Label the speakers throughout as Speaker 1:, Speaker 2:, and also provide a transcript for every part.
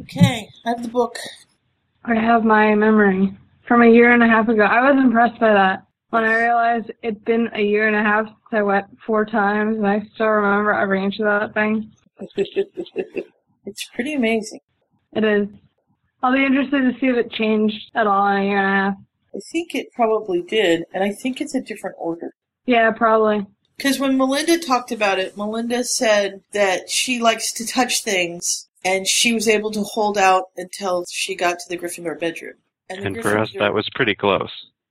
Speaker 1: Okay, I have the book.
Speaker 2: I have my memory from a year and a half ago. I was impressed by that when I realized it'd been a year and a half since I went four times, and I still remember every inch of that thing.
Speaker 1: it's pretty amazing.
Speaker 2: It is. I'll be interested to see if it changed at all in a year and a half.
Speaker 1: I think it probably did, and I think it's a different order.
Speaker 2: Yeah, probably.
Speaker 1: Because when Melinda talked about it, Melinda said that she likes to touch things, and she was able to hold out until she got to the Gryffindor bedroom. the
Speaker 3: And for us,
Speaker 1: Gryffindor-
Speaker 3: that was pretty close.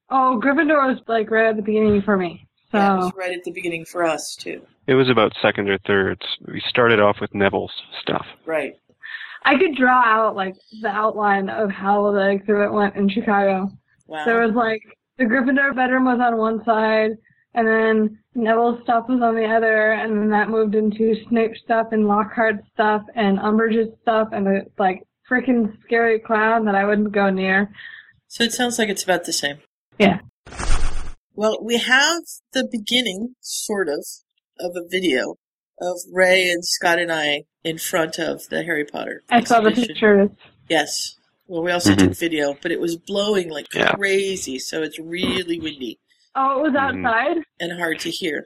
Speaker 2: Oh, Gryffindor was like right at the beginning for me. So
Speaker 3: Oh.
Speaker 1: yeah, it was right at the beginning for us too.
Speaker 3: It was about second or third. We started off with Neville's stuff.
Speaker 1: Right.
Speaker 2: I could draw out like the outline of how the exhibit went in Chicago.
Speaker 1: Wow.
Speaker 2: There was like the Gryffindor bedroom was on one side, and then Neville's stuff was on the other, and then that moved into Snape's stuff and Lockhart's stuff and Umbridge's stuff and the like freaking scary clown that I wouldn't go near.
Speaker 1: so it sounds like it's about the same.
Speaker 2: Yeah.
Speaker 1: Well, we have the beginning, sort of, of a video of Ray and Scott and I in front of the Harry Potter.
Speaker 2: I saw the
Speaker 1: exhibition.
Speaker 2: pictures.
Speaker 1: Yes. Well, we also
Speaker 3: Mhm.
Speaker 1: took video, but it was blowing like
Speaker 3: Yeah.
Speaker 1: crazy, so it's really windy
Speaker 2: Oh, it was
Speaker 1: Hmm.
Speaker 3: Mhm.
Speaker 2: outside.
Speaker 1: and hard to hear.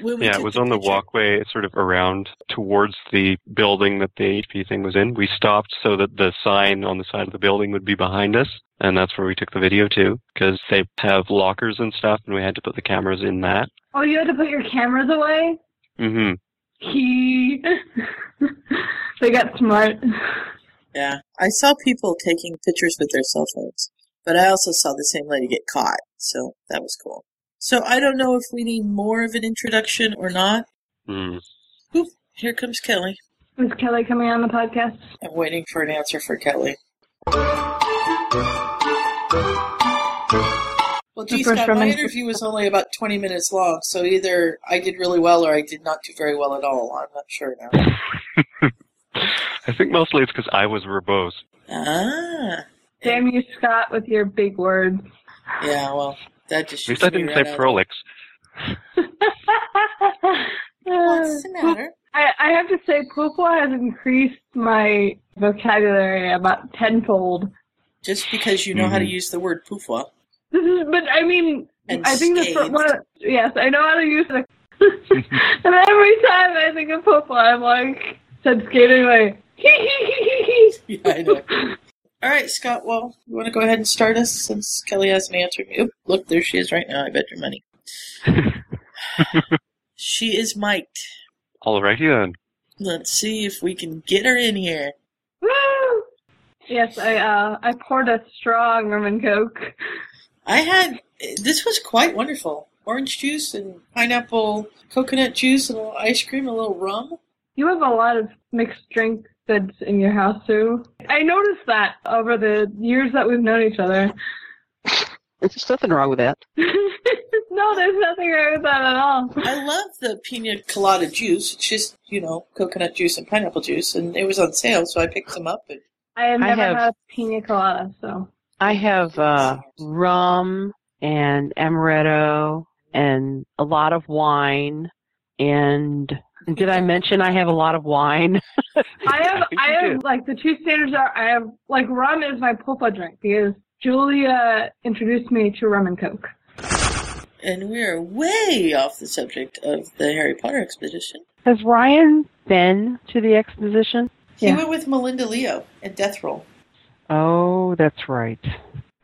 Speaker 1: When we
Speaker 3: Yeah, it
Speaker 1: took
Speaker 3: was on the
Speaker 1: picture-
Speaker 3: walkway, sort of around towards the building that the HP thing was in. We stopped so that the sign on the side of the building would be behind us, and that's where we took the video to because they have lockers and stuff, and we had to put the cameras in that.
Speaker 2: Oh, you had to put your cameras away.
Speaker 3: hmm
Speaker 2: He. they got smart.
Speaker 1: Yeah. I saw people taking pictures with their cell phones, but I also saw the same lady get caught, so that was cool. So I don't know if we need more of an introduction or not.
Speaker 3: Mm.
Speaker 1: Oop, here comes Kelly.
Speaker 2: Is Kelly coming on the podcast?
Speaker 1: I'm waiting for an answer for Kelly. Well,
Speaker 2: The
Speaker 1: geez,
Speaker 2: first
Speaker 1: Scott, my
Speaker 2: romantic-
Speaker 1: interview was only about 20 minutes long, so either I did really well or I did not do very well at all. I'm not sure now.
Speaker 3: I think mostly it's because I was verbose.
Speaker 1: Ah,
Speaker 2: Damn you, Scott, with your big words.
Speaker 1: yeah, well, that just
Speaker 3: At
Speaker 1: shoots
Speaker 3: least I
Speaker 1: me
Speaker 3: didn't
Speaker 1: right
Speaker 3: say
Speaker 1: out.
Speaker 3: prolix.
Speaker 1: What's the matter?
Speaker 2: I, I have to say, Poopa has increased my vocabulary about tenfold.
Speaker 1: Just because you know how to
Speaker 3: Mhm.
Speaker 1: use the word poofwa.
Speaker 2: This is, but I mean,
Speaker 1: And
Speaker 2: I think that's
Speaker 1: scathed.
Speaker 2: one. Of, yes, I know how to use it. and every time I think of Poopa, I'm like, said skatingly.
Speaker 1: Yeah, I know. All right, Scott. Well, you want to go ahead and start us since Kelly hasn't answered me. Oop, look, there she is right now. I bet your money. she is mic'd.
Speaker 3: Alrighty then.
Speaker 1: Let's see if we can get her in here.
Speaker 2: Woo! Yes, I uh, I poured a strong rum and coke.
Speaker 1: I had this was quite wonderful. Orange juice and pineapple, coconut juice, and a little ice cream, a little rum.
Speaker 2: You have a lot of mixed drink goods in your house, Sue. I noticed that over the years that we've known each other.
Speaker 4: There's nothing wrong with that.
Speaker 2: no, there's nothing wrong with that at all.
Speaker 1: I love the pina colada juice. It's just you know coconut juice and pineapple juice, and it was on sale, so I picked some up. And
Speaker 2: I have
Speaker 4: I
Speaker 2: never
Speaker 4: have-
Speaker 2: had a pina colada, so
Speaker 4: I have uh, rum and amaretto and a lot of wine. And did I mention I have a lot of wine?
Speaker 2: I have.
Speaker 3: think
Speaker 2: I,
Speaker 3: you
Speaker 2: have
Speaker 3: did.
Speaker 2: like the two standards are I have like rum is my pulpa drink because Julia introduced me to rum and coke.
Speaker 1: and we're way off the subject of the Harry Potter expedition.
Speaker 4: Has Ryan been to the exposition?
Speaker 1: He
Speaker 2: Yeah.
Speaker 1: went with Melinda Leo and Death Roll.
Speaker 4: Oh, that's right.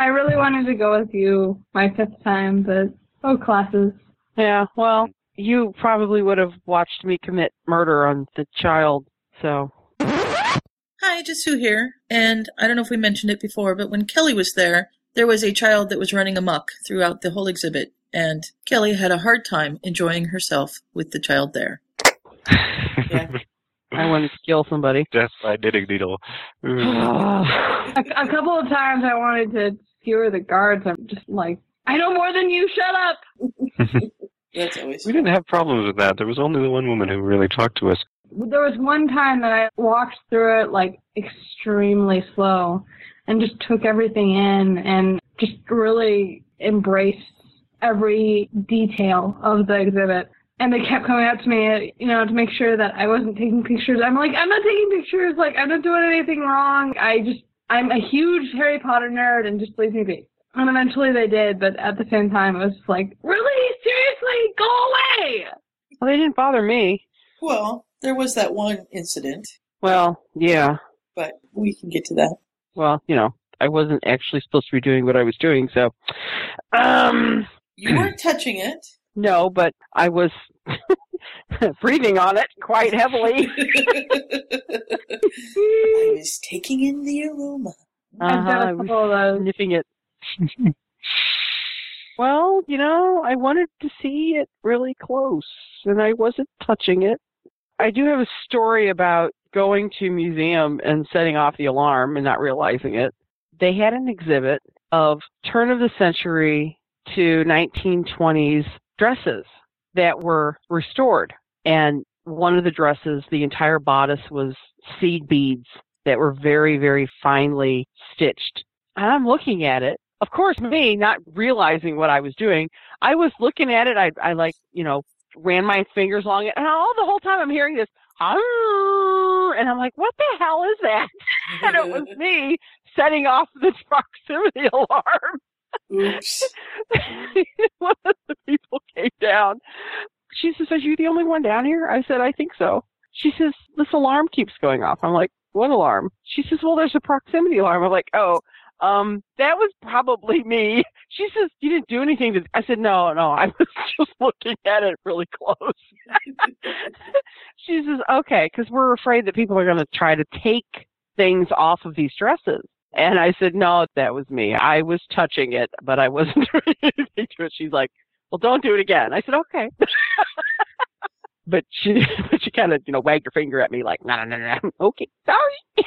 Speaker 2: I really wanted to go with you my fifth time, but oh classes.
Speaker 4: Yeah, well, you probably would have watched me commit murder on the child, so.
Speaker 1: Hi, Jasu here. And I don't know if we mentioned it before, but when Kelly was there, there was a child that was running amok throughout the whole exhibit, and Kelly had a hard time enjoying herself with the child there. Yeah.
Speaker 4: I wanted to kill somebody.
Speaker 3: Death by knitting needle. Ooh.
Speaker 4: I
Speaker 2: A, a couple of times I wanted to skewer the guards. I'm just like, I know more than you. Shut up.
Speaker 1: That's always
Speaker 3: we didn't have problems with that. There was only the one woman who really talked to us.
Speaker 2: There was one time that I walked through it like extremely slow and just took everything in and just really embraced every detail of the exhibit. and they kept coming up to me, you know, to make sure that I wasn't taking pictures. I'm like, I'm not taking pictures. Like, I'm not doing anything wrong. I just, I'm a huge Harry Potter nerd, and just leave me be. And eventually they did, but at the same time, it was just like, really, seriously, go away.
Speaker 4: Well, they didn't bother me.
Speaker 1: Well, there was that one incident,
Speaker 4: Well, yeah.
Speaker 1: but we can get to that.
Speaker 4: Well, you know, I wasn't actually supposed to be doing what I was doing, so um
Speaker 1: You weren't touching it.
Speaker 4: no, but I was breathing on it quite heavily.
Speaker 1: I was taking in the aroma.
Speaker 2: I've
Speaker 4: Uh-huh,
Speaker 2: done
Speaker 4: I
Speaker 2: a
Speaker 4: was
Speaker 2: couple of those.
Speaker 4: sniffing it. well, you know, I wanted to see it really close, and I wasn't touching it. I do have a story about going to a museum and setting off the alarm and not realizing it. They had an exhibit of turn of the century to 1920s dresses that were restored. And one of the dresses, the entire bodice was seed beads that were very, very finely stitched. And I'm looking at it. Of course, me not realizing what I was doing, I was looking at it. I, I like, you know, ran my fingers along it, and all the whole time I'm hearing this, "Arr," and I'm like, what the hell is that? And it was me setting off the proximity alarm.
Speaker 1: Oops.
Speaker 4: one of the people came down. She says, Are you the only one down here? I said, I think so. She says, This alarm keeps going off. I'm like, What alarm? She says, Well, there's a proximity alarm. I'm like, Oh, um, that was probably me. She says, You didn't do anything to I said, No, no, I was just looking at it really close. she says, Okay, because we're afraid that people are going to try to take things off of these dresses. And I said, no, that was me. I was touching it, but I wasn't doing anything to it. She's like, well, don't do it again. I said, okay. but she, but she kind of, you know, wagged her finger at me like, no, no, no, no. Okay, sorry.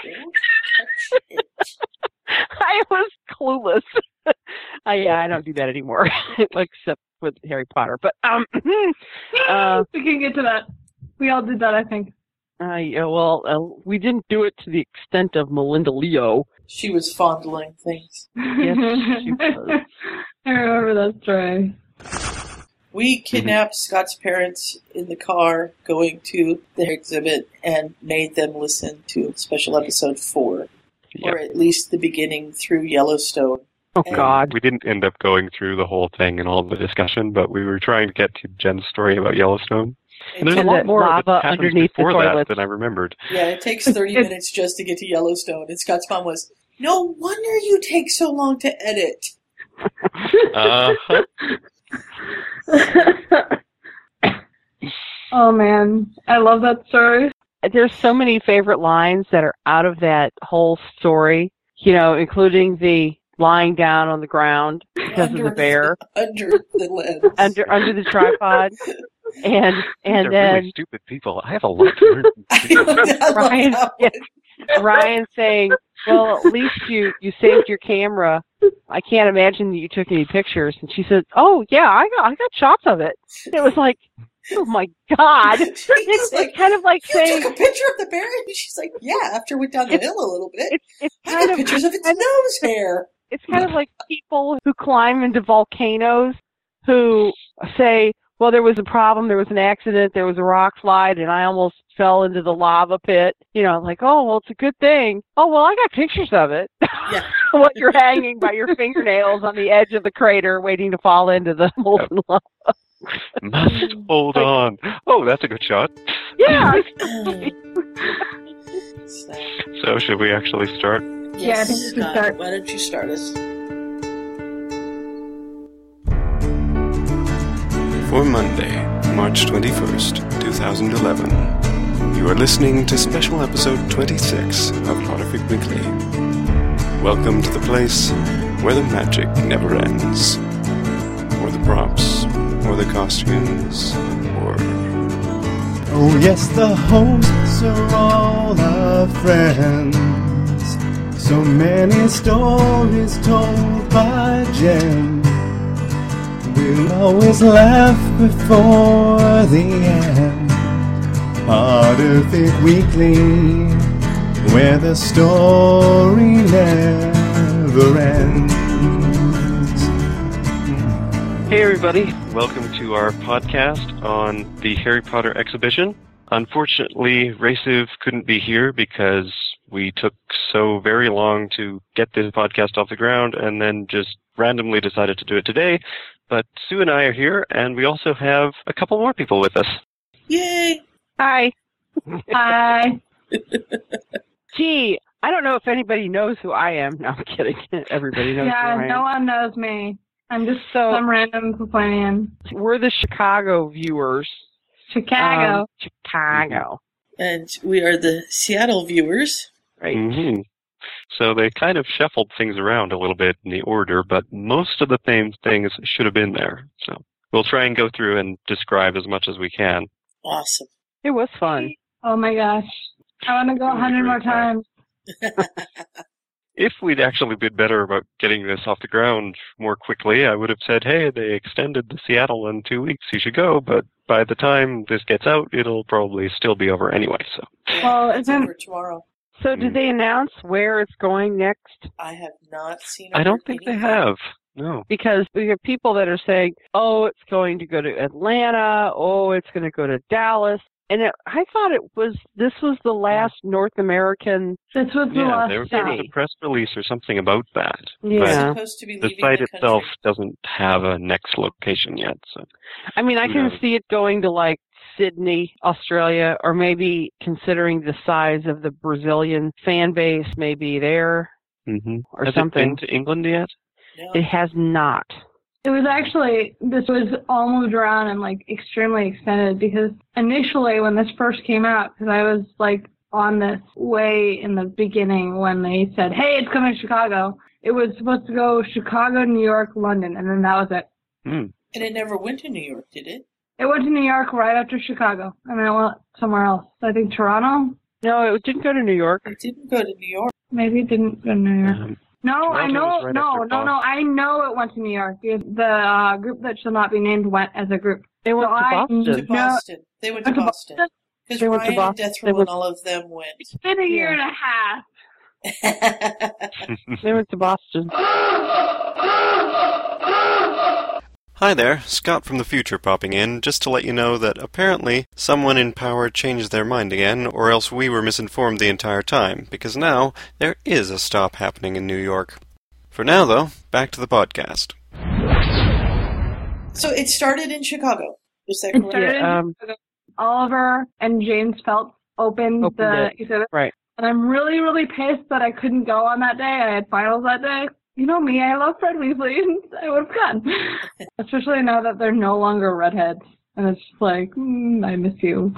Speaker 4: I was clueless. I, yeah, I don't do that anymore, except with Harry Potter. But, um, Uh,
Speaker 2: we can get to that. We all did that, I think.
Speaker 4: uh, yeah, well, uh, we didn't do it to the extent of Melinda Leo.
Speaker 1: She was fondling things.
Speaker 4: Yes, she was.
Speaker 2: I remember that story.
Speaker 1: We
Speaker 4: Mm-hmm.
Speaker 1: kidnapped Scott's parents in the car going to the exhibit and made them listen to special episode four, or at least the beginning through Yellowstone.
Speaker 4: Oh,
Speaker 1: And-
Speaker 4: God.
Speaker 3: We didn't end up going through the whole thing and all the discussion, but we were trying to get to Jen's story about Yellowstone. And there's
Speaker 4: And
Speaker 3: a lot
Speaker 4: that
Speaker 3: more that
Speaker 4: lava
Speaker 3: happens
Speaker 4: underneath the
Speaker 3: before that
Speaker 4: toilet.
Speaker 3: than I remembered.
Speaker 1: Yeah, it takes 30 minutes just to get to Yellowstone. And Scott's mom was, No wonder you take so long to edit.
Speaker 3: Uh,
Speaker 2: oh man, I love that story.
Speaker 4: there's so many favorite lines that are out of that whole story, you know, including the lying down on the ground because of the bear
Speaker 1: Under the lens.
Speaker 4: under under the tripod and
Speaker 3: they're
Speaker 4: and then
Speaker 3: really stupid people. I have a lot to learn. from
Speaker 1: I
Speaker 3: you.
Speaker 1: love that
Speaker 4: Brian,
Speaker 1: one.
Speaker 4: yeah, Ryan saying, "Well, at least you you saved your camera. I can't imagine that you took any pictures." And she said, "Oh yeah, I got I got shots of it." And it was like, "Oh my god!"
Speaker 1: She's
Speaker 4: It's,
Speaker 1: like,
Speaker 4: it's kind of like
Speaker 1: You
Speaker 4: saying
Speaker 1: took a picture of the bear? And she's like, Yeah, after it went down the
Speaker 4: It's-
Speaker 1: hill a little bit.
Speaker 4: it's it's
Speaker 1: I
Speaker 4: kind
Speaker 1: got
Speaker 4: of
Speaker 1: pictures of its
Speaker 4: kind
Speaker 1: nose hair.
Speaker 4: It's kind of like people who climb into volcanoes who say, well, there was a problem, there was an accident, there was a rock slide, and I almost fell into the lava pit. You know, like, oh, well, it's a good thing. Oh, well, I got pictures of it.
Speaker 1: Yeah.
Speaker 4: what you're hanging by your fingernails on the edge of the crater waiting to fall into the molten lava.
Speaker 3: Must hold on. Oh, that's a good shot.
Speaker 4: Yeah.
Speaker 1: So,
Speaker 3: So, should we actually start?
Speaker 2: Yeah, I
Speaker 1: yes,
Speaker 2: think we should
Speaker 1: Scott,
Speaker 2: start.
Speaker 1: why don't you start us?
Speaker 5: for Monday, March 21st, 2011. You are listening to special episode 26 of Horrific Weekly. Welcome to the place where the magic never ends. Or the props, or the costumes, or.
Speaker 6: Oh, yes, the hosts are all our friends. So many stories told by Jen. We'll always laugh before the end. Horrific Weekly, where the story never ends.
Speaker 4: Hey, everybody.
Speaker 3: Welcome to to our podcast on the Harry Potter exhibition. Unfortunately, Raysiv couldn't be here because we took so very long to get this podcast off the ground and then just randomly decided to do it today. But Sue and I are here, and we also have a couple more people with us.
Speaker 1: Yay!
Speaker 4: Hi.
Speaker 2: Hi.
Speaker 4: Gee, I don't know if anybody knows who I am. No, I'm kidding. Everybody knows who I
Speaker 2: Yeah,
Speaker 4: am.
Speaker 2: no one knows me. I'm just
Speaker 4: So-
Speaker 2: some random plebeian.
Speaker 4: We're the Chicago viewers.
Speaker 2: Chicago.
Speaker 4: Um, Chicago.
Speaker 1: And we are the Seattle viewers.
Speaker 4: Right.
Speaker 3: hmm So they kind of shuffled things around a little bit in the order, but most of the same things should have been there. So we'll try and go through and describe as much as we can.
Speaker 1: Awesome.
Speaker 4: It was fun.
Speaker 2: oh my gosh. I want to go a
Speaker 3: Really
Speaker 2: 100 more
Speaker 3: great time.
Speaker 2: times.
Speaker 3: If we'd actually been better about getting this off the ground more quickly, I would have said, hey, they extended the Seattle in two weeks, you should go. But by the time this gets out, it'll probably still be over anyway. So
Speaker 2: Well,
Speaker 1: it's
Speaker 2: isn't-
Speaker 1: over tomorrow.
Speaker 4: So, did they announce where it's going next?
Speaker 1: I have not seen.
Speaker 3: I
Speaker 1: or
Speaker 3: don't
Speaker 1: heard
Speaker 3: think they
Speaker 1: anything.
Speaker 3: have. No.
Speaker 4: Because we have people that are saying, oh, it's going to go to Atlanta. Oh, it's going to go to Dallas. And it, I thought it was this was the last North American.
Speaker 2: This was the
Speaker 3: Yeah,
Speaker 2: last
Speaker 3: there, there
Speaker 2: stop.
Speaker 3: was a press release or something about that.
Speaker 1: They're
Speaker 4: Yeah.
Speaker 1: supposed to be
Speaker 3: The
Speaker 1: leaving
Speaker 3: site itself
Speaker 1: country.
Speaker 3: doesn't have a next location yet. So.
Speaker 4: I mean, I
Speaker 3: Who
Speaker 4: can
Speaker 3: knows?
Speaker 4: see it going to like Sydney, Australia, or maybe considering the size of the Brazilian fan base, maybe there
Speaker 3: Mm-hmm.
Speaker 4: or
Speaker 3: Has
Speaker 4: something.
Speaker 3: it been to England yet?
Speaker 1: No.
Speaker 4: It has not.
Speaker 2: It was actually this was all moved around and like extremely extended because initially when this first came out, because I was like on this way in the beginning when they said, "Hey, it's coming to Chicago." It was supposed to go Chicago, New York, London, and then that was it.
Speaker 1: and it never went to New York, did it?
Speaker 2: It went to New York right after Chicago, and then it went somewhere else. I think Toronto.
Speaker 4: No, it didn't go to New York.
Speaker 1: It didn't go to New York.
Speaker 2: Maybe it didn't go to New York.
Speaker 3: Um,
Speaker 2: No, I
Speaker 3: Toronto
Speaker 2: know.
Speaker 3: was right
Speaker 2: no,
Speaker 3: after
Speaker 2: no, no. I know it went to New York. because The uh, group that shall not be named went as a group.
Speaker 4: They went
Speaker 2: No,
Speaker 4: to
Speaker 2: I-
Speaker 1: To
Speaker 4: Boston.
Speaker 2: No.
Speaker 1: Boston. They went to
Speaker 2: Went to
Speaker 1: Boston. Because
Speaker 4: They
Speaker 1: Ryan
Speaker 4: went to
Speaker 1: and
Speaker 4: Boston.
Speaker 1: Death
Speaker 4: They
Speaker 1: Row
Speaker 4: went-
Speaker 1: and all of them went.
Speaker 2: It's been a year
Speaker 4: Yeah.
Speaker 2: and a half.
Speaker 4: They went to Boston.
Speaker 5: Hi there, Scott from the future popping in just to let you know that apparently someone in power changed their mind again, or else we were misinformed the entire time, because now there is a stop happening in New York. For now, though, back to the podcast.
Speaker 1: so it started in Chicago. Is that
Speaker 2: It
Speaker 1: correct?
Speaker 2: started
Speaker 4: Yeah, um,
Speaker 2: Oliver and James Phelps opened,
Speaker 4: Opened
Speaker 2: the
Speaker 4: it.
Speaker 2: exhibit.
Speaker 4: Right.
Speaker 2: And I'm really, really pissed that I couldn't go on that day. I had finals that day. You know me, I love Fred Weasley. and I would have gone. Especially now that they're no longer redheads. And it's just like, mm, I miss you.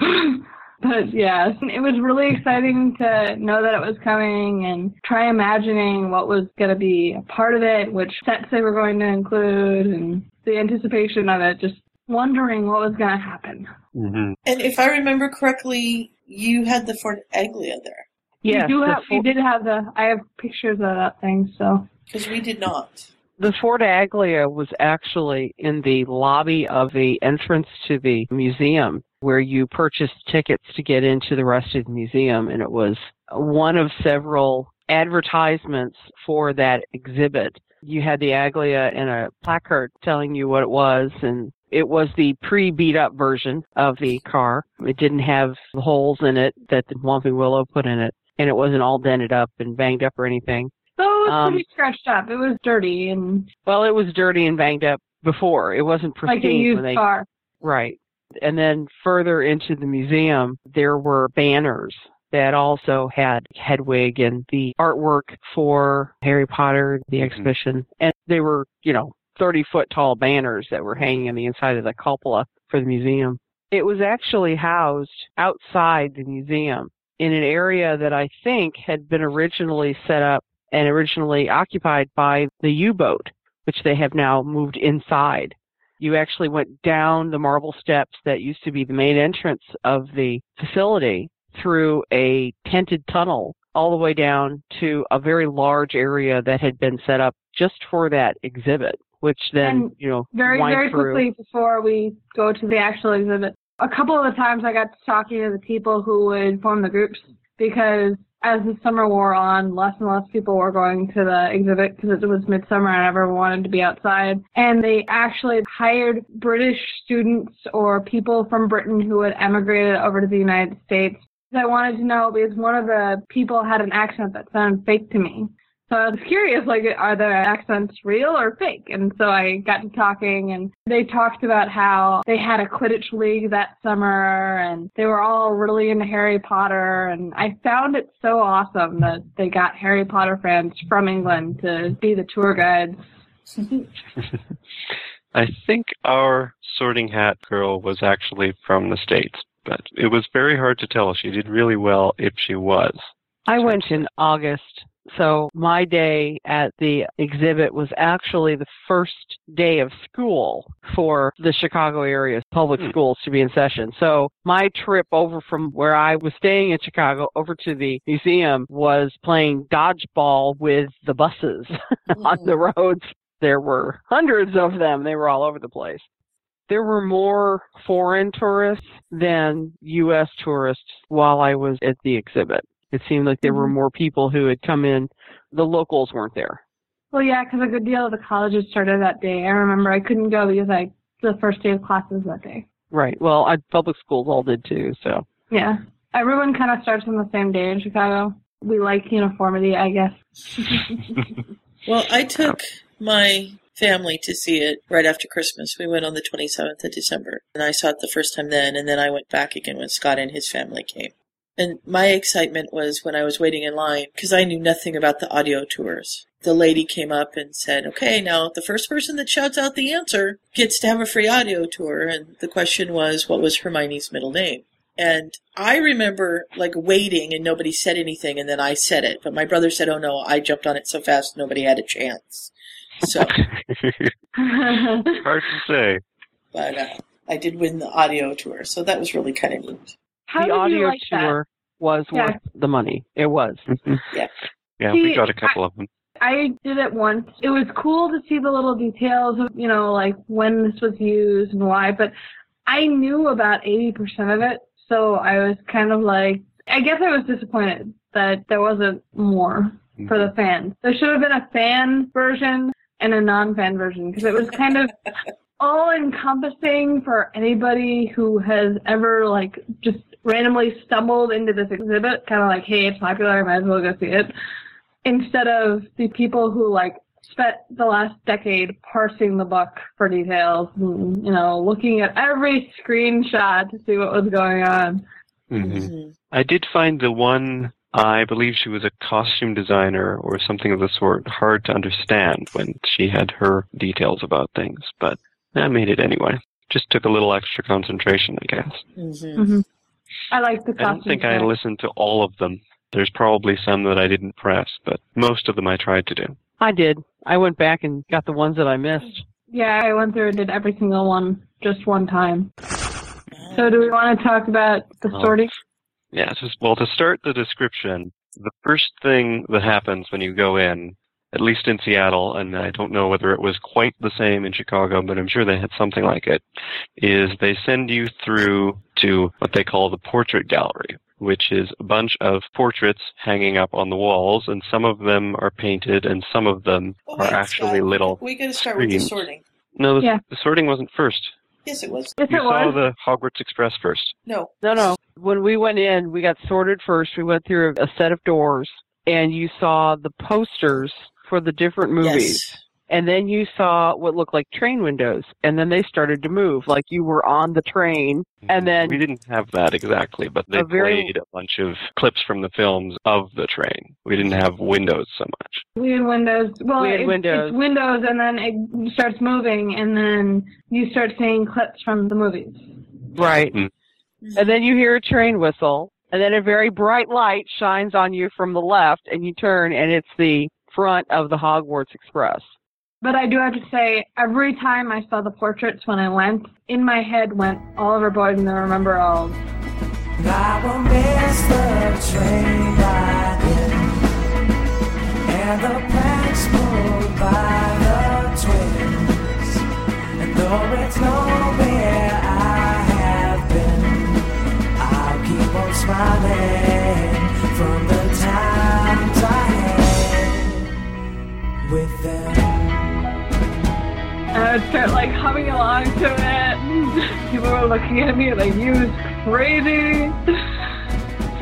Speaker 2: but yeah, it was really exciting to know that it was coming and try imagining what was going to be a part of it, which sets they were going to include, and the anticipation of it, just wondering what was going to happen.
Speaker 3: hmm
Speaker 1: And if I remember correctly, you had the Fort Anglia there
Speaker 4: yes,
Speaker 2: we do
Speaker 4: the
Speaker 2: have. We
Speaker 4: Fort-
Speaker 2: did have the. I have pictures of that thing. So
Speaker 1: because we did not.
Speaker 4: The Fort Aglia was actually in the lobby of the entrance to the museum where you purchased tickets to get into the rest of the museum, and it was one of several advertisements for that exhibit. You had the Aglia and a placard telling you what it was, and it was the pre beat up version of the car. It didn't have the holes in it that the Whomping Willow put in it, and it wasn't all dented up and banged up or anything.
Speaker 2: so it was
Speaker 4: Um,
Speaker 2: pretty scratched up. It was dirty and
Speaker 4: Well, it was dirty and banged up before. It wasn't pristine
Speaker 2: like a
Speaker 4: when
Speaker 2: used
Speaker 4: they
Speaker 2: car.
Speaker 4: right. And then further into the museum, there were banners that also had Hedwig and the artwork for Harry Potter the exhibition, and they were you know thirty foot tall banners that were hanging on the inside of the cupola for the museum. It was actually housed outside the museum in an area that I think had been originally set up and originally occupied by the U-boat, which they have now moved inside you actually went down the marble steps that used to be the main entrance of the facility through a tented tunnel all the way down to a very large area that had been set up just for that exhibit, which then,
Speaker 2: And
Speaker 4: you know,
Speaker 2: Very
Speaker 4: wind
Speaker 2: very
Speaker 4: through.
Speaker 2: quickly before we go to the actual exhibit, a couple of the times I got to talking to the people who would form the groups because as the summer wore on, less and less people were going to the exhibit because it was midsummer and everyone wanted to be outside. And they actually hired British students or people from Britain who had emigrated over to the United States. I wanted to know because one of the people had an accent that sounded fake to me. So I was curious, like, are their accents real or fake? And so I got to talking, and they talked about how they had a Quidditch league that summer, and they were all really into Harry Potter. And I found it so awesome that they got Harry Potter fans from England to be the tour guides.
Speaker 3: I think our sorting hat girl was actually from the States, but it was very hard to tell. She did really well if she was.
Speaker 4: I went in August. So my day at the exhibit was actually the first day of school for the Chicago area public
Speaker 3: Hmm.
Speaker 4: schools to be in session. So my trip over from where I was staying in Chicago over to the museum was playing dodgeball with the buses on the roads. There were hundreds of them. They were all over the place. There were more foreign tourists than U.S. tourists while I was at the exhibit. It seemed like there were
Speaker 2: Mm-hmm.
Speaker 4: more people who had come in. The locals weren't there.
Speaker 2: Well, yeah, because a good deal of the colleges started that day. I remember I couldn't go because I the first day of classes that day.
Speaker 4: Right. Well, I, public schools all did too. So
Speaker 2: Yeah, everyone kind of starts on the same day in Chicago. We like uniformity, I guess.
Speaker 1: Well, I took my family to see it right after Christmas. We went on the 27th of December, and I saw it the first time then, and then I went back again when Scott and his family came. And my excitement was when I was waiting in line because I knew nothing about the audio tours. The lady came up and said, Okay, now the first person that shouts out the answer gets to have a free audio tour. And the question was, What was Hermione's middle name? And I remember like waiting and nobody said anything and then I said it. But my brother said, Oh no, I jumped on it so fast nobody had a chance. So,
Speaker 3: hard to say.
Speaker 1: but uh, I did win the audio tour. So that was really kind of neat.
Speaker 2: How
Speaker 4: the
Speaker 2: did
Speaker 4: audio
Speaker 2: you like that?
Speaker 4: tour was
Speaker 2: Yeah.
Speaker 4: worth the money. It was.
Speaker 3: Yeah,
Speaker 2: See,
Speaker 3: we got a couple of them.
Speaker 2: I did it once. It was cool to see the little details of, you know, like when this was used and why, but I knew about 80% of it, so I was kind of like, I guess I was disappointed that there wasn't more for the fans. There should have been a fan version and a non-fan version because it was kind of all encompassing for anybody who has ever like just randomly stumbled into this exhibit, kind of like, hey, it's popular, I might as well go see it. Instead of the people who like spent the last decade parsing the book for details and, you know, looking at every screenshot to see what was going on.
Speaker 3: Mhm.
Speaker 1: Mhm.
Speaker 3: I did find the one, I believe she was a costume designer or something of the sort, hard to understand when she had her details about things, but I made it anyway. Just took a little extra concentration, I guess.
Speaker 1: Mhm.
Speaker 2: I like the
Speaker 3: I don't
Speaker 2: costume.
Speaker 3: think I
Speaker 2: design.
Speaker 3: listened to all of them. There's probably some that I didn't press, but most of them I tried to do.
Speaker 4: I did. I went back and got the ones that I missed.
Speaker 2: Yeah, I went through and did every single one just one time. So do we want to talk about the
Speaker 3: Oh.
Speaker 2: sorting?
Speaker 3: Yeah, so, well, to start the description, the first thing that happens when you go in, at least in Seattle, and I don't know whether it was quite the same in Chicago, but I'm sure they had something like it, is they send you through to what they call the portrait gallery, which is a bunch of portraits hanging up on the walls, and some of them are painted and some of them
Speaker 1: Oh,
Speaker 3: are
Speaker 1: wait,
Speaker 3: actually
Speaker 1: Scott,
Speaker 3: little.
Speaker 1: We got to start with the
Speaker 3: screens.
Speaker 1: sorting.
Speaker 3: No, the,
Speaker 2: Yeah.
Speaker 3: the sorting wasn't first.
Speaker 1: Yes, it was.
Speaker 2: Yes,
Speaker 3: You
Speaker 2: it
Speaker 3: saw
Speaker 2: was.
Speaker 3: the Hogwarts Express first.
Speaker 1: No.
Speaker 4: No, no. When we went in, we got sorted first. We went through a set of doors, and you saw the posters for the different movies.
Speaker 1: Yes.
Speaker 4: And then you saw what looked like train windows, and then they started to move, like you were on the train. And then
Speaker 3: we didn't have that exactly, but they
Speaker 4: A very-
Speaker 3: played a bunch of clips from the films of the train. We didn't have windows so much.
Speaker 2: We had windows. Well,
Speaker 4: We had
Speaker 2: it's,
Speaker 4: windows.
Speaker 2: it's windows, and then it starts moving, and then you start seeing clips from the movies.
Speaker 4: Right.
Speaker 3: Mm.
Speaker 4: And then you hear a train whistle, and then a very bright light shines on you from the left, and you turn, and it's the front of the Hogwarts Express.
Speaker 2: But I do have to say, every time I saw the portraits when I went, in my head went Oliver Boyd and the Remember All.
Speaker 6: I will miss the train ride in, and the planks pulled by the twins. And though it's nowhere I have been, I'll keep on smiling from the time with them.
Speaker 2: And I would start like humming along to it. and People were looking at me like, you was crazy.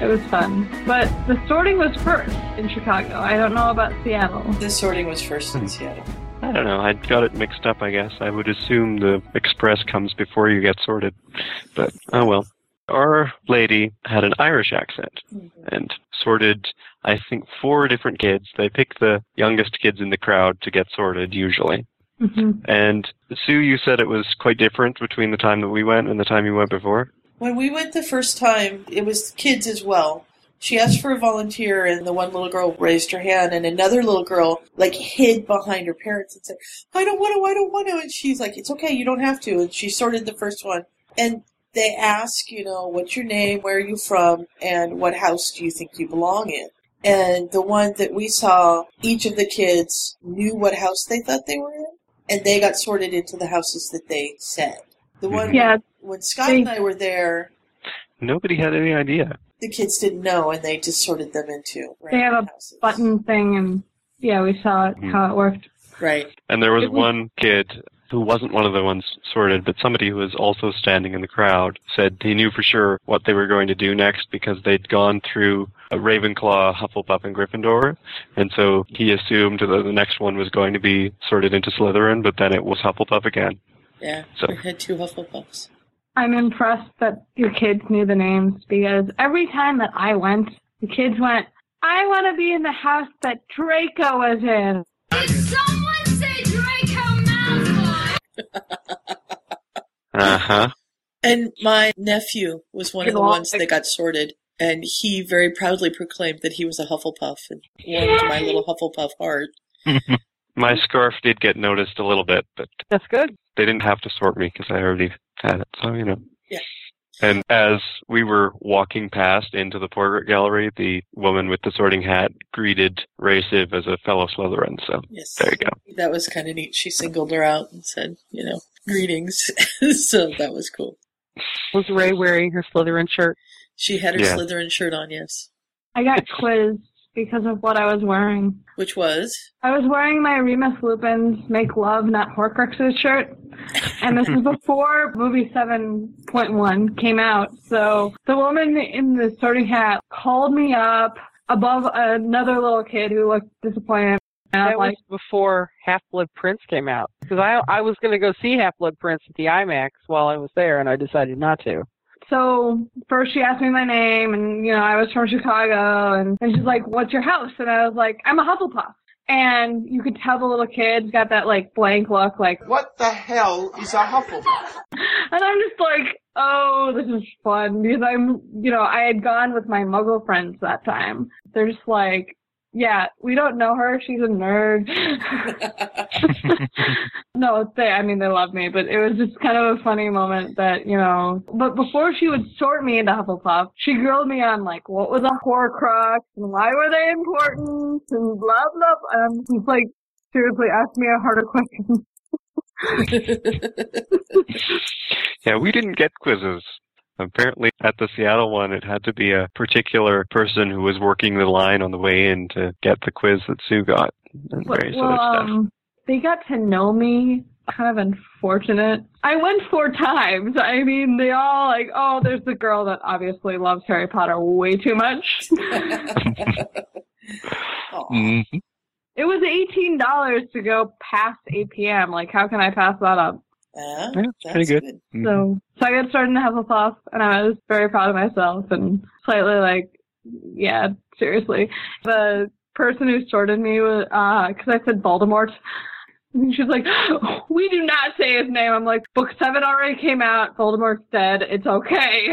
Speaker 2: It was fun. But the sorting was first in Chicago. I don't know about Seattle.
Speaker 1: The sorting was first
Speaker 3: Hmm.
Speaker 1: in Seattle.
Speaker 3: I don't know. I got it mixed up, I guess. I would assume the express comes before you get sorted. But, oh well. Our lady had an Irish accent
Speaker 4: Mm-hmm.
Speaker 3: and sorted, I think, four different kids. They pick the youngest kids in the crowd to get sorted, usually.
Speaker 2: hmm
Speaker 3: And Sue, you said it was quite different between the time that we went and the time you went before.
Speaker 1: When we went the first time, it was kids as well. She asked for a volunteer, and the one little girl raised her hand, and another little girl like hid behind her parents and said, "I don't want to, I don't want to." And she's like, "It's okay, you don't have to." And she sorted the first one, and they ask, you know, what's your name, where are you from, and what house do you think you belong in. And the one that we saw, each of the kids knew what house they thought they were in, and they got sorted into the houses that they said. The one
Speaker 2: Yeah,
Speaker 1: when Scott and I were there,
Speaker 3: Nobody had any idea.
Speaker 1: the kids didn't know, and they just sorted them into
Speaker 2: They have a
Speaker 1: random houses.
Speaker 2: button thing, and yeah, we saw it, how it worked.
Speaker 1: right?
Speaker 3: And there was
Speaker 2: It was-
Speaker 3: one kid who wasn't one of the ones sorted, but somebody who was also standing in the crowd said he knew for sure what they were going to do next because they'd gone through uh, Ravenclaw, Hufflepuff, and Gryffindor. And so he assumed that the next one was going to be sorted into Slytherin, but then it was Hufflepuff again.
Speaker 1: Yeah,
Speaker 3: So-
Speaker 1: we had two Hufflepuffs.
Speaker 2: I'm impressed that your kids knew the names because every time that I went, the kids went, I want to be in the house that Draco was in.
Speaker 7: Did someone say Draco Malfoy?
Speaker 3: Uh huh.
Speaker 1: And my nephew was one of the
Speaker 2: Well,
Speaker 1: ones that got sorted, and he very proudly proclaimed that he was a Hufflepuff and warmed my little Hufflepuff heart.
Speaker 3: My scarf did get noticed a little bit, but
Speaker 4: That's good.
Speaker 3: they didn't have to sort me because I already had it. So you know.
Speaker 1: Yeah.
Speaker 3: And as we were walking past into the portrait gallery, the woman with the sorting hat greeted Ray Siv as a fellow Slytherin. So
Speaker 1: Yes,
Speaker 3: there you go.
Speaker 1: that was kind of neat. She singled her out and said, you know, greetings. so that was cool.
Speaker 4: Was Ray wearing her Slytherin shirt?
Speaker 1: She had her
Speaker 3: Yeah.
Speaker 1: Slytherin shirt on, yes,
Speaker 2: I got quizzed because of what I was wearing.
Speaker 1: which was
Speaker 2: I was wearing my Remus Lupin's Make Love Not Horcruxes shirt, and this is before movie 7.1 came out. So the woman in the sorting hat called me up above another little kid who looked disappointed. And I
Speaker 4: That
Speaker 2: was like,
Speaker 4: was before Half Blood Prince came out because I I was going to go see Half Blood Prince at the IMAX while I was there, and I decided not to.
Speaker 2: So first she asked me my name, and you know I was from Chicago, and, and she's like, "What's your house?" And I was like, "I'm a Hufflepuff." And you could tell the little kids got that like blank look, like,
Speaker 8: What the hell is a Hufflepuff?
Speaker 2: and I'm just like, "Oh, this is fun," because I'm, you know, I had gone with my Muggle friends that time. They're just like, "Yeah, we don't know her. She's a nerd." No, they, I mean, they love me, but it was just kind of a funny moment that, you know, but before she would sort me into Hufflepuff, she grilled me on like, what was a Horcrux and why were they important and blah, blah, blah. And I'm just like, seriously, ask me a harder question.
Speaker 3: Yeah, we didn't get quizzes. Apparently, at the Seattle one, it had to be a particular person who was working the line on the way in to get the quiz that Sue got. And various
Speaker 2: well,
Speaker 3: other stuff.
Speaker 2: um, they got to know me. Kind of unfortunate. I went four times. I mean, they all like, oh, there's the girl that obviously loves Harry Potter way too much.
Speaker 1: Aw.
Speaker 3: Mhm.
Speaker 2: It was eighteen dollars to go past eight PM. Like, how can I pass that up?
Speaker 1: Ah,
Speaker 3: Yeah, it's
Speaker 1: that's
Speaker 3: pretty good.
Speaker 2: So, so I got started in Hufflepuff, and I was very proud of myself and slightly like, yeah, seriously. The person who sorted me was because I said Voldemort. And she's like, we do not say his name. I'm like, book seven already came out. Voldemort's dead. It's okay.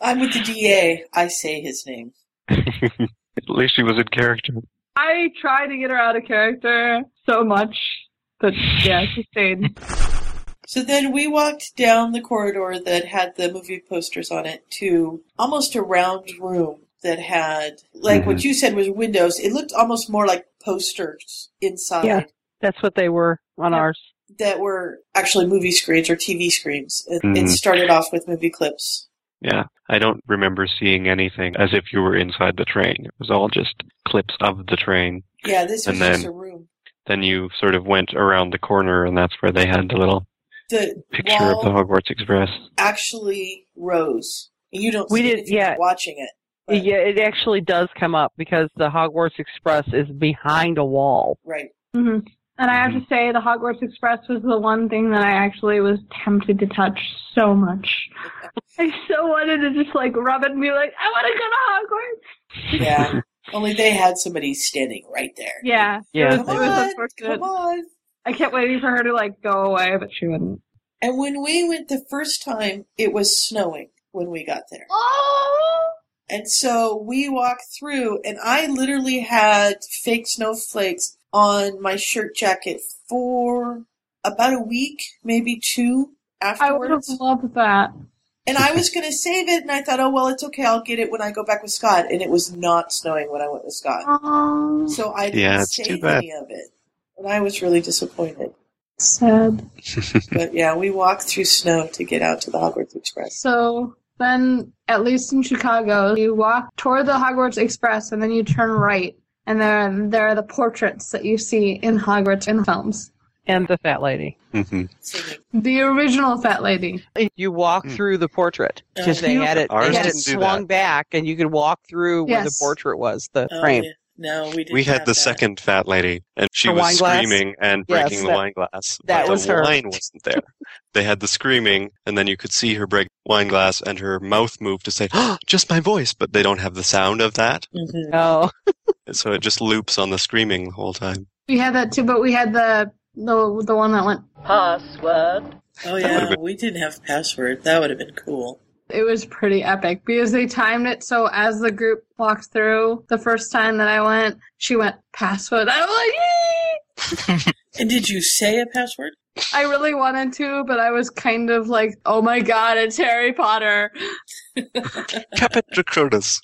Speaker 1: I'm with the DA. I say his name.
Speaker 3: At least she was in character.
Speaker 2: I tried to get her out of character so much, but yeah, she stayed.
Speaker 1: So then we walked down the corridor that had the movie posters on it to almost a round room that had, like
Speaker 3: Mm-hmm.
Speaker 1: what you said was windows. It looked almost more like posters inside
Speaker 4: Yeah. That's what they were on
Speaker 2: Yeah.
Speaker 4: ours.
Speaker 1: that were actually movie screens or TV screens. It, it
Speaker 3: Mhm.
Speaker 1: started off with movie clips.
Speaker 3: Yeah. I don't remember seeing anything as if you were inside the train. It was all just clips of the train.
Speaker 1: Yeah, this was
Speaker 3: And then-
Speaker 1: just a room.
Speaker 3: Then you sort of went around the corner, and that's where they had the little
Speaker 1: The
Speaker 3: picture
Speaker 1: wall
Speaker 3: of the Hogwarts Express.
Speaker 1: actually rose. You don't.
Speaker 4: We
Speaker 1: see
Speaker 4: did-
Speaker 1: it if you're
Speaker 4: yeah.
Speaker 1: Watching it. Right.
Speaker 4: Yeah, it actually does come up because the Hogwarts Express is behind a wall.
Speaker 1: Right.
Speaker 2: hmm And I have to say, the Hogwarts Express was the one thing that I actually was tempted to touch so much. I so wanted to just like rub it and be like, I want to go to Hogwarts.
Speaker 1: Yeah. Only they had somebody standing right there.
Speaker 2: Yeah,
Speaker 4: Yeah.
Speaker 2: It
Speaker 1: Come
Speaker 2: was
Speaker 1: on,
Speaker 2: unfortunate.
Speaker 1: come on.
Speaker 2: I kept waiting for her to like go away, but she wouldn't.
Speaker 1: And when we went the first time, it was snowing when we got there.
Speaker 7: Oh!
Speaker 1: And so we walked through, and I literally had fake snowflakes on my shirt jacket for about a week, maybe two
Speaker 2: I would have
Speaker 1: afterwards.
Speaker 2: loved that.
Speaker 1: and I was going to save it, and I thought, oh, well, it's okay. I'll get it when I go back with Scott. And it was not snowing when I went with Scott.
Speaker 2: Oh,
Speaker 1: So I didn't
Speaker 3: Yeah, it's too
Speaker 1: save
Speaker 3: bad.
Speaker 1: any of it. And I was really disappointed.
Speaker 2: sad.
Speaker 1: but yeah, we walked through snow to get out to the Hogwarts Express.
Speaker 2: So then, at least in Chicago, you walk toward the Hogwarts Express and then you turn right, and there there are the portraits that you see in Hogwarts in films.
Speaker 4: And the fat lady.
Speaker 3: Mm-hmm.
Speaker 1: Singing.
Speaker 2: The original fat lady.
Speaker 4: You walk
Speaker 3: Mm.
Speaker 4: through the portrait because
Speaker 1: Oh.
Speaker 4: Uh, they had it,
Speaker 3: Ours
Speaker 4: they had it
Speaker 3: didn't do
Speaker 4: swung back, and you could walk through where the
Speaker 2: Yes.
Speaker 4: portrait was, the
Speaker 1: Oh,
Speaker 4: frame.
Speaker 1: yeah. No, we didn't.
Speaker 3: We had
Speaker 1: have
Speaker 3: the
Speaker 1: that.
Speaker 3: second fat lady, and she
Speaker 4: The wine
Speaker 3: was
Speaker 4: glass?
Speaker 3: screaming and
Speaker 4: Yes,
Speaker 3: breaking the
Speaker 4: that-
Speaker 3: wine glass.
Speaker 4: that
Speaker 3: but
Speaker 4: was
Speaker 3: the
Speaker 4: her.
Speaker 3: wine wasn't there. they had the screaming, and then you could see her break wine glass, and her mouth move to say, oh, "Just my voice," but they don't have the sound of that,
Speaker 1: Mhm.
Speaker 4: Oh,
Speaker 3: and so it just loops on the screaming the whole time.
Speaker 2: We had that too, but we had the the the one that went.
Speaker 1: Oh
Speaker 3: That would've
Speaker 1: yeah, we didn't have password. That would have been cool.
Speaker 2: It was pretty epic because they timed it so as the group walked through the first time that I went, she went password. I was like, "Yay!"
Speaker 1: And did you say a password?
Speaker 2: I really wanted to, but I was kind of like, oh my god, it's Harry Potter.
Speaker 3: Capitra Crotus.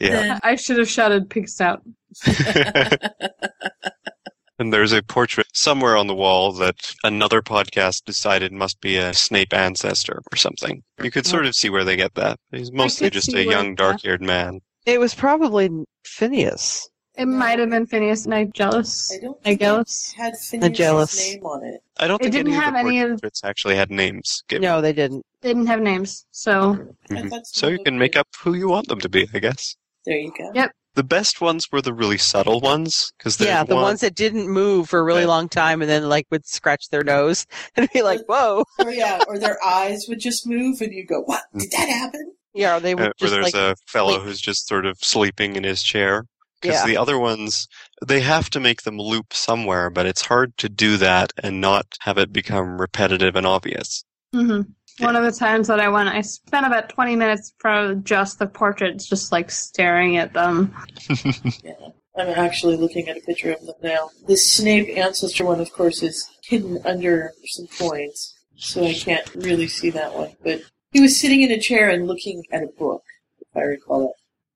Speaker 3: yeah.
Speaker 1: Then-
Speaker 2: I should have shouted pigs out.
Speaker 3: and there's a portrait somewhere on the wall that another podcast decided must be a Snape ancestor or something. You could sort of see where they get that. He's mostly
Speaker 2: could
Speaker 3: just
Speaker 2: see
Speaker 3: a
Speaker 2: where-
Speaker 3: young, dark haired man.
Speaker 4: it was probably Phineas.
Speaker 2: It might have been Phineas and I jealous.
Speaker 1: I don't.
Speaker 2: I
Speaker 1: think
Speaker 2: jealous.
Speaker 1: it had
Speaker 4: jealous.
Speaker 1: Phineas's name on it.
Speaker 3: I don't
Speaker 2: It
Speaker 3: think
Speaker 2: didn't
Speaker 3: any
Speaker 2: have
Speaker 3: of the
Speaker 2: any of-
Speaker 3: portraits actually had names. given.
Speaker 4: No, they didn't.
Speaker 2: They didn't have names, so
Speaker 1: I
Speaker 3: Mhm.
Speaker 1: thought
Speaker 3: So you can make up who you want them to be, I guess.
Speaker 1: There you go.
Speaker 2: Yeah.
Speaker 3: The best ones were the really subtle ones because
Speaker 4: Yeah, the
Speaker 3: one,
Speaker 4: ones that didn't move for a really
Speaker 3: Yeah.
Speaker 4: long time, and then like would scratch their nose and be like, "Whoa!"
Speaker 1: Or Oh, yeah, or their eyes would just move, and you go, "What
Speaker 3: Mm.
Speaker 1: did that happen?"
Speaker 4: Yeah, or they
Speaker 3: uh,
Speaker 4: would
Speaker 3: where
Speaker 4: just
Speaker 3: there's
Speaker 4: like
Speaker 3: a fellow
Speaker 4: sleep.
Speaker 3: who's just sort of sleeping in his chair. Because
Speaker 4: yeah.
Speaker 3: the other ones, they have to make them loop somewhere, but it's hard to do that and not have it become repetitive and obvious.
Speaker 2: hmm one of the times that I went, I spent about twenty minutes for just the portraits, just like staring at them.
Speaker 1: I'm actually looking at a picture of them now. This Snape ancestor one, of course, is hidden under some coins, so I can't really see that one. But he was sitting in a chair and looking at a book, if I recall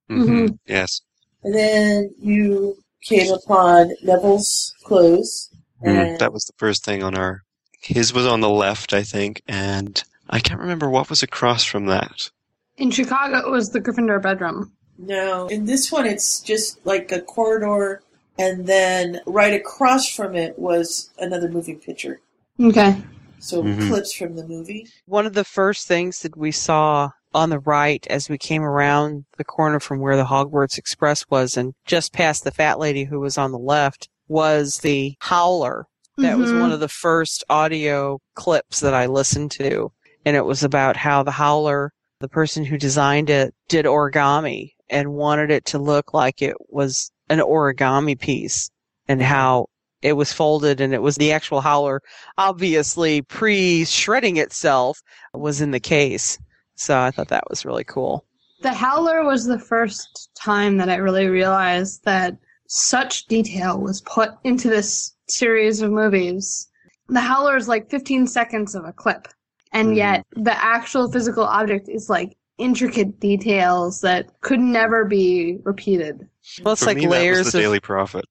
Speaker 1: it.
Speaker 4: Mm-hmm.
Speaker 2: Mhm.
Speaker 3: Mhm, Yes.
Speaker 1: And then you came upon Neville's clothes.
Speaker 3: Mm,
Speaker 1: and-
Speaker 3: that was the first thing on our. His was on the left, I think, and I can't remember what was across from that.
Speaker 2: In Chicago, it was the Gryffindor bedroom.
Speaker 1: No, in this one, it's just like a corridor, and then right across from it was another moving picture.
Speaker 2: Okay.
Speaker 1: So
Speaker 4: Mm-hmm.
Speaker 3: Mhm.
Speaker 1: clips from the movie.
Speaker 4: one of the first things that we saw on the right as we came around the corner from where the Hogwarts Express was and just past the fat lady who was on the left was the howler. That was
Speaker 2: Mhm.
Speaker 4: one of the first audio clips that I listened to. And it was about how the howler, the person who designed it, did origami and wanted it to look like it was an origami piece and how it was folded and it was the actual howler obviously pre shredding itself was in the case. So I thought that was really cool.
Speaker 2: The Howler was the first time that I really realized that such detail was put into this series of movies. The Howler is like 15 seconds of a clip, and
Speaker 3: Mhm.
Speaker 2: yet the actual physical object is like intricate details that could never be repeated.
Speaker 4: Well, it's
Speaker 3: For
Speaker 4: like
Speaker 3: me, that
Speaker 4: layers
Speaker 3: was the
Speaker 4: of
Speaker 3: Daily Prophet.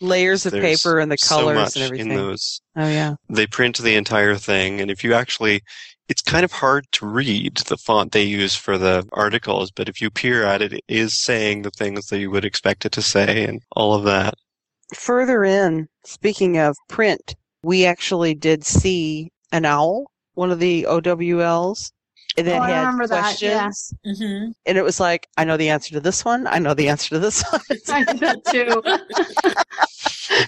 Speaker 4: layers of
Speaker 3: There's
Speaker 4: paper and the
Speaker 3: so
Speaker 4: colors
Speaker 3: much
Speaker 4: and everything.
Speaker 3: In those,
Speaker 4: oh yeah,
Speaker 3: they print the entire thing, and if you actually, It's kind of hard to read the font they use for the articles, but if you peer at it, it is saying the things that you would expect it to say and all of that.
Speaker 4: Further in, speaking of print, we actually did see an owl, one of the OWLs, that
Speaker 2: oh, I
Speaker 4: had
Speaker 2: remember
Speaker 4: questions.
Speaker 2: that. Yeah. Mm-hmm.
Speaker 4: And it was like, I know the answer to this one. I know the answer to this one.
Speaker 2: I did that too.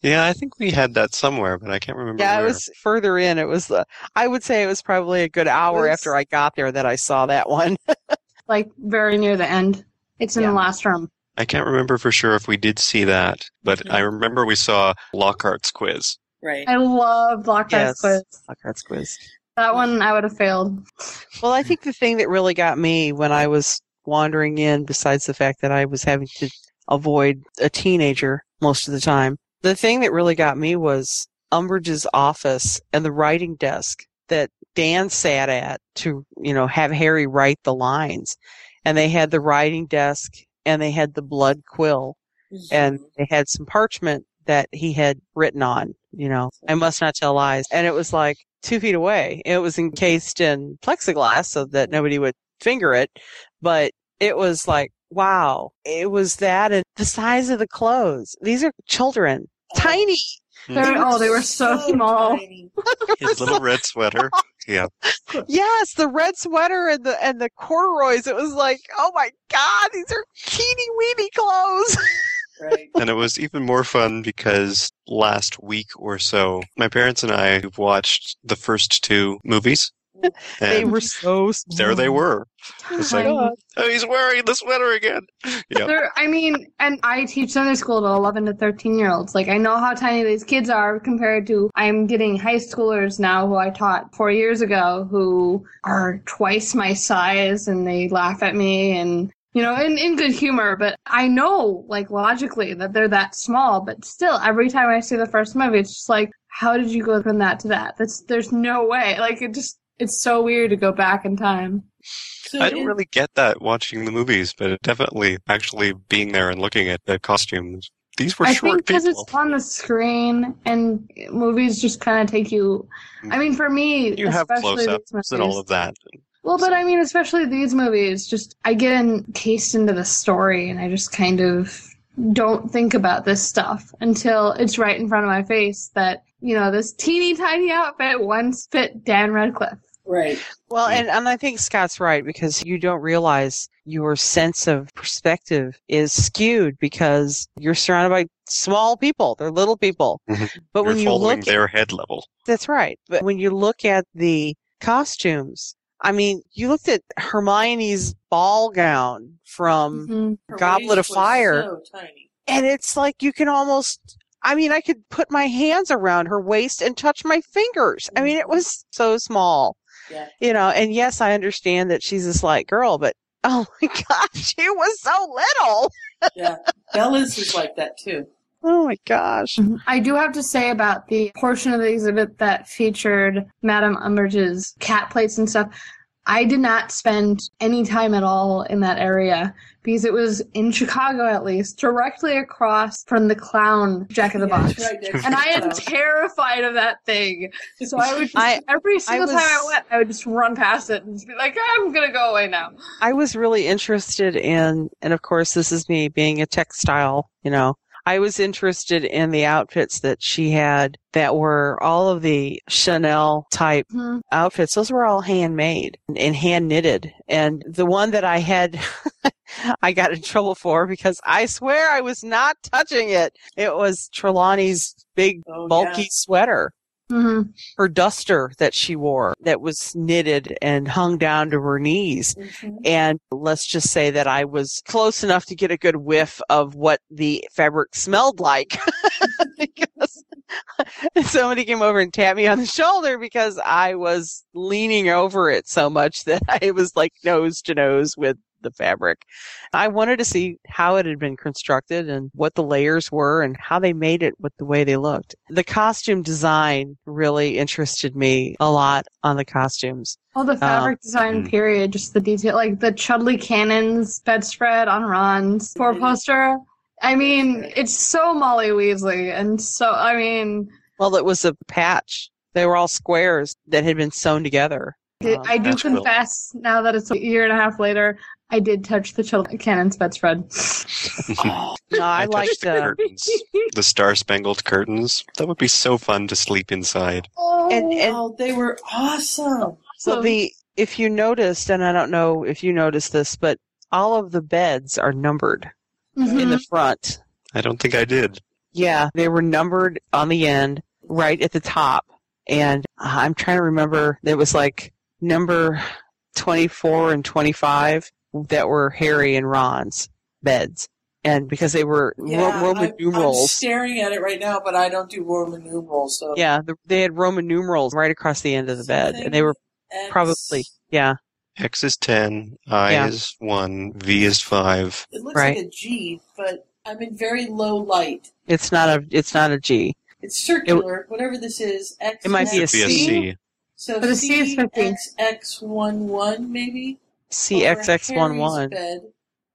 Speaker 3: Yeah, I think we had that somewhere, but I can't remember.
Speaker 4: yeah, it
Speaker 3: where.
Speaker 4: was further in. It was the. I would say it was probably a good hour
Speaker 2: It was-
Speaker 4: after I got there that I saw that one.
Speaker 2: like very near the end. It's in
Speaker 4: Yeah.
Speaker 2: the last room.
Speaker 3: I can't remember for sure if we did see that, but I remember we saw Lockhart's quiz.
Speaker 9: Right.
Speaker 2: I love Lockhart's
Speaker 4: Yes.
Speaker 2: quiz.
Speaker 4: Lockhart's quiz.
Speaker 2: That one I would have failed.
Speaker 4: Well, I think the thing that really got me when I was wandering in, besides the fact that I was having to avoid a teenager most of the time, the thing that really got me was Umbridge's office and the writing desk that Dan sat at to, you know, have Harry write the lines. And they had the writing desk and they had the blood quill and they had some parchment that he had written on, you know, I must not tell lies. And it was like two feet away. It was encased in plexiglass so that nobody would finger it. But it was like, wow, it was that and the size of the clothes. These are children, tiny.
Speaker 2: They're- oh, they were so, small.
Speaker 1: tiny.
Speaker 3: His little red sweater. Yeah.
Speaker 4: Yes, the red sweater and the and the corduroys. It was like, oh my god, these are teeny weeny clothes.
Speaker 1: Right.
Speaker 3: And it was even more fun because last week or so, my parents and I watched the first two movies.
Speaker 4: they
Speaker 3: And
Speaker 4: were so small.
Speaker 3: there they were. It's like,
Speaker 2: Tiny.
Speaker 3: oh, he's wearing the sweater again. Yeah.
Speaker 2: They're, I mean, and I teach Sunday school to 11 to 13 year olds. Like, I know how tiny these kids are compared to I'm getting high schoolers now who I taught four years ago who are twice my size and they laugh at me and, you know, in, in good humor. But I know, like, logically that they're that small. But still, every time I see the first movie, it's just like, how did you go from that to that? That's, there's no way. Like, it just, it's so weird to go back in time.
Speaker 1: So
Speaker 3: I don't
Speaker 1: in-
Speaker 3: really get that watching the movies, but it definitely actually being there and looking at the costumes. These were
Speaker 2: I
Speaker 3: short
Speaker 2: think because
Speaker 3: people.
Speaker 2: it's on the screen and movies just kind of take you. I mean, for me,
Speaker 3: Mm. you have
Speaker 2: especially these
Speaker 3: close-ups
Speaker 2: movies.
Speaker 3: and all of that.
Speaker 2: Well, but I mean, especially these movies, just I get encased into the story and I just kind of don't think about this stuff until it's right in front of my face that, you know, this teeny tiny outfit once fit Dan Radcliffe.
Speaker 1: right.
Speaker 4: Well,
Speaker 3: Mm.
Speaker 4: and, and I think Scott's right because you don't realize your sense of perspective is skewed because you're surrounded by small people. They're little people.
Speaker 3: Mhm.
Speaker 4: But
Speaker 3: You're
Speaker 4: when you
Speaker 3: following
Speaker 4: look,
Speaker 3: their head level.
Speaker 4: that's right. But when you look at the costumes, I mean, you looked at Hermione's ball gown from
Speaker 2: Mhm.
Speaker 1: Her
Speaker 4: Goblet
Speaker 1: waist
Speaker 4: of
Speaker 1: was
Speaker 4: Fire.
Speaker 1: So tiny.
Speaker 4: and it's like you can almost i mean i could put my hands around her waist and touch my fingers i mean it was so small
Speaker 1: Yeah.
Speaker 4: you know and yes i understand that she's a slight girl but oh my god she was so little
Speaker 1: Bella's is like that too.
Speaker 4: oh my gosh
Speaker 2: I do have to say about the portion of the exhibit that featured Madame Umbridge's cat plates and stuff. I did not spend any time at all in that area because it was in Chicago, at least, directly across from the clown Jack of the
Speaker 1: Yeah,
Speaker 2: Box.
Speaker 1: it's right next
Speaker 2: And
Speaker 1: to
Speaker 2: I am
Speaker 1: the-
Speaker 2: terrified of that thing. So I would just,
Speaker 4: I-
Speaker 2: every single
Speaker 4: was-
Speaker 2: time I went, I would just run past it and just be like, I'm going to go away now.
Speaker 4: i was really interested in and of course this is me being a textile you know i was interested in the outfits that she had that were all of the chanel type
Speaker 2: Mhm.
Speaker 4: outfits those were all handmade and, and hand knitted and the one that i had i got in trouble for because i swear i was not touching it it was trelawney's big
Speaker 1: Oh,
Speaker 4: bulky sweater
Speaker 2: Mhm.
Speaker 4: her duster that she wore that was knitted and hung down to her knees
Speaker 1: Yeah. Mhm.
Speaker 4: and let's just say that i was close enough to get a good whiff of what the fabric smelled like because somebody came over and tapped me on the shoulder because I was leaning over it so much that I was like nose to nose with the fabric. I wanted to see how it had been constructed and what the layers were and how they made it with the way they looked. The costume design really interested me a lot on the costumes.
Speaker 2: All
Speaker 3: Um,
Speaker 2: the fabric design,
Speaker 3: mm.
Speaker 2: period, just the detail, like the Chudley Cannon's bedspread on Ron's four
Speaker 1: Mhm.
Speaker 2: poster. I mean, it's so Molly Weasley, and so I mean,
Speaker 4: Well, it was a patch They were all squares that had been sewn together.
Speaker 3: Oh,
Speaker 4: Um,
Speaker 2: Did, I do
Speaker 4: that's cool.
Speaker 2: confess now that it's a year and a half later. I did touch the children cannon's bedspread.
Speaker 4: No, I, uh,
Speaker 3: touched
Speaker 4: like
Speaker 3: the curtains. the Star Spangled Curtains. That would be so fun to sleep inside.
Speaker 4: and, and
Speaker 1: they were awesome.
Speaker 4: Well,
Speaker 1: Awesome.
Speaker 4: the if you noticed, and I don't know if you noticed this, but all of the beds are numbered in the front.
Speaker 3: I don't think I did.
Speaker 4: Yeah, they were numbered on the end, right at the top. And uh, I'm trying to remember, there was like number 24 and 25 that were Harry and Ron's beds. And because they were Ro- Roman
Speaker 1: I'm, I'm
Speaker 4: numerals.
Speaker 1: staring at it right now, but I don't do Roman numerals. So
Speaker 4: yeah, the, they had Roman numerals right across the end of the bed. And they were
Speaker 1: X.
Speaker 4: probably, yeah.
Speaker 3: X is 10, I
Speaker 4: Yeah.
Speaker 3: is 1, V is 5.
Speaker 1: it looks
Speaker 4: Right.
Speaker 1: like a G, but I'm in very low light.
Speaker 4: It's not a, it's not a G.
Speaker 1: It's circular, whatever this is. X.
Speaker 4: It might be a
Speaker 1: X,
Speaker 4: C.
Speaker 1: So
Speaker 2: But a
Speaker 1: C is X one one maybe.
Speaker 3: CXX11.
Speaker 1: Over Harry's bed.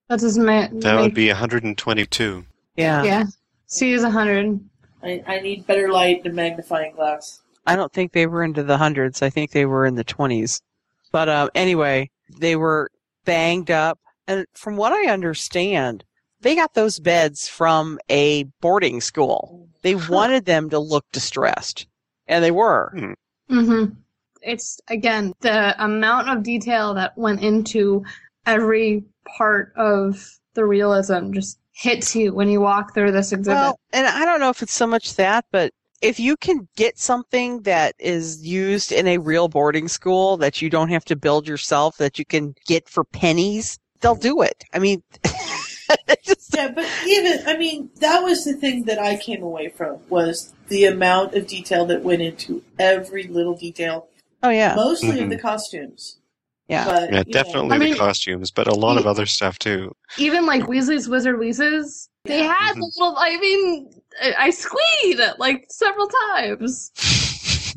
Speaker 2: That doesn't ma-
Speaker 3: That
Speaker 2: make.
Speaker 3: would be 122.
Speaker 4: Yeah.
Speaker 2: yeah. C is a hundred.
Speaker 1: I, I need better light and a magnifying glass.
Speaker 4: I don't think they were into the hundreds. I think they were in the twenties. But um, anyway, they were banged up, and from what I understand, they got those beds from a boarding school. They wanted them to look distressed, and they were.
Speaker 2: hmm It's again the amount of detail that went into every part of the realism just hits you when you walk through this exhibit.
Speaker 4: Well, and I don't know if it's so much that, but if you can get something that is used in a real boarding school that you don't have to build yourself, that you can get for pennies, they'll do it. I mean,
Speaker 1: yeah, but even I mean, that was the thing that I came away from was the amount of detail that went into every little detail.
Speaker 4: Oh yeah,
Speaker 1: mostly of
Speaker 3: Mhm.
Speaker 1: the costumes.
Speaker 4: Yeah,
Speaker 1: but,
Speaker 3: Yeah,
Speaker 1: you know.
Speaker 3: definitely
Speaker 2: I
Speaker 3: the
Speaker 2: mean-
Speaker 3: costumes, but a lot of other stuff too.
Speaker 2: Even like Weasley's Wizard Weezes, they had
Speaker 3: Mhm.
Speaker 2: little. I mean, I I squeed like several times.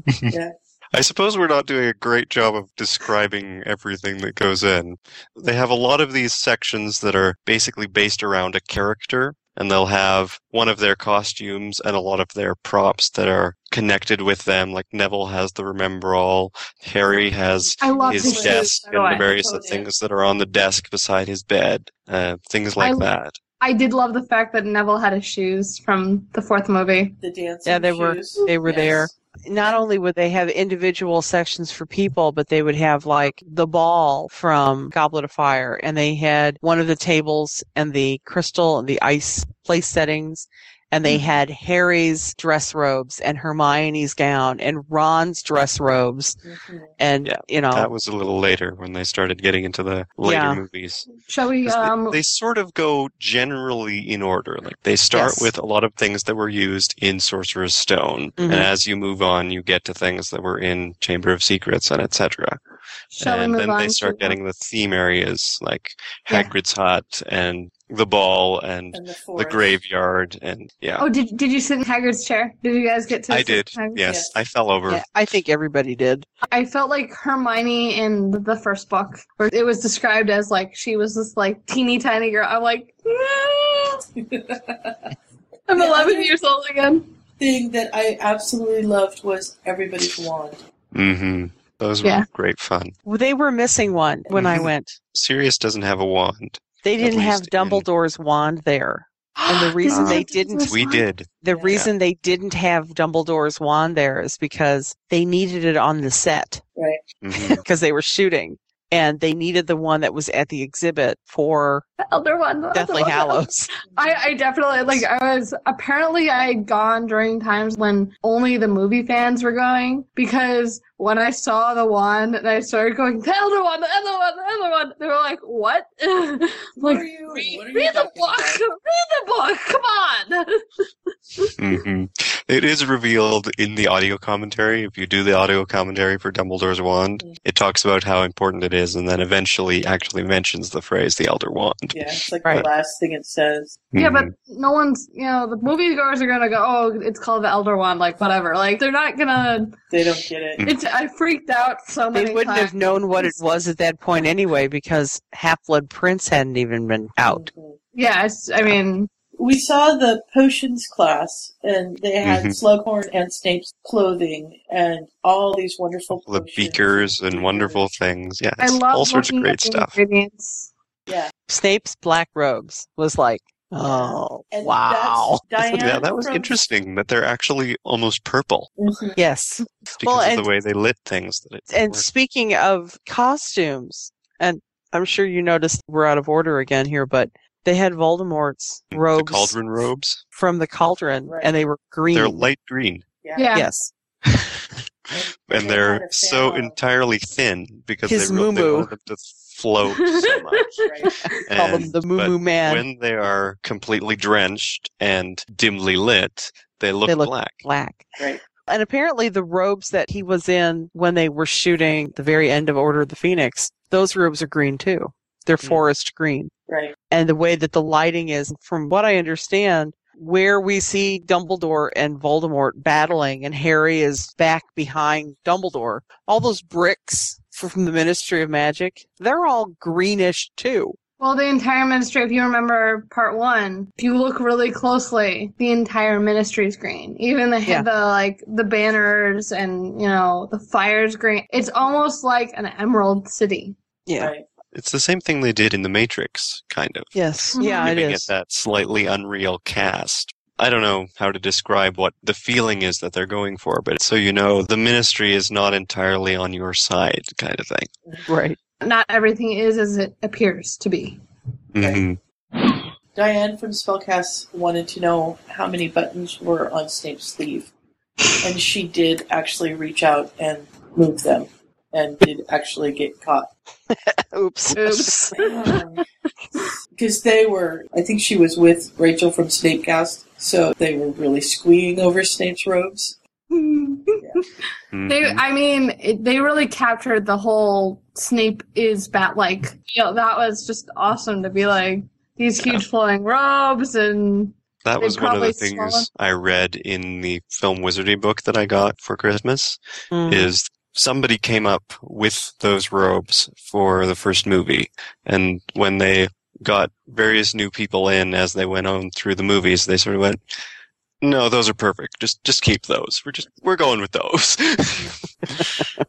Speaker 1: yeah.
Speaker 3: I suppose we're not doing a great job of describing everything that goes in. They have a lot of these sections that are basically based around a character, and they'll have one of their costumes and a lot of their props that are connected with them. Like Neville has the Remember All, Harry has
Speaker 2: I love
Speaker 3: his
Speaker 2: his
Speaker 3: desk,
Speaker 2: shoes, by the
Speaker 3: and the
Speaker 2: way.
Speaker 3: various
Speaker 2: Oh, Totally.
Speaker 3: things that are on the desk beside his bed, uh, things like
Speaker 2: I-
Speaker 3: that.
Speaker 2: I did love the fact that Neville had his shoes from the fourth movie.
Speaker 1: The dancing
Speaker 4: yeah, they were they were there. Not only would they have individual sections for people, but they would have like the ball from Goblet of Fire, and they had one of the tables and the crystal and the ice place settings, and
Speaker 3: Mm.
Speaker 4: they had Harry's dress robes and Hermione's gown and Ron's dress robes,
Speaker 1: Mm-hmm.
Speaker 4: and you know
Speaker 3: That was a little later when they started getting into the later
Speaker 4: Yeah.
Speaker 3: movies.
Speaker 2: Shall we?
Speaker 3: 'Cause they-
Speaker 2: Um,
Speaker 3: they, sort of go generally in order. Like they start
Speaker 4: Yes.
Speaker 3: with a lot of things that were used in Sorcerer's Stone,
Speaker 4: Mhm.
Speaker 2: Mm-hmm.
Speaker 3: and as you move on, you get to things that were in Chamber of Secrets and etc.
Speaker 2: shall we
Speaker 3: And
Speaker 2: move
Speaker 3: then
Speaker 2: on?
Speaker 3: they start
Speaker 2: to-
Speaker 3: getting the theme areas like
Speaker 2: Yeah.
Speaker 3: Hagrid's hut and the ball and,
Speaker 1: And the
Speaker 3: the
Speaker 1: forest.
Speaker 3: graveyard and yeah.
Speaker 2: Oh, did did you sit in Haggard's chair? Did you guys get to?
Speaker 3: I
Speaker 2: sit
Speaker 3: did.
Speaker 2: in
Speaker 3: Yes,
Speaker 2: Hagrid's-
Speaker 3: I fell over.
Speaker 4: yeah, I think everybody did.
Speaker 2: I felt like Hermione in the first book, where it was described as like she was this like teeny tiny girl. I'm like, I'm
Speaker 1: The
Speaker 2: 11
Speaker 1: other-
Speaker 2: years old again.
Speaker 1: Thing that I absolutely loved was everybody's wand.
Speaker 3: hmm Those were
Speaker 2: Yeah.
Speaker 3: great fun.
Speaker 4: Well, They were missing one when I
Speaker 3: Mhm.
Speaker 4: went.
Speaker 3: Sirius doesn't have a wand.
Speaker 4: They didn't have
Speaker 3: least in-
Speaker 4: Dumbledore's wand there. And the reason
Speaker 3: Didn't
Speaker 4: they
Speaker 3: have
Speaker 4: didn't
Speaker 3: We did.
Speaker 4: the
Speaker 1: Yeah.
Speaker 4: reason they didn't have Dumbledore's wand there is because they needed it on the set
Speaker 1: Right.
Speaker 3: Mhm.
Speaker 4: because they were shooting and they needed the one that was at the exhibit for
Speaker 2: The elder one. the elder
Speaker 4: Deathly
Speaker 2: one.
Speaker 4: Hallows.
Speaker 2: I, I definitely like. I was apparently I had gone during times when only the movie fans were going because when I saw the one and I started going the elder one, the elder one, the elder one, they were like, "What?" I'm
Speaker 1: What
Speaker 2: like,
Speaker 1: are you?
Speaker 2: read,
Speaker 1: What are you
Speaker 2: read the
Speaker 1: talking
Speaker 2: book.
Speaker 1: about?
Speaker 2: Read the book. Come on.
Speaker 3: hmm It is revealed in the audio commentary. If you do the audio commentary for Dumbledore's wand, it talks about how important it is, and then eventually actually mentions the phrase "the Elder Wand."
Speaker 1: Yeah, it's like
Speaker 4: Right.
Speaker 1: the last thing it says.
Speaker 2: Yeah, but
Speaker 3: Mhm.
Speaker 2: no one's, you know, the moviegoers are gonna go, oh, it's called the Elder Wand, like whatever. Like they're not gonna.
Speaker 3: Mm-hmm.
Speaker 1: They don't get it.
Speaker 3: Mm,
Speaker 2: It's I freaked out so many
Speaker 4: They wouldn't
Speaker 2: times.
Speaker 4: have known what it was at that point anyway because Half Blood Prince hadn't even been out.
Speaker 1: Mhm.
Speaker 2: Yeah, it's, I mean,
Speaker 1: We saw the potions class, and they had
Speaker 3: Mhm.
Speaker 1: Slughorn and Snape's clothing, and all these wonderful.
Speaker 3: the
Speaker 4: Oh,
Speaker 3: beakers and wonderful things. Yeah,
Speaker 1: I
Speaker 3: it's
Speaker 1: love
Speaker 3: all sorts of
Speaker 1: looking
Speaker 3: great
Speaker 1: at the
Speaker 3: stuff.
Speaker 4: Ingredients.
Speaker 1: Yeah.
Speaker 4: Snape's black robes was like, oh
Speaker 1: And
Speaker 4: wow.
Speaker 1: that's Diane
Speaker 3: yeah, that was
Speaker 1: from- Mm-hmm.
Speaker 3: interesting that they're actually almost purple
Speaker 4: Yes.
Speaker 3: because
Speaker 4: well,
Speaker 3: of
Speaker 4: and
Speaker 3: the way they lit things. That it
Speaker 4: and
Speaker 3: worked.
Speaker 4: speaking of costumes, and I'm sure you noticed we're out of order again here, but they had Voldemort's robes,
Speaker 3: cauldron robes
Speaker 4: from the cauldron, and they were green.
Speaker 3: They're light green.
Speaker 2: Yeah.
Speaker 4: Yes.
Speaker 3: and they're so entirely thin because
Speaker 4: His
Speaker 3: they, really, they
Speaker 4: moo-moo.
Speaker 3: wanted them to float so much.
Speaker 4: Call
Speaker 3: And-
Speaker 4: them the Moo
Speaker 3: but
Speaker 4: Moo Man.
Speaker 3: When they are completely drenched and dimly lit, they look,
Speaker 4: They look
Speaker 3: black.
Speaker 4: black.
Speaker 1: Right.
Speaker 4: And apparently, the robes that he was in when they were shooting the very end of Order of the Phoenix, those robes are green too. They're
Speaker 3: Hmm.
Speaker 4: forest green.
Speaker 1: Right.
Speaker 4: And the way that the lighting is, from what I understand, where we see Dumbledore and Voldemort battling, and Harry is back behind Dumbledore, all those bricks from the Ministry of Magic, they're all greenish too.
Speaker 2: Well, the entire ministry, if you remember part one, if you look really closely, the entire ministry's green. Even the,
Speaker 4: Yeah.
Speaker 2: the like the banners and you know the fires green. It's almost like an emerald city.
Speaker 4: Yeah.
Speaker 3: It's the same thing they did in The Matrix, kind of.
Speaker 4: Yes. Yeah, it
Speaker 3: giving
Speaker 4: is.
Speaker 3: it that slightly unreal cast. I don't know how to describe what the feeling is that they're going for, but so you know, the ministry is not entirely on your side, kind of thing.
Speaker 4: Right.
Speaker 2: Not everything is as it appears to be.
Speaker 3: Mm-hmm.
Speaker 1: Diane from Spellcast wanted to know how many buttons were on Snape's sleeve, and she did actually reach out and move them, and did actually get caught.
Speaker 4: Oops.
Speaker 2: Oops.
Speaker 1: Because they were, I think she was with Rachel from Snapecast, so they were really squeeing over Snape's robes.
Speaker 2: They,
Speaker 3: Mm-hmm.
Speaker 2: I mean, it, they really captured the whole Snape is bat-like. You know, that was just awesome to be like these huge flowing robes and
Speaker 3: That
Speaker 2: They
Speaker 3: was one of
Speaker 2: probably
Speaker 3: the
Speaker 2: swallow-
Speaker 3: things I read in the film wizardry book that I got for Christmas
Speaker 4: Mm.
Speaker 3: is somebody came up with those robes for the first movie and when they got various new people in as they went on through the movies they sort of went no those are perfect just just keep those we're just we're going with those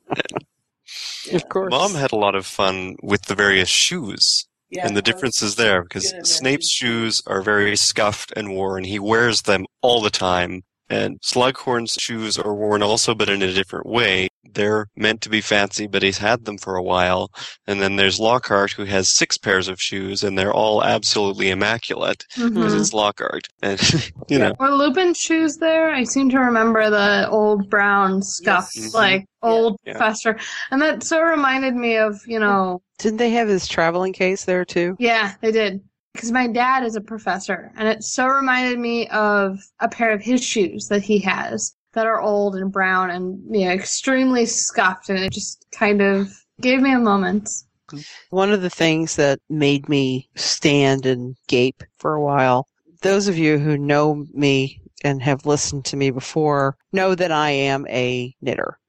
Speaker 4: Of course.
Speaker 3: mom had a lot of fun with the various shoes
Speaker 1: Yeah,
Speaker 3: and the
Speaker 1: I was
Speaker 3: differences there because
Speaker 1: gonna
Speaker 3: Snape's shoes are very scuffed and worn. He wears them all the time. And Slughorn's shoes are worn also, but in a different way. They're meant to be fancy, but he's had them for a while. And then there's Lockhart, who has six pairs of shoes, and they're all absolutely immaculate because
Speaker 4: Mm-hmm.
Speaker 2: Mhm.
Speaker 3: it's Lockhart. And, you know,
Speaker 2: Were Lupin shoes there? I seem to remember the old brown scuffed,
Speaker 3: Yes. Mhm.
Speaker 2: like old
Speaker 3: Yeah.
Speaker 2: professor. And that so reminded me of, you know,
Speaker 4: Didn't they have his traveling case there too?
Speaker 2: yeah, they did. Because my dad is a professor, and it so reminded me of a pair of his shoes that he has that are old and brown and, you know, extremely scuffed. And it just kind of gave me a moment.
Speaker 4: One of the things that made me stand and gape for a while, those of you who know me and have listened to me before know that I am a knitter.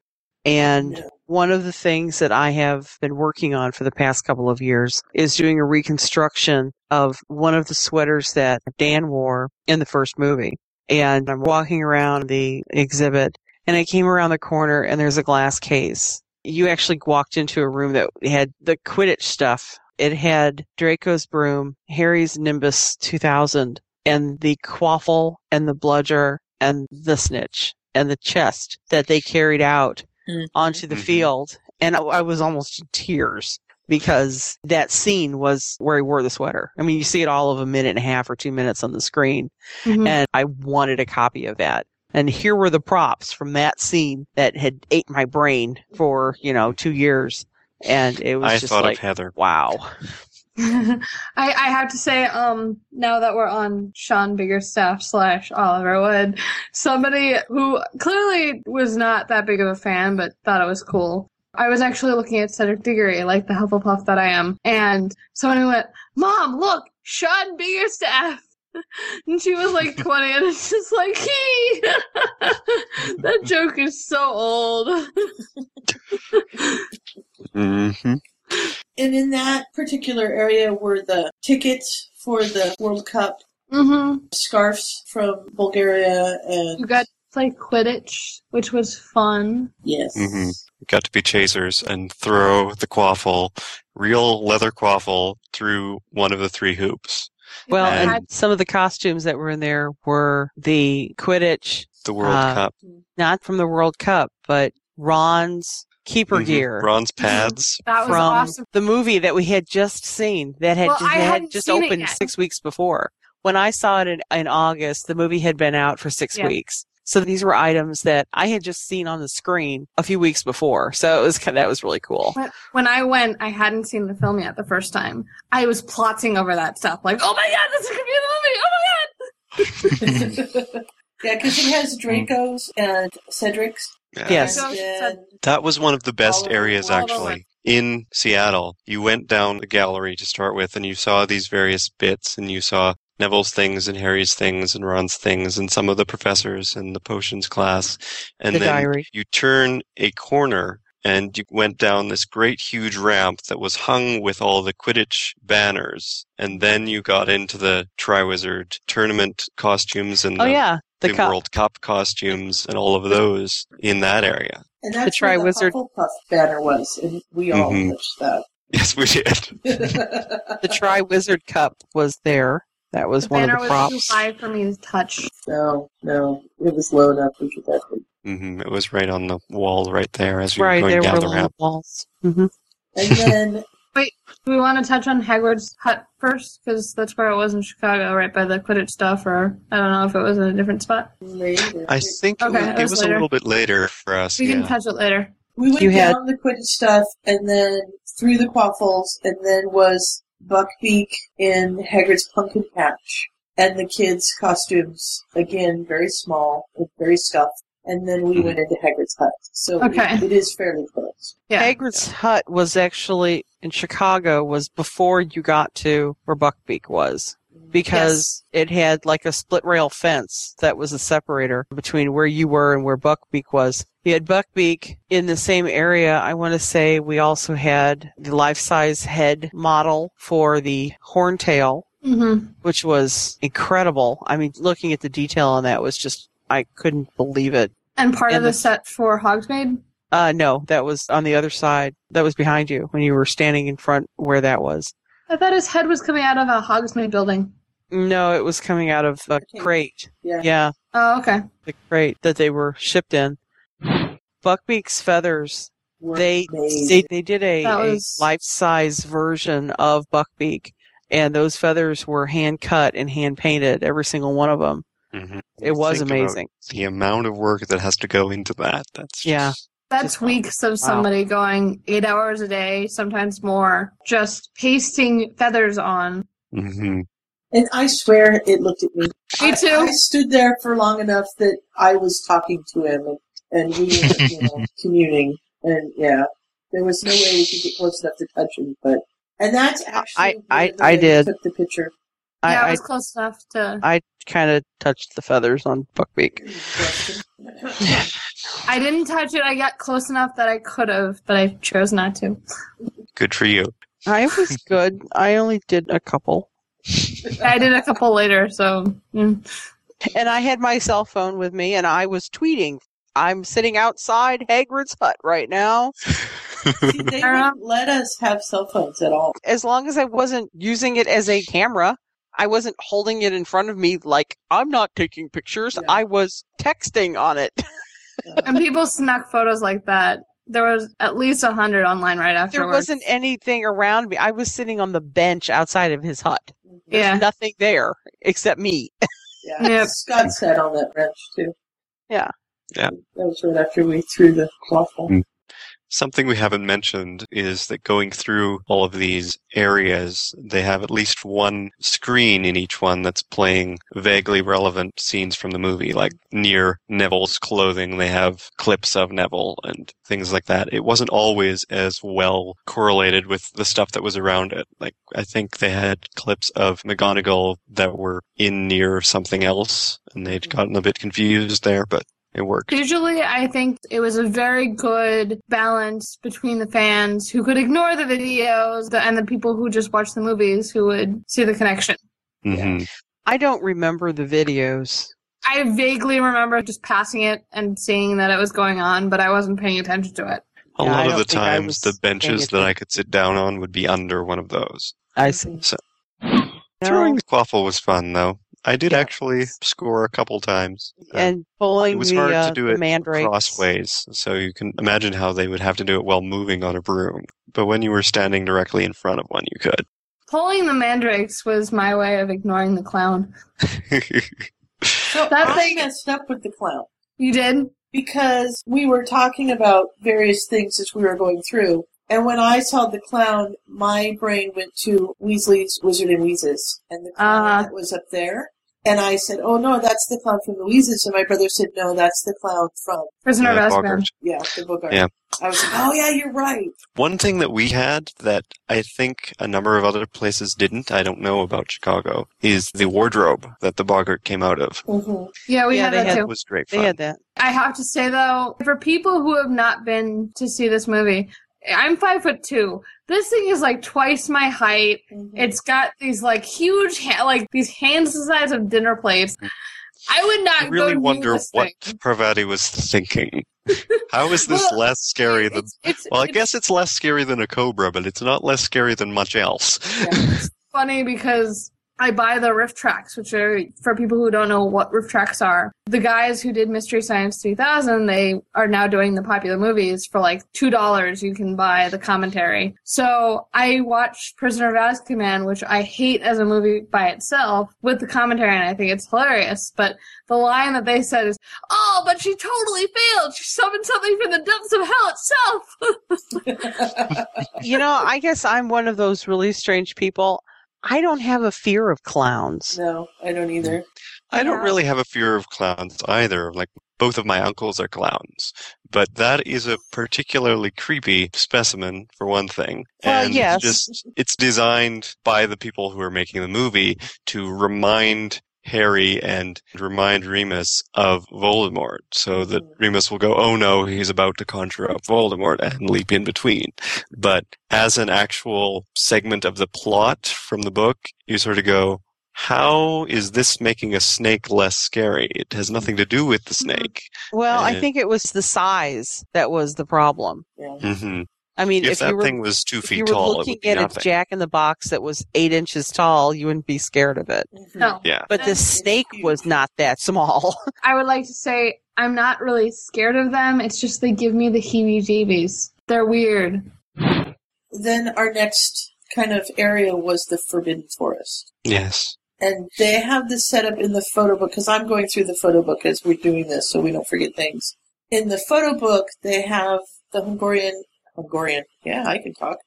Speaker 4: And one of the things that I have been working on for the past couple of years is doing a reconstruction of one of the sweaters that Dan wore in the first movie. And I'm walking around the exhibit and I came around the corner and there's a glass case. You actually walked into a room that had the Quidditch stuff. It had Draco's broom, Harry's Nimbus 2000, and the quaffle and the bludger and the snitch and the chest that they carried out onto the field. And I, I was almost in tears because that scene was where he wore the sweater. I mean, you see it all of a minute and a half or two minutes on the screen.
Speaker 2: Mhm.
Speaker 4: And I wanted a copy of that. And here were the props from that scene that had ate my brain for, you know, two years. And it was
Speaker 3: I
Speaker 4: just
Speaker 3: thought
Speaker 4: like,
Speaker 3: of Heather.
Speaker 4: wow.
Speaker 2: I, I have to say, um, now that we're on Sean Biggerstaff slash Oliver Wood, somebody who clearly was not that big of a fan but thought it was cool. I was actually looking at Cedric Diggory, like the Hufflepuff that I am, and someone went, Mom, look, Sean Biggerstaff! And she was like 20, and it's just like, he! that joke is so old.
Speaker 3: hmm
Speaker 1: And in that particular area were the tickets for the World Cup
Speaker 2: Mm-hmm.
Speaker 1: Scarves from Bulgaria and
Speaker 2: You got to play Quidditch, which was fun.
Speaker 1: Yes.
Speaker 3: hmm Got to be chasers and throw the quaffle, real leather quaffle, through one of the three hoops.
Speaker 4: Well, and,
Speaker 3: And-
Speaker 4: some of the costumes that were in there were the Quidditch,
Speaker 3: The World
Speaker 4: uh,
Speaker 3: Cup.
Speaker 4: not from the World Cup, but Ron's keeper
Speaker 3: Mhm.
Speaker 4: gear
Speaker 3: Bronze pads.
Speaker 2: That was
Speaker 4: from
Speaker 2: awesome.
Speaker 4: the movie that we had just seen that had
Speaker 2: Well,
Speaker 4: just,
Speaker 2: I
Speaker 4: that had
Speaker 2: hadn't
Speaker 4: just
Speaker 2: seen it
Speaker 4: opened
Speaker 2: yet.
Speaker 4: six weeks before. When I saw it in, in August, the movie had been out for six
Speaker 2: Yeah.
Speaker 4: weeks. So these were items that I had just seen on the screen a few weeks before. So it was kind that was really cool.
Speaker 2: When, when I went, I hadn't seen the film yet the first time. I was plotting over that stuff, like, oh my god, this is gonna be the movie! Oh my god!
Speaker 1: Yeah, because it has
Speaker 4: Mm.
Speaker 1: Dracos and Cedrics.
Speaker 3: Yeah.
Speaker 4: Yes.
Speaker 1: And then
Speaker 3: That was one of the best
Speaker 1: All of-
Speaker 3: areas,
Speaker 1: all of
Speaker 3: actually, in Seattle. You went down the gallery to start with, and you saw these various bits, and you saw Neville's things, and Harry's things, and Ron's things, and some of the professors, and the potions class. And
Speaker 4: The
Speaker 3: then
Speaker 4: diary.
Speaker 3: you turn a corner, and you went down this great, huge ramp that was hung with all the Quidditch banners. And then you got into the Triwizard tournament costumes and
Speaker 4: Oh
Speaker 3: the,
Speaker 4: yeah, the,
Speaker 3: the
Speaker 4: cup.
Speaker 3: World Cup costumes, and all of those in that area.
Speaker 1: and that's
Speaker 4: The
Speaker 1: where
Speaker 4: Triwizard- Mm-hmm.
Speaker 1: the Hufflepuff banner was, and we all
Speaker 3: Mhm.
Speaker 1: touched that.
Speaker 3: Yes, we did.
Speaker 4: The Tri Wizard Cup was there. That was
Speaker 2: The
Speaker 4: one
Speaker 2: banner
Speaker 4: of the
Speaker 2: was
Speaker 4: props.
Speaker 2: too high for me to touch.
Speaker 1: no, no, it was low enough we could definitely.
Speaker 3: hmm It was right on the wall right there as we
Speaker 4: right,
Speaker 3: were
Speaker 4: there
Speaker 3: going down
Speaker 4: were
Speaker 3: the
Speaker 4: little
Speaker 3: ramp.
Speaker 4: walls. hmm
Speaker 1: And then
Speaker 2: Do we want to touch on Hagrid's hut first? Because that's where it was in Chicago, right by the Quidditch stuff, or I don't know if it was in a different spot.
Speaker 1: later,
Speaker 3: I think
Speaker 2: Okay,
Speaker 3: it was,
Speaker 2: it
Speaker 3: it
Speaker 2: was
Speaker 3: was a
Speaker 2: later.
Speaker 3: little bit later for us.
Speaker 2: We
Speaker 3: yeah.
Speaker 2: can touch it later.
Speaker 1: we went
Speaker 4: You had-
Speaker 1: down the Quidditch stuff, and then through the Quaffles, and then was Buckbeak in Hagrid's pumpkin patch, and the kids' costumes again very small and very stuffed. And then we
Speaker 4: Mm-hmm.
Speaker 3: Mhm.
Speaker 1: went into Hagrid's hut, so it-
Speaker 2: Okay.
Speaker 1: it is fairly close.
Speaker 2: Yeah.
Speaker 4: Hagrid's hut was actually in Chicago was before you got to where Buckbeak was because it had like a split rail fence that was a separator between where you were and where Buckbeak was. You had Buckbeak in the same area. I want to say we also had the life-size head model for the Horntail
Speaker 2: Mm-hmm.
Speaker 4: which was incredible. I mean, looking at the detail on that was just I couldn't believe it.
Speaker 2: And part of
Speaker 4: And
Speaker 2: the
Speaker 4: the-
Speaker 2: set for Hogsmeade.
Speaker 4: Uh, no, that was on the other side. That was behind you when you were standing in front where that was.
Speaker 2: I thought his head was coming out of a Hogsmeade building.
Speaker 4: No, it was coming out of a
Speaker 1: Okay.
Speaker 4: crate.
Speaker 1: Yeah.
Speaker 4: Yeah,
Speaker 2: Oh, okay.
Speaker 4: the crate that they were shipped in. Buckbeak's feathers.
Speaker 1: Were
Speaker 4: They
Speaker 1: amazing.
Speaker 4: they, they did a,
Speaker 2: That
Speaker 4: a
Speaker 2: was-
Speaker 4: life-size version of Buckbeak, and those feathers were hand cut and hand painted, every single one of them.
Speaker 3: Mhm.
Speaker 4: It was
Speaker 3: Think about
Speaker 4: amazing.
Speaker 3: The amount of work that has to go into that. That's
Speaker 4: Yeah.
Speaker 3: just-
Speaker 2: That's weeks of somebody going eight hours a day, sometimes more, just pasting feathers on.
Speaker 3: Mhm.
Speaker 1: And I swear it looked at me.
Speaker 2: Me
Speaker 1: I-
Speaker 2: too.
Speaker 1: I, stood there for long enough that I was talking to him and, and we were you know, communing. And yeah, there was no way we could get close enough to touch him. But and that's actually
Speaker 4: I- I-
Speaker 1: where the
Speaker 4: I
Speaker 1: lady
Speaker 4: did.
Speaker 1: took the picture.
Speaker 4: I,
Speaker 2: yeah, it
Speaker 4: I
Speaker 2: was close enough to.
Speaker 4: kind of touched the feathers on Buckbeak.
Speaker 2: I didn't touch it. I got close enough that I could have, but I chose not to.
Speaker 3: good for you.
Speaker 4: I was good. I only did a couple.
Speaker 2: I did a couple later, so mm.
Speaker 4: And I had my cell phone with me and I was tweeting. I'm sitting outside Hagrid's hut right now.
Speaker 1: See, they wouldn't let us have cell phones at all.
Speaker 4: As long as I wasn't using it as a camera, I wasn't holding it in front of me like I'm not taking pictures.
Speaker 1: Yeah.
Speaker 4: I was texting on it.
Speaker 1: Uh,
Speaker 2: and people snuck photos like that. There was at least a hundred online right
Speaker 4: There
Speaker 2: afterwards.
Speaker 4: wasn't anything around me. I was sitting on the bench outside of his hut. There's
Speaker 2: Yeah.
Speaker 4: nothing there except me.
Speaker 1: yeah.
Speaker 2: Yep.
Speaker 1: Scott sat on that wrench too.
Speaker 4: Yeah.
Speaker 3: Yeah.
Speaker 1: That was right after we threw the waffle.
Speaker 3: Something we haven't mentioned is that going through all of these areas, they have at least one screen in each one that's playing vaguely relevant scenes from the movie. Like near Neville's clothing, they have clips of Neville and things like that. It wasn't always as well correlated with the stuff that was around it. Like, I think they had clips of McGonagall that were in near something else, and they'd gotten a bit confused there, but it worked.
Speaker 2: Usually, I think it was a very good balance between the fans who could ignore the videos the- and the people who just watch the movies who would see the connection.
Speaker 3: hmm
Speaker 4: I don't remember the videos.
Speaker 2: I vaguely remember just passing it and seeing that it was going on, but I wasn't paying attention to it. Yeah, I
Speaker 3: A lot of
Speaker 2: don't
Speaker 3: the
Speaker 2: think I
Speaker 3: times, the
Speaker 2: was paying
Speaker 3: benches that I could sit down on would be under one of those.
Speaker 4: I see.
Speaker 3: So, throwing the quaffle was fun, though. I did actually score a couple times.
Speaker 4: And pulling
Speaker 3: uh, It was
Speaker 4: the,
Speaker 3: hard
Speaker 4: uh,
Speaker 3: to do
Speaker 4: the
Speaker 3: it
Speaker 4: mandrake.
Speaker 3: crossways, so you can imagine how they would have to do it while moving on a broom. But when you were standing directly in front of one, you could.
Speaker 2: Pulling the mandrakes was my way of ignoring the clown. That
Speaker 1: I
Speaker 2: thing-
Speaker 1: messed up with the clown.
Speaker 2: You did?
Speaker 1: Because we were talking about various things as we were going through. And when I saw the clown, my brain went to Weasley's Wizard and Weezes and the clown that was up there. And I said, Oh no, that's the clown from the Weezes. And my brother said, No, that's the clown from
Speaker 2: Prisoner of
Speaker 3: Yeah, Azkaban. Bogart.
Speaker 1: Yeah, the Bogart.
Speaker 3: Yeah.
Speaker 1: I was like, Oh yeah, you're right.
Speaker 3: One thing that we had that I think a number of other places didn't, I don't know about Chicago, is the wardrobe that the Bogart came out of.
Speaker 2: Yeah, we had
Speaker 4: they
Speaker 2: that
Speaker 4: had,
Speaker 2: too.
Speaker 3: was great
Speaker 4: They had that.
Speaker 2: I have to say though, for people who have not been to see this movie, I'm five foot two. This thing is like twice my height.
Speaker 1: Mm-hmm.
Speaker 2: It's got these like huge, ha- like these hands the size of dinner plates. I would not
Speaker 3: I really
Speaker 2: go near
Speaker 3: wonder
Speaker 2: this
Speaker 3: what
Speaker 2: thing.
Speaker 3: Parvati was thinking. How is this less scary than? well, I guess it's less scary than a cobra, but it's not less scary than much else.
Speaker 2: funny because I buy the riff tracks, which are for people who don't know what riff tracks are. The guys who did Mystery Science 3000, they are now doing the popular movies for like two dollars. You can buy the commentary. So I watched Prisoner of Azkaban, which I hate as a movie by itself, with the commentary, and I think it's hilarious. But the line that they said is, "Oh, but she totally failed. She summoned something from the depths of hell itself."
Speaker 4: you know, I guess I'm one of those really strange people. I don't have a fear of clowns.
Speaker 1: No, I don't either.
Speaker 3: I don't really have a fear of clowns either. Like both of my uncles are clowns, but that is a particularly creepy specimen for one thing.
Speaker 4: Well,
Speaker 3: and
Speaker 4: yes.
Speaker 3: it's just it's designed by the people who are making the movie to remind Harry and remind Remus of Voldemort, so that
Speaker 4: Mm.
Speaker 3: Remus will go, "Oh no, he's about to conjure up Voldemort," and leap in between. But as an actual segment of the plot from the book, you sort of go, how is this making a snake less scary? It has nothing to do with the
Speaker 4: Mm-hmm.
Speaker 3: snake.
Speaker 4: Well, I
Speaker 3: Yeah.
Speaker 4: think it was the size that was the problem.
Speaker 3: hmm
Speaker 4: I mean,
Speaker 3: if,
Speaker 4: if
Speaker 3: that
Speaker 4: you were-
Speaker 3: thing was two
Speaker 4: If you
Speaker 3: feet
Speaker 4: were
Speaker 3: tall, it
Speaker 4: looking
Speaker 3: would be
Speaker 4: at a
Speaker 3: nothing.
Speaker 4: jack in the box that was eight inches tall, you wouldn't be scared of it.
Speaker 2: No.
Speaker 3: Yeah.
Speaker 4: But the snake was not that small.
Speaker 2: I would like to say I'm not really scared of them. It's just they give me the heebie jeebies. They're weird.
Speaker 1: Mm-hmm. Then our next kind of area was the Forbidden Forest.
Speaker 3: Yes.
Speaker 1: And they have this set up in the photo book because I'm going through the photo book as we're doing this, so we don't forget things. In the photo book, they have the Hungarian, Hungarian, yeah, I can talk,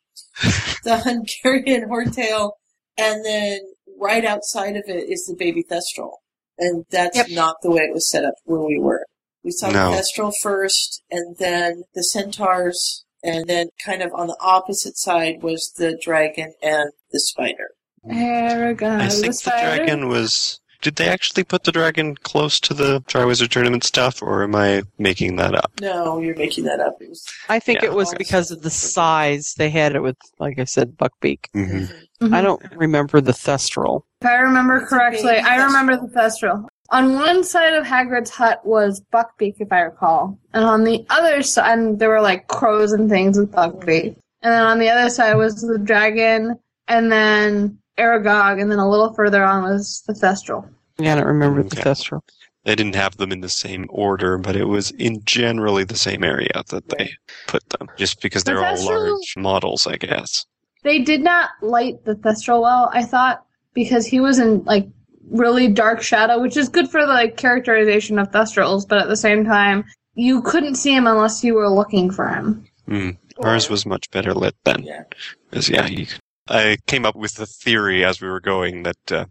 Speaker 1: the Hungarian horntail, and then right outside of it is the baby thestral, and that's not the way it was set up where we were. We saw
Speaker 3: No.
Speaker 1: the thestral first, and then the centaurs, and then kind of on the opposite side was the dragon and the spider.
Speaker 2: Aragon
Speaker 4: uh,
Speaker 3: I
Speaker 2: the
Speaker 3: think the
Speaker 2: spider.
Speaker 3: dragon was. Did they actually put the dragon close to the Triwizard Tournament stuff, or am I making that up?
Speaker 1: No, you're making that up. It was
Speaker 4: I think
Speaker 3: Yeah.
Speaker 4: it was because of the size. They had it with, like I said, buckbeak.
Speaker 3: Mm-hmm.
Speaker 4: I don't remember the thestral.
Speaker 2: If I remember correctly, I remember the thestral. On one side of Hagrid's hut was buckbeak, if I recall, and on the other side, and there were like crows and things with buckbeak, and then on the other side was the dragon, and then Aragog, and then a little further on was the thestral.
Speaker 4: Yeah, I don't remember the thestral.
Speaker 3: They didn't have them in the same order, but it was in generally the same area that they put them, just because
Speaker 2: The
Speaker 3: they're all
Speaker 2: Thestral-
Speaker 3: large models, I guess.
Speaker 2: They did not light the Thestral well, I thought, because he was in like really dark shadow, which is good for the like, characterization of Thestrals, but at the same time, you couldn't see him unless you were looking for him.
Speaker 3: Mm. Ours was much better lit then.
Speaker 1: Yeah.
Speaker 3: 'Cause, yeah, you- I came up with the theory as we were going that uh,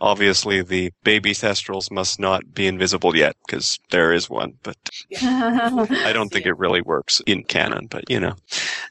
Speaker 3: obviously the baby thestrals must not be invisible yet because there is one, but I don't think it really works in canon, but you know.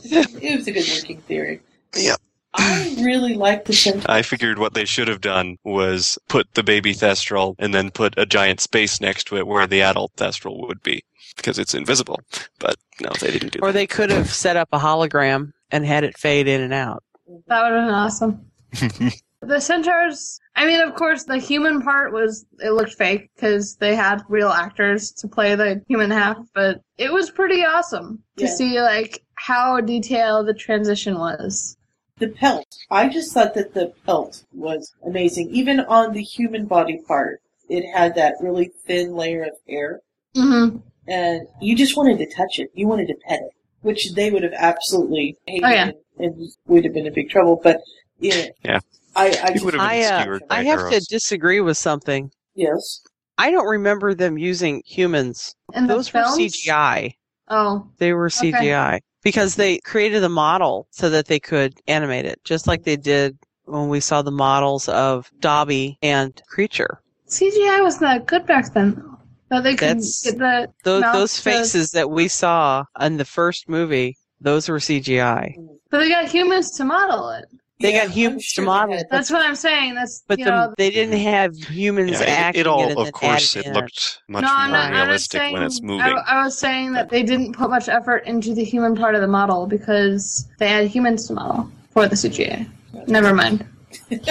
Speaker 1: It was a good working theory.
Speaker 3: Yeah.
Speaker 1: I really like the centaur.
Speaker 3: I figured what they should have done was put the baby thestral and then put a giant space next to it where the adult thestral would be because it's invisible. But no, they didn't do
Speaker 4: Or they could have set up a hologram and had it fade in and out.
Speaker 2: That would have been awesome.
Speaker 3: that.
Speaker 2: The centaurs, I mean, of course, the human part was, it looked fake because they had real actors to play the human half, but it was pretty awesome to
Speaker 1: Yeah.
Speaker 2: see, like, how detailed the transition was.
Speaker 1: The pelt. I just thought that the pelt was amazing. Even on the human body part, it had that really thin layer of hair.
Speaker 2: Mm-hmm.
Speaker 1: And you just wanted to touch it. You wanted to pet it, which they would have absolutely hated
Speaker 2: Oh, yeah.
Speaker 1: and, and would have been in big trouble. But yeah,
Speaker 3: Yeah.
Speaker 1: I, I just,
Speaker 4: I, uh, I have to disagree with something.
Speaker 1: Yes.
Speaker 4: I don't remember them using humans.
Speaker 2: And the
Speaker 4: Those
Speaker 2: films?
Speaker 4: were CGI.
Speaker 2: Oh,
Speaker 4: They were
Speaker 2: Okay.
Speaker 4: CGI because they created a model so that they could animate it, just like they did when we saw the models of Dobby and Creature.
Speaker 2: CGI was not good back then, though. But they could
Speaker 4: That's-
Speaker 2: get the
Speaker 4: Those,
Speaker 2: mouth
Speaker 4: those
Speaker 2: to-
Speaker 4: faces that we saw in the first movie, those were CGI.
Speaker 2: but they got humans to model it.
Speaker 4: They got humans to model, but,
Speaker 2: That's what I'm saying. That's
Speaker 4: but
Speaker 2: you
Speaker 4: the-
Speaker 2: know,
Speaker 4: they didn't have humans
Speaker 3: Mm-hmm. Yeah, it- it,
Speaker 4: acting
Speaker 3: all,
Speaker 4: and
Speaker 3: of
Speaker 4: then
Speaker 3: course,
Speaker 4: adding
Speaker 3: it
Speaker 4: in.
Speaker 3: looked much
Speaker 2: no, I'm
Speaker 3: more
Speaker 2: not, I'm just
Speaker 3: realistic
Speaker 2: saying,
Speaker 3: when it's
Speaker 2: I,
Speaker 3: moving.
Speaker 2: I was saying that they didn't put much effort into the human part of the model because they had humans to model for the CGI. Never mind.
Speaker 1: and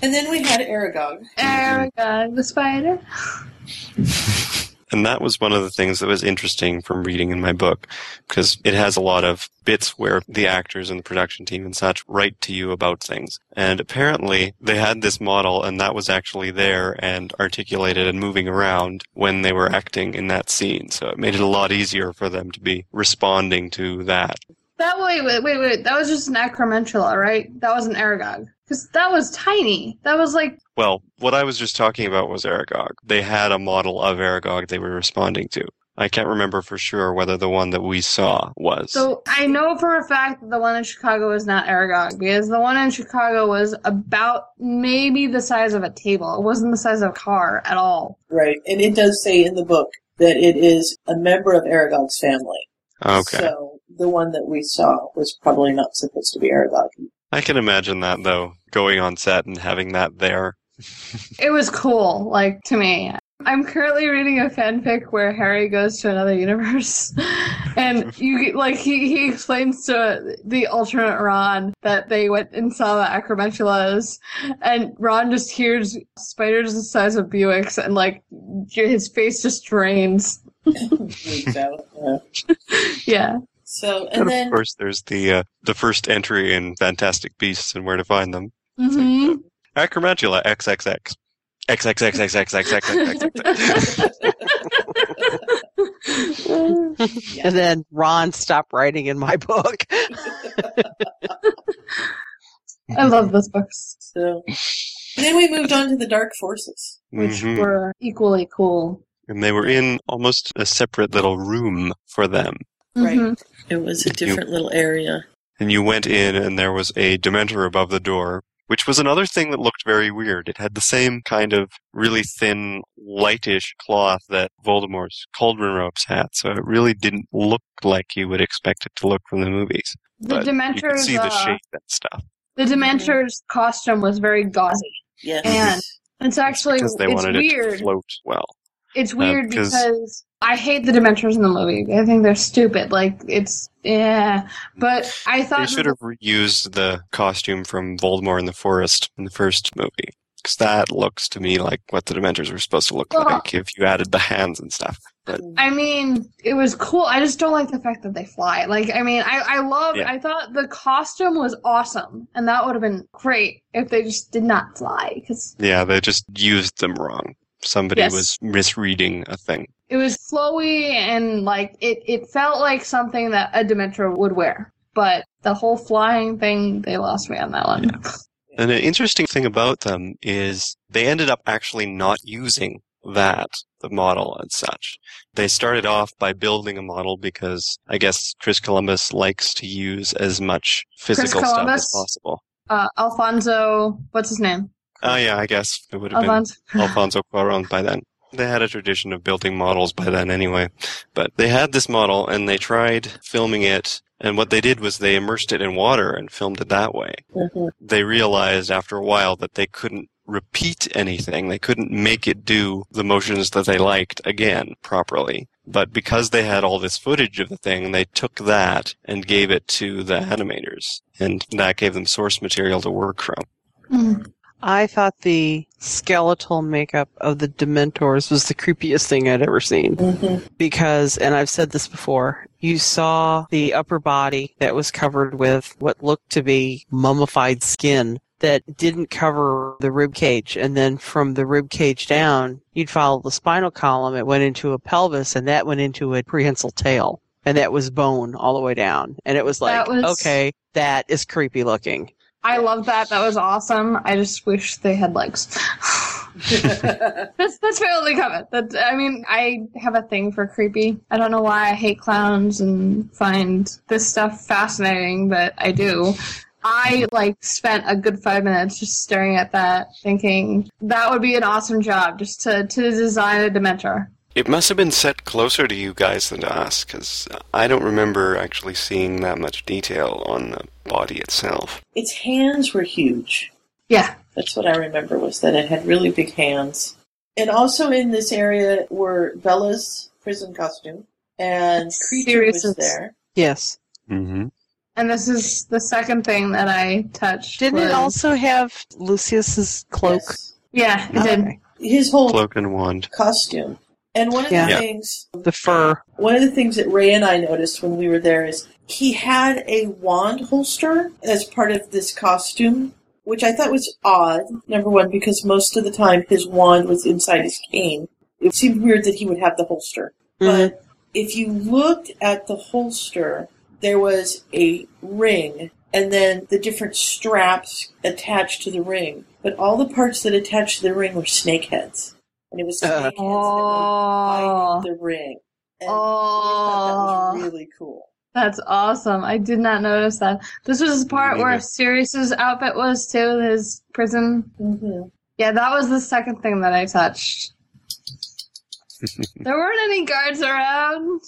Speaker 1: then we had Aragog.
Speaker 2: Aragog the spider.
Speaker 3: And that was one of the things that was interesting from reading in my book, because it has a lot of bits where the actors and the production team and such write to you about things. And apparently they had this model and that was actually there and articulated and moving around when they were acting in that scene. So it made it a lot easier for them to be responding to that.
Speaker 2: That wait, wait, wait, wait. That was just an Acromentula, right? That was an Aragog because that was tiny. That was like
Speaker 3: Well, what I was just talking about was Aragog. They had a model of Aragog they were responding to. I can't remember for sure whether the one that we saw was.
Speaker 2: So I know for a fact that the one in Chicago is not Aragog because the one in Chicago was about maybe the size of a table. It wasn't the size of a car at all.
Speaker 1: Right. And it does say in the book that it is a member of Aragog's family.
Speaker 3: okay.
Speaker 1: So the one that we saw was probably not supposed to be Aragog.
Speaker 3: I can imagine that though, going on set and having that there.
Speaker 2: It was cool, like to me. I'm currently reading a fanfic where Harry goes to another universe, and you get- like he, he explains to the alternate Ron that they went and saw the Acromentulas, and Ron just hears spiders the size of Buicks, and like his face just drains.
Speaker 1: Freaked out. Yeah.
Speaker 2: Yeah.
Speaker 1: So
Speaker 3: And,
Speaker 1: and then
Speaker 3: of course, there's the uh, the first entry in Fantastic Beasts and Where to Find Them.
Speaker 2: hmm
Speaker 3: Acromantula XXX. XXXXXXXXXX.
Speaker 1: Yeah.
Speaker 4: And then Ron stopped writing in my book.
Speaker 2: I love those books,
Speaker 1: so and then we moved on to the Dark Forces.
Speaker 2: which
Speaker 3: Mhm.
Speaker 2: were equally cool.
Speaker 3: And they were in almost a separate little room for them.
Speaker 1: Right.
Speaker 2: Mhm.
Speaker 10: It was a different little area.
Speaker 3: And you went in, and there was a Dementor above the door, which was another thing that looked very weird. It had the same kind of really thin, lightish cloth that Voldemort's cauldron robes had, so it really didn't look like you would expect it to look from the movies.
Speaker 2: The
Speaker 3: But you could
Speaker 2: Dementors,
Speaker 3: see the
Speaker 2: uh,
Speaker 3: shape and stuff.
Speaker 2: The Dementors' costume was very gauzy,
Speaker 10: Yes.
Speaker 2: and it's actually
Speaker 3: because they
Speaker 2: it's
Speaker 3: wanted it
Speaker 2: weird.
Speaker 3: to Uh, float well.
Speaker 2: It's weird
Speaker 3: 'cause-
Speaker 2: because I hate the Dementors in the movie. I think they're stupid. Like it's yeah, but I
Speaker 3: They
Speaker 2: thought
Speaker 3: should have reused the costume from Voldemort in the forest in the first movie. Because that looks to me like what the Dementors were supposed to look
Speaker 2: Well-
Speaker 3: like if you added the hands and stuff. But
Speaker 2: I mean, it was cool. I just don't like the fact that they fly. Like, I mean, I, I love,
Speaker 3: Yeah.
Speaker 2: I thought the costume was awesome, and that would have been great if they just did not fly, because
Speaker 3: Yeah, they just used them wrong. Somebody
Speaker 2: Yes.
Speaker 3: was misreading a thing.
Speaker 2: It was flowy and like it, it felt like something that a Dementor would wear. But the whole flying thing, they lost me on that one.
Speaker 3: And an interesting thing about them is they ended up actually not using that, the model and such. They started off by building a model because I guess Chris Columbus likes to use as much physical stuff as
Speaker 2: Columbus?
Speaker 3: possible.
Speaker 2: Uh, Alfonso, what's his name?
Speaker 3: Oh, yeah, I guess it would have been
Speaker 2: Alfonso.
Speaker 3: Alfonso Cuaron by then. They had a tradition of building models by then anyway. But they had this model and they tried filming it. And what they did was they immersed it in water and filmed it that way.
Speaker 1: Mhm.
Speaker 3: They realized after a while that they couldn't repeat anything. They couldn't make it do the motions that they liked again properly. But because they had all this footage of the thing, they took that and gave it to the animators. And that gave them source material to work from.
Speaker 2: Mm.
Speaker 4: I thought the skeletal makeup of the Dementors was the creepiest thing I'd ever seen.
Speaker 1: mm-hmm.
Speaker 4: Because, and I've said this before, you saw the upper body that was covered with what looked to be mummified skin that didn't cover the rib cage. And then from the rib cage down, you'd follow the spinal column. It went into a pelvis and that went into a prehensile tail. And that was bone all the way down. And it was like,
Speaker 2: That was-
Speaker 4: okay, that is creepy looking.
Speaker 2: I love that. That was awesome. I just wish they had legs. that's that's my only comment. That I mean, I have a thing for creepy. I don't know why I hate clowns and find this stuff fascinating, but I do. I like spent a good five minutes just staring at that, thinking that would be an awesome job just to to design a Dementor.
Speaker 5: It must have been set closer to you guys than to us, because I don't remember actually seeing that much detail on the body itself.
Speaker 1: Its hands were huge.
Speaker 2: Yeah.
Speaker 1: That's what I remember was that it had really big hands. And also in this area were Bella's prison costume and Creature was
Speaker 2: Seriousness.
Speaker 1: there.
Speaker 4: Yes.
Speaker 5: Mm-hmm.
Speaker 2: And this is the second thing that I touched.
Speaker 4: Didn't it
Speaker 2: was-
Speaker 4: also have Lucius's cloak?
Speaker 2: Yeah, it
Speaker 4: Oh,
Speaker 2: did.
Speaker 1: His whole
Speaker 5: Cloak and wand.
Speaker 1: costume. And one of
Speaker 4: Yeah.
Speaker 1: the
Speaker 4: Yeah.
Speaker 1: things
Speaker 4: The fur.
Speaker 1: one of the things that Ray and I noticed when we were there is he had a wand holster as part of this costume, which I thought was odd, number one, because most of the time his wand was inside his cane. It seemed weird that he would have the holster. But if you looked at the holster, there was a ring and then the different straps attached to the ring. But all the parts that attached to the ring were snake heads. And it was snake heads that were biting the ring. And
Speaker 2: Oh.
Speaker 1: that was really cool.
Speaker 2: That's awesome. I did not notice that. This was the part where
Speaker 1: neither.
Speaker 2: Sirius's outfit was too, his prison.
Speaker 1: Mm-hmm.
Speaker 2: Yeah, that was the second thing that I touched. there weren't any guards around.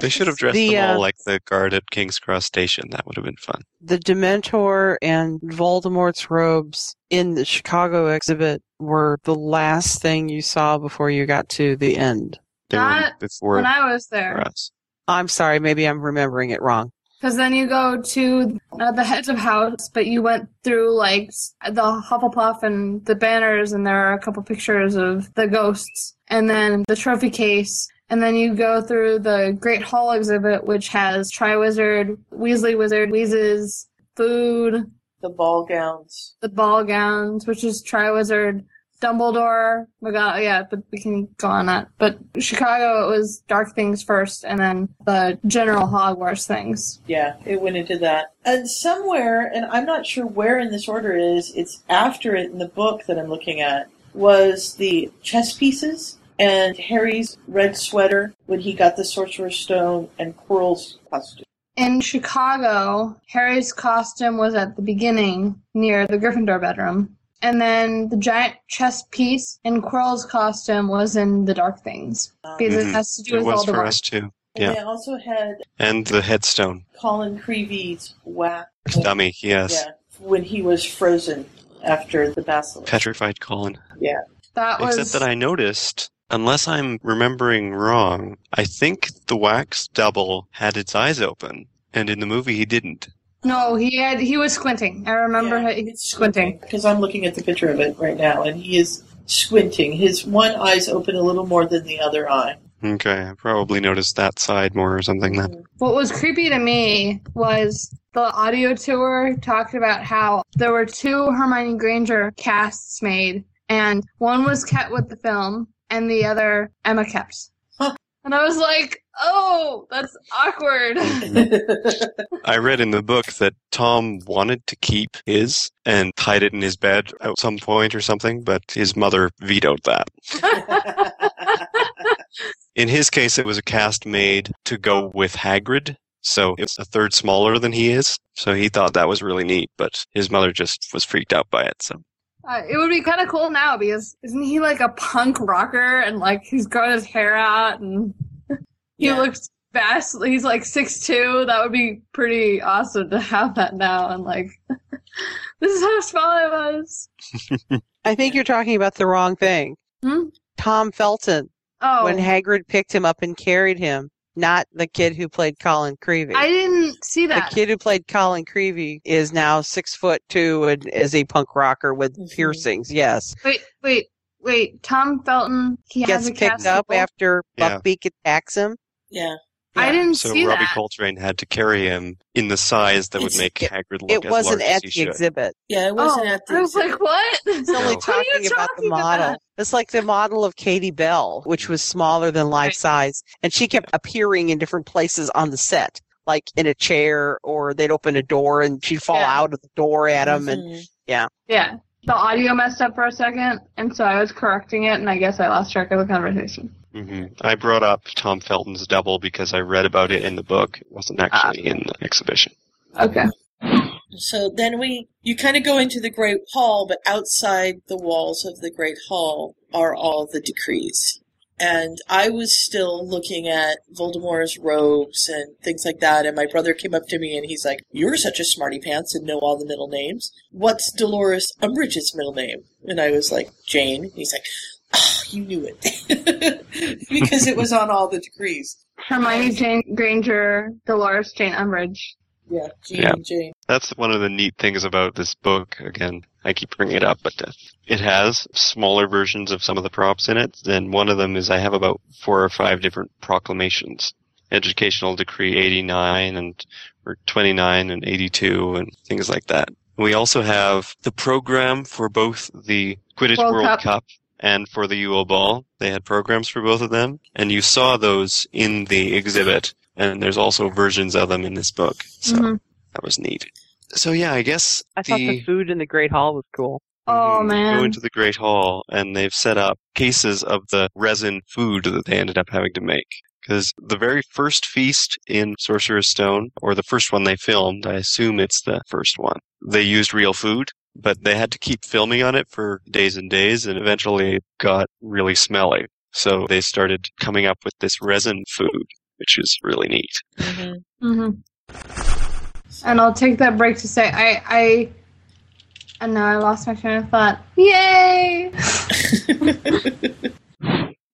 Speaker 5: They should have dressed
Speaker 4: The,
Speaker 5: them all
Speaker 4: uh,
Speaker 5: like the guard at King's Cross Station. That would have been fun.
Speaker 4: The Dementor and Voldemort's robes in the Chicago exhibit were the last thing you saw before you got to the end.
Speaker 5: They
Speaker 2: Not
Speaker 5: before
Speaker 2: when I was there.
Speaker 5: us.
Speaker 4: I'm sorry, maybe I'm remembering it wrong.
Speaker 2: Because then you go to uh, the heads of house, but you went through like s- the Hufflepuff and the banners, and there are a couple pictures of the ghosts, and then the trophy case, and then you go through the Great Hall exhibit, which has Triwizard, Weasley Wizard, Wheezes, food,
Speaker 1: The ball gowns.
Speaker 2: the ball gowns, which is Triwizard, Dumbledore, McGonagall. Yeah, but we can go on that. But Chicago, it was Dark Things first, and then the General Hogwarts things.
Speaker 1: Yeah, it went into that. And somewhere, and I'm not sure where in this order it is, it's after it in the book that I'm looking at, was the chess pieces and Harry's red sweater when he got the Sorcerer's Stone and Quirrell's costume.
Speaker 2: In Chicago, Harry's costume was at the beginning near the Gryffindor bedroom. And then the giant chess piece in Quirrell's costume was in the Dark Things. Because it
Speaker 5: Mhm.
Speaker 2: has to do
Speaker 5: It
Speaker 2: with
Speaker 5: was
Speaker 2: all the
Speaker 5: for
Speaker 2: work.
Speaker 5: us too.
Speaker 1: And
Speaker 5: Yeah.
Speaker 1: they also had
Speaker 5: And the headstone.
Speaker 1: Colin Creevy's whack.
Speaker 5: Dummy, yes.
Speaker 1: Yeah, when he was frozen after the basilisk.
Speaker 5: Petrified Colin.
Speaker 1: Yeah.
Speaker 2: That was
Speaker 5: Except that I noticed, unless I'm remembering wrong, I think the wax double had its eyes open, and in the movie he didn't.
Speaker 2: No, he had he was squinting. I remember he he was squinting.
Speaker 1: Because I'm looking at the picture of it right now, and he is squinting. His one eye's open a little more than the other eye.
Speaker 5: Okay, I probably noticed that side more or something then.
Speaker 4: Mm-hmm.
Speaker 2: What was creepy to me was the audio tour talked about how there were two Hermione Granger casts made, and one was kept with the film, and the other Emma kept. And I was like, oh, that's awkward.
Speaker 5: I read in the book that Tom wanted to keep his and hide it in his bed at some point or something, but his mother vetoed that. In his case, it was a cast made to go with Hagrid, so it's a third smaller than he is. So he thought that was really neat, but his mother just was freaked out by it. So
Speaker 2: Uh, it would be kind of cool now because isn't he like a punk rocker and like he's grown his hair out and he looks vastly, he's like 6'2. That would be pretty awesome to have that now and like, this is how small I was.
Speaker 4: I think you're talking about the wrong thing.
Speaker 2: Hmm?
Speaker 4: Tom Felton,
Speaker 2: Oh,
Speaker 4: when Hagrid picked him up and carried him, not the kid who played Colin Creevy.
Speaker 2: I didn't see that.
Speaker 4: The kid who played Colin Creevy is now six foot two and is a punk rocker with
Speaker 11: Mm-hmm.
Speaker 4: piercings. Yes,
Speaker 2: Wait, wait, wait. Tom Felton. He
Speaker 4: gets
Speaker 2: has a
Speaker 4: picked up
Speaker 2: castable?
Speaker 4: after
Speaker 3: Yeah.
Speaker 4: Buckbeak attacks him.
Speaker 1: Yeah,
Speaker 2: I didn't
Speaker 3: so
Speaker 2: see
Speaker 3: Robbie
Speaker 2: that.
Speaker 3: Coltrane had to carry him in the size that would
Speaker 4: It's-
Speaker 3: make
Speaker 4: it-
Speaker 3: Hagrid look
Speaker 4: It
Speaker 3: as
Speaker 4: wasn't
Speaker 3: large as
Speaker 4: at
Speaker 3: he
Speaker 4: the
Speaker 3: should.
Speaker 4: exhibit.
Speaker 1: Yeah, it wasn't at the.
Speaker 2: Oh, I was like, what?
Speaker 4: It's only
Speaker 3: What
Speaker 4: talking, about the model.
Speaker 2: about?
Speaker 4: It's like the model of Katie Bell, which was smaller than life size, and she kept appearing in different places on the set, like in a chair, or they'd open a door and she'd fall
Speaker 2: Yeah.
Speaker 4: out of the door at him,
Speaker 1: Mm.
Speaker 4: and yeah.
Speaker 2: Yeah. The audio messed up for a second, and so I was correcting it, and I guess I lost track of the conversation.
Speaker 3: hmm I brought up Tom Felton's double because I read about it in the book. It wasn't actually in the exhibition.
Speaker 2: Okay.
Speaker 1: So then we, you kind of go into the Great Hall, but outside the walls of the Great Hall are all the decrees. And I was still looking at Voldemort's robes and things like that. And my brother came up to me and he's like, You're such a smarty pants and know all the middle names. What's Dolores Umbridge's middle name? And I was like, Jane. And he's like, Oh, you knew it. because it was on all the decrees.
Speaker 2: Hermione Jane Granger, Dolores Jane Umbridge.
Speaker 1: Yeah, Jean
Speaker 3: Yeah.
Speaker 1: Jane.
Speaker 3: That's one of the neat things about this book. Again, I keep bringing it up, but uh, it has smaller versions of some of the props in it. And one of them is I have about four or five different proclamations. Educational Decree 89 and or 29 and 82 and things like that. We also have the program for both the Quidditch
Speaker 2: World
Speaker 3: World,
Speaker 2: Cup.
Speaker 3: Cup and for the UO Ball. They had programs for both of them, and you saw those in the exhibit. And there's also versions of them in this book. So
Speaker 2: Mhm.
Speaker 3: that was neat. So yeah, I guess
Speaker 11: Mm-hmm. I thought the
Speaker 3: the-
Speaker 11: food in the Great Hall was cool.
Speaker 2: Oh, man.
Speaker 3: go into the Great Hall and they've set up cases of the resin food that they ended up having to make. Because the very first feast in Sorcerer's Stone, or the first one they filmed, I assume it's the first one, they used real food, but they had to keep filming on it for days and days and eventually it got really smelly. So they started coming up with this resin food, which is really neat.
Speaker 2: hmm mm-hmm. And I'll take that break to say I I. And now I lost my train of thought. Yay!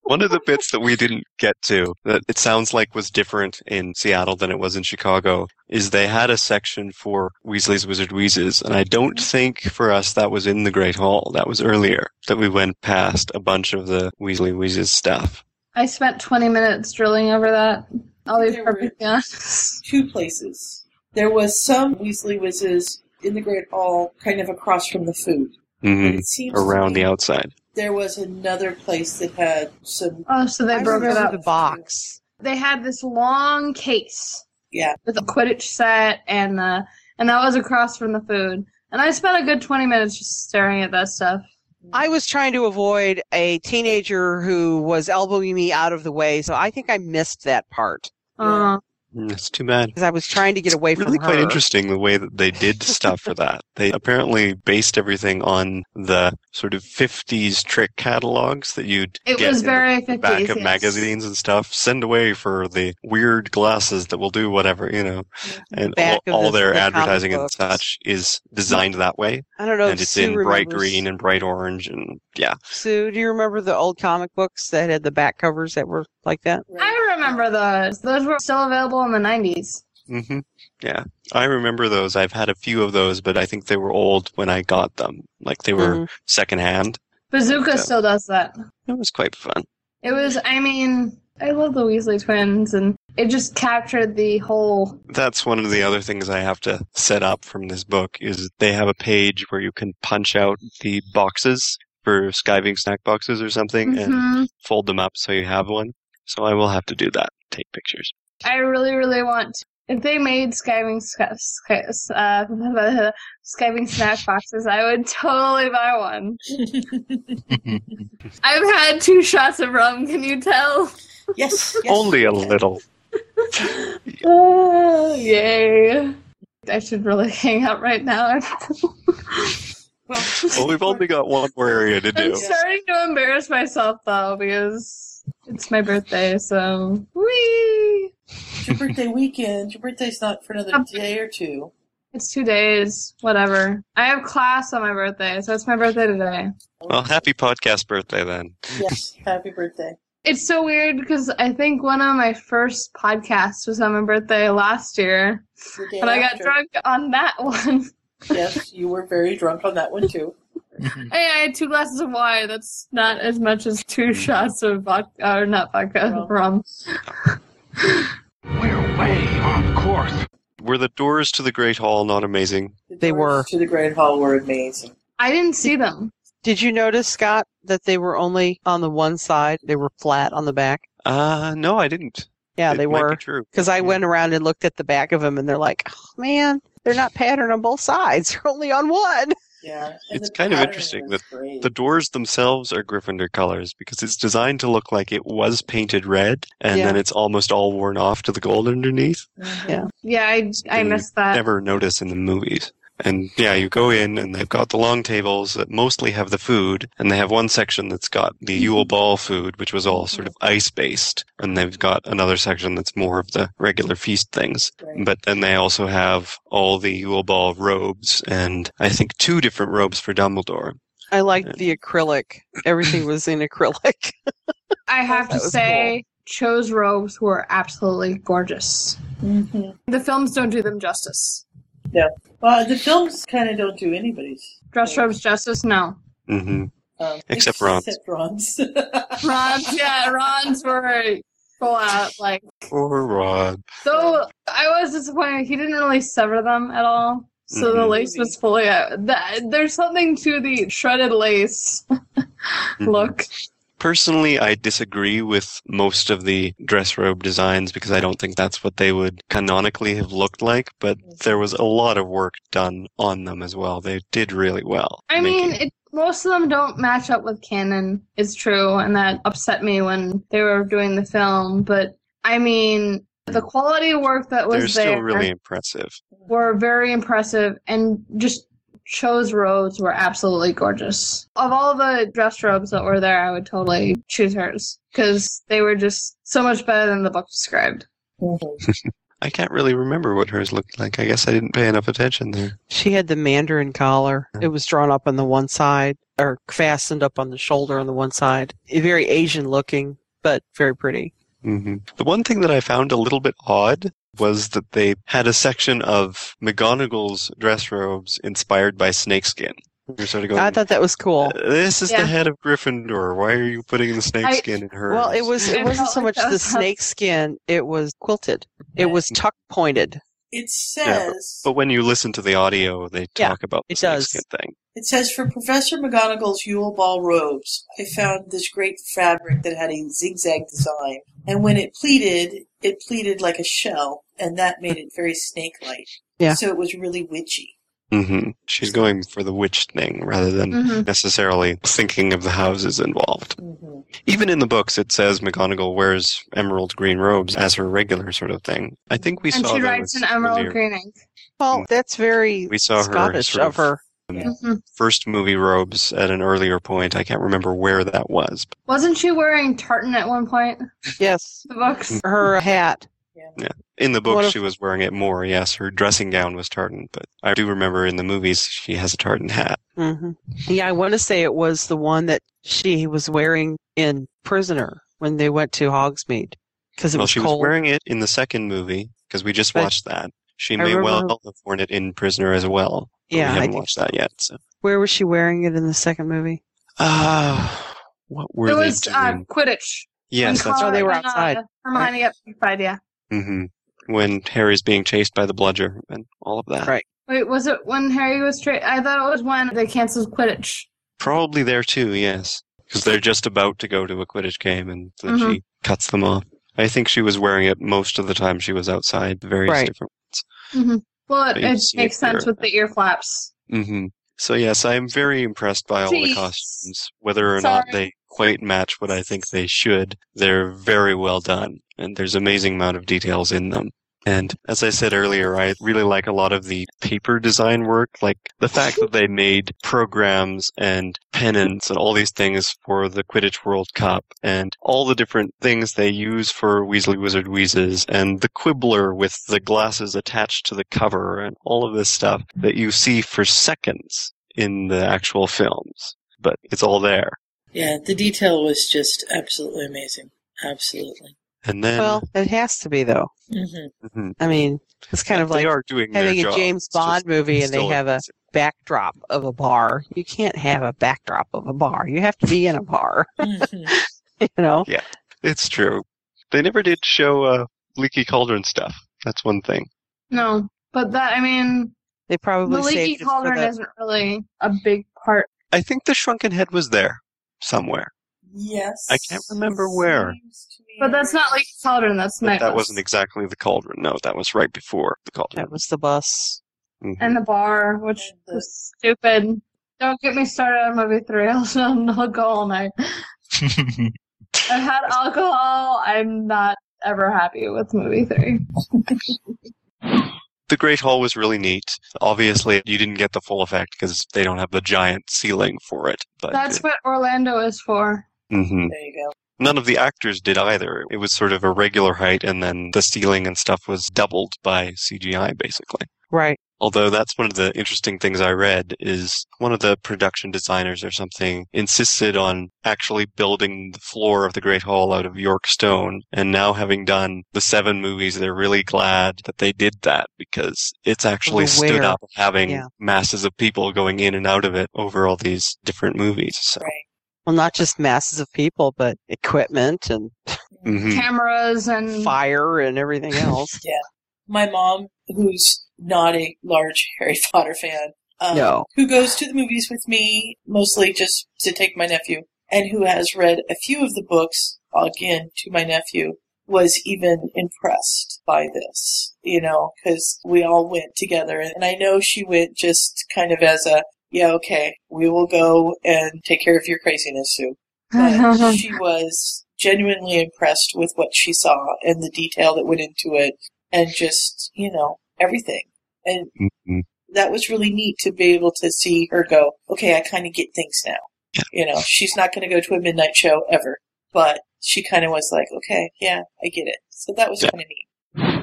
Speaker 3: One of the bits that we didn't get to that it sounds like was different in Seattle than it was in Chicago is they had a section for Weasley's Wizard Wheezes, and I
Speaker 4: Mm-hmm.
Speaker 3: don't think for us that was in the Great Hall. That was earlier that we went past a bunch of the Weasley Wheezes stuff.
Speaker 2: I spent 20 minutes drilling over that. I'll be perfectly honest.
Speaker 12: Two places. There was some Weasley Whizzes in the Great Hall, kind of across from the food.
Speaker 3: hmm
Speaker 12: seems to
Speaker 3: Around
Speaker 12: be-
Speaker 3: the outside.
Speaker 12: There was another place that had some.
Speaker 2: Oh, so they
Speaker 12: I
Speaker 2: broke it
Speaker 12: remember
Speaker 2: up.
Speaker 12: the
Speaker 4: box.
Speaker 2: They had this long case
Speaker 12: Yeah.
Speaker 2: with a Quidditch set, and the and that was across from the food. And I spent a good 20 minutes just staring at that stuff.
Speaker 4: I was trying to avoid a teenager who was elbowing me out of the way, so I think I missed that part
Speaker 2: Uh,
Speaker 3: That's Mm, too bad.
Speaker 4: because I was trying to get away from
Speaker 3: Really
Speaker 4: her.
Speaker 3: quite interesting the way that they did stuff for that. They apparently based everything on the sort of 50s trick catalogs that you'd
Speaker 2: It
Speaker 3: get
Speaker 2: was
Speaker 3: in the
Speaker 2: very
Speaker 3: the
Speaker 2: 50s.
Speaker 3: back of
Speaker 2: yes.
Speaker 3: magazines and stuff. Send away for the weird glasses that will do whatever, you know. And
Speaker 4: Mm-hmm. Back of
Speaker 3: all, all
Speaker 4: the-
Speaker 3: their
Speaker 4: the comic
Speaker 3: advertising and
Speaker 4: books.
Speaker 3: such is designed that way.
Speaker 4: I don't know.
Speaker 3: and
Speaker 4: if
Speaker 3: it's
Speaker 4: Sue
Speaker 3: in bright
Speaker 4: remembers-
Speaker 3: green and bright orange and yeah.
Speaker 4: Sue, do you remember the old comic books that had the back covers that were like that?
Speaker 2: I remember those. Those were still available in the 90s.
Speaker 3: hmm Yeah. I remember those. I've had a few of those, but I think they were old when I got them. Like they
Speaker 4: Mm-hmm.
Speaker 3: were secondhand.
Speaker 2: Bazooka
Speaker 3: Yeah.
Speaker 2: still does that.
Speaker 3: It was quite fun.
Speaker 2: It was, I mean, I love the Weasley twins, and it just captured the whole.
Speaker 3: That's one of the other things I have to set up from this book is they have a page where you can punch out the boxes for skiving snack boxes or something and
Speaker 2: Mhm.
Speaker 3: fold them up so you have one. So I will have to do that. Take pictures.
Speaker 2: I really, really want. If they made skiving sc- sc- uh, skiving snack boxes, I would totally buy one. I've had two shots of rum. Can you tell?
Speaker 1: Yes.
Speaker 3: Only a little.
Speaker 2: Ah, yay! I should really hang out right now.
Speaker 3: Well, we've only got one more area to
Speaker 2: I'm
Speaker 3: do.
Speaker 2: starting to embarrass myself though because it's my birthday. So wee!
Speaker 1: It's your birthday weekend. Your birthday's not for
Speaker 2: Um,
Speaker 1: another day or two.
Speaker 2: It's two days. Whatever. I have class on my birthday, so it's my birthday today.
Speaker 3: Well, happy podcast birthday then.
Speaker 1: Yes. Happy birthday.
Speaker 2: It's so weird because I think one of my first podcasts was on my birthday last year,
Speaker 1: day
Speaker 2: and I got
Speaker 1: after.
Speaker 2: drunk on that one.
Speaker 1: Yes, you were very drunk on that one too.
Speaker 2: hey, I had two glasses of wine. That's not as much as two shots of vodka, or not vodka, rum.
Speaker 3: Were the doors to the Great Hall not amazing?
Speaker 4: They were.
Speaker 1: To the Great Hall were amazing.
Speaker 2: I didn't see them.
Speaker 4: Did you notice, Scott, that they were only on the one side? They were flat on the back?
Speaker 3: Uh, no, I didn't.
Speaker 4: Yeah,
Speaker 3: It
Speaker 4: they
Speaker 3: might be
Speaker 4: were.
Speaker 3: true.
Speaker 4: Because I went around and looked at the back of them, and they're like, oh, man, they're not patterned on both sides. They're only on one.
Speaker 1: Yeah.
Speaker 3: It's kind of interesting that
Speaker 1: great.
Speaker 3: the doors themselves are Gryffindor colors because it's designed to look like it was painted red and
Speaker 2: Yeah.
Speaker 3: then it's almost all worn off to the gold underneath.
Speaker 1: Mm-hmm.
Speaker 4: Yeah.
Speaker 2: Yeah, I, I
Speaker 3: And you
Speaker 2: missed that.
Speaker 3: Never notice in the movies. And yeah, you go in and they've got the long tables that mostly have the food, and they have one section that's got the Yule Ball food, which was all sort of ice based, and they've got another section that's more of the regular feast things. But then they also have all the Yule Ball robes, and I think two different robes for Dumbledore.
Speaker 4: I liked the acrylic. Everything was in acrylic.
Speaker 2: I have to
Speaker 4: That was
Speaker 2: say, Cho's robes were absolutely gorgeous.
Speaker 1: Mm-hmm.
Speaker 2: The films don't do them justice.
Speaker 1: Yeah. Well, Uh, the films kind of don't do anybody's.
Speaker 2: Dress robes justice? No.
Speaker 3: Mm-hmm.
Speaker 1: Um,
Speaker 3: Except Ron's.
Speaker 1: Except Ron's.
Speaker 2: Ron's, yeah, Ron's were full out. Like,
Speaker 3: Or Rod.
Speaker 2: though I was disappointed, he didn't really sever them at all. So the
Speaker 3: Mhm.
Speaker 2: lace was fully out. Th- There's something to the shredded lace
Speaker 3: Mm-hmm.
Speaker 2: look.
Speaker 3: Personally, I disagree with most of the dress robe designs because I don't think that's what they would canonically have looked like, but
Speaker 2: Mm.
Speaker 3: there was a lot of work done on them as well. They did really well.
Speaker 2: I
Speaker 3: making
Speaker 2: mean, it, most of them don't match up with canon. It's true, and that upset me when they were doing the film. But I mean, the quality of work that
Speaker 3: They're
Speaker 2: was
Speaker 3: still
Speaker 2: there
Speaker 3: really impressive.
Speaker 2: were very impressive, and just chose robes were absolutely gorgeous. Of all the dress robes that were there, I would totally choose hers because they were just so much better than the book described.
Speaker 3: I can't really remember what hers looked like. I guess I didn't pay enough attention there.
Speaker 4: She had the Mandarin collar. It was drawn up on the one side or fastened up on the shoulder on the one side. Very Asian looking, but very pretty.
Speaker 3: hmm The one thing that I found a little bit odd was that they had a section of McGonagall's dress robes inspired by snakeskin. You're sort of going,
Speaker 4: I thought that was cool.
Speaker 3: This is
Speaker 4: Yeah.
Speaker 3: the head of Gryffindor. Why are you putting the snake
Speaker 4: I-
Speaker 3: skin in her?
Speaker 4: Well, it was it wasn't so much the snake skin, it was quilted. It was tuck pointed.
Speaker 1: It
Speaker 3: Yeah,
Speaker 1: says
Speaker 3: but, but when you listen to the audio, they talk about the snake skin thing.
Speaker 1: It says for Professor McGonagall's Yule Ball robes, I found this great fabric that had a zigzag design, and when it pleated, it pleated like a shell, and that made it very snake-like.
Speaker 4: Yeah.
Speaker 1: So it was really witchy.
Speaker 3: hmm She's going for the witch thing rather than
Speaker 4: Mm-hmm.
Speaker 1: Mhm.
Speaker 3: necessarily thinking of the houses involved. Even in the books, it says McGonagall wears emerald green robes as her regular sort of thing. I think we
Speaker 2: and
Speaker 3: saw
Speaker 2: she
Speaker 3: that
Speaker 2: writes
Speaker 3: with
Speaker 2: an emerald
Speaker 3: Lanier.
Speaker 2: green ink.
Speaker 4: Well, that's very
Speaker 3: Mm. We saw her
Speaker 4: Scottish
Speaker 3: sort
Speaker 4: of her.
Speaker 2: Mhm.
Speaker 3: first movie robes at an earlier point. I can't remember where that was.
Speaker 2: Wasn't she wearing tartan at one point?
Speaker 4: Yes.
Speaker 2: The books.
Speaker 4: Her hat.
Speaker 3: Yeah. In the book,
Speaker 4: What if-
Speaker 3: she was wearing it more. Yes, her dressing gown was tartan, but I do remember in the movies she has a tartan hat.
Speaker 4: hmm Yeah, I want to say it was the one that she was wearing in Prisoner when they went to Hogsmeade because it
Speaker 3: well,
Speaker 4: was
Speaker 3: she
Speaker 4: cold.
Speaker 3: was wearing it in the second movie because we just
Speaker 4: But
Speaker 3: watched that. She
Speaker 4: I
Speaker 3: may
Speaker 4: remember-
Speaker 3: well have worn it in Prisoner as well. but
Speaker 4: Yeah, I
Speaker 3: we haven't
Speaker 4: think
Speaker 3: watched that yet. So,
Speaker 4: Where was she wearing it in the second movie?
Speaker 3: Ah, what were
Speaker 2: it
Speaker 3: they
Speaker 2: was
Speaker 3: doing?
Speaker 2: uh, Quidditch.
Speaker 3: yes,
Speaker 2: When
Speaker 3: that's
Speaker 2: Clara-
Speaker 3: right.
Speaker 2: when, uh, Hermione got picked by, yeah.
Speaker 3: hmm When Harry's being chased by the Bludger and all of that.
Speaker 4: Right.
Speaker 2: Wait, was it when Harry was straight? I thought it was when they canceled Quidditch.
Speaker 3: Probably there too. Yes, because they're just about to go to a Quidditch game, and then
Speaker 4: Mm-hmm.
Speaker 2: Mhm.
Speaker 3: she cuts them off. I think she was wearing it most of the time she was outside. Various
Speaker 2: Right.
Speaker 3: different
Speaker 2: hmm Well, it,
Speaker 3: But you
Speaker 2: it
Speaker 3: see it
Speaker 2: makes sense
Speaker 3: here.
Speaker 2: with the ear flaps.
Speaker 3: hmm So yes, I am very impressed by all the
Speaker 2: Jeez.
Speaker 3: costumes, whether or not
Speaker 2: Sorry.
Speaker 3: they quite match what I think they should. They're very well done, and there's amazing amount of details in them. And as I said earlier, I really like a lot of the paper design work, like the fact that they made programs and pennants and all these things for the Quidditch World Cup and all the different things they use for Weasley Wizard Wheezes and the quibbler with the glasses attached to the cover and all of this stuff that you see for seconds in the actual films. But it's all there.
Speaker 1: Yeah, the detail was just absolutely amazing. Absolutely.
Speaker 3: And then
Speaker 4: Well, it has to be though.
Speaker 1: Mm-hmm.
Speaker 4: I mean, it's kind of
Speaker 3: They
Speaker 4: like
Speaker 3: are doing their
Speaker 4: having a
Speaker 3: job.
Speaker 4: James
Speaker 3: It's
Speaker 4: Bond
Speaker 3: just
Speaker 4: movie and they
Speaker 3: still
Speaker 4: have a backdrop of a bar. You can't have a backdrop of a bar. You have to be in a bar.
Speaker 1: Mm-hmm.
Speaker 4: you know.
Speaker 3: Yeah, it's true. They never did show uh, leaky cauldron stuff. That's one thing.
Speaker 2: No, but that I mean,
Speaker 4: they probably
Speaker 2: the leaky
Speaker 3: saved it for
Speaker 2: cauldron
Speaker 3: the-
Speaker 2: isn't really a big part.
Speaker 3: I think the shrunken head was there somewhere.
Speaker 1: Yes.
Speaker 3: I can't remember where.
Speaker 2: But that's not leaky cauldron. That's
Speaker 3: But
Speaker 2: night.
Speaker 3: that wasn't exactly the cauldron. No, that was right before the cauldron. Mm-hmm.
Speaker 4: That was the bus.
Speaker 2: and the bar, which was stupid. Don't get me started on movie three. I'll, I'll go all night. I've had alcohol. I'm not ever happy with movie three.
Speaker 3: The Great Hall was really neat. Obviously, you didn't get the full effect because they don't have the giant ceiling for it. But
Speaker 2: That's what Orlando is for.
Speaker 3: Mhm.
Speaker 1: There you go.
Speaker 3: none of the actors did either. It was sort of a regular height, and then the ceiling and stuff was doubled by CGI, basically.
Speaker 4: Right.
Speaker 3: Although that's one of the interesting things I read is one of the production designers or something insisted on actually building the floor of the Great Hall out of York stone. And now having done the seven movies, they're really glad that they did that because it's actually stood
Speaker 4: Aware.
Speaker 3: up having
Speaker 4: Yeah.
Speaker 3: masses of people going in and out of it over all these different movies. So,
Speaker 4: Well, not just masses of people, but equipment and
Speaker 3: Mhm.
Speaker 2: Cameras and
Speaker 4: fire and everything else.
Speaker 1: Yeah. My mom, who's not a large Harry Potter fan, um,
Speaker 4: No.
Speaker 1: who goes to the movies with me mostly just to take my nephew, and who has read a few of the books again to my nephew, was even impressed by this, you know, because we all went together, and I know she went just kind of as a, yeah, okay, we will go and take care of your craziness, Sue but she was genuinely impressed with what she saw and the detail that went into it and just, you know, everything. And
Speaker 3: Mm-hmm.
Speaker 1: that was really neat to be able to see her go, okay, I kind of get things now. You know, she's not going to go to a midnight show ever, but she kind of was like, okay, yeah, I get it. So that was
Speaker 3: Yeah.
Speaker 1: kind of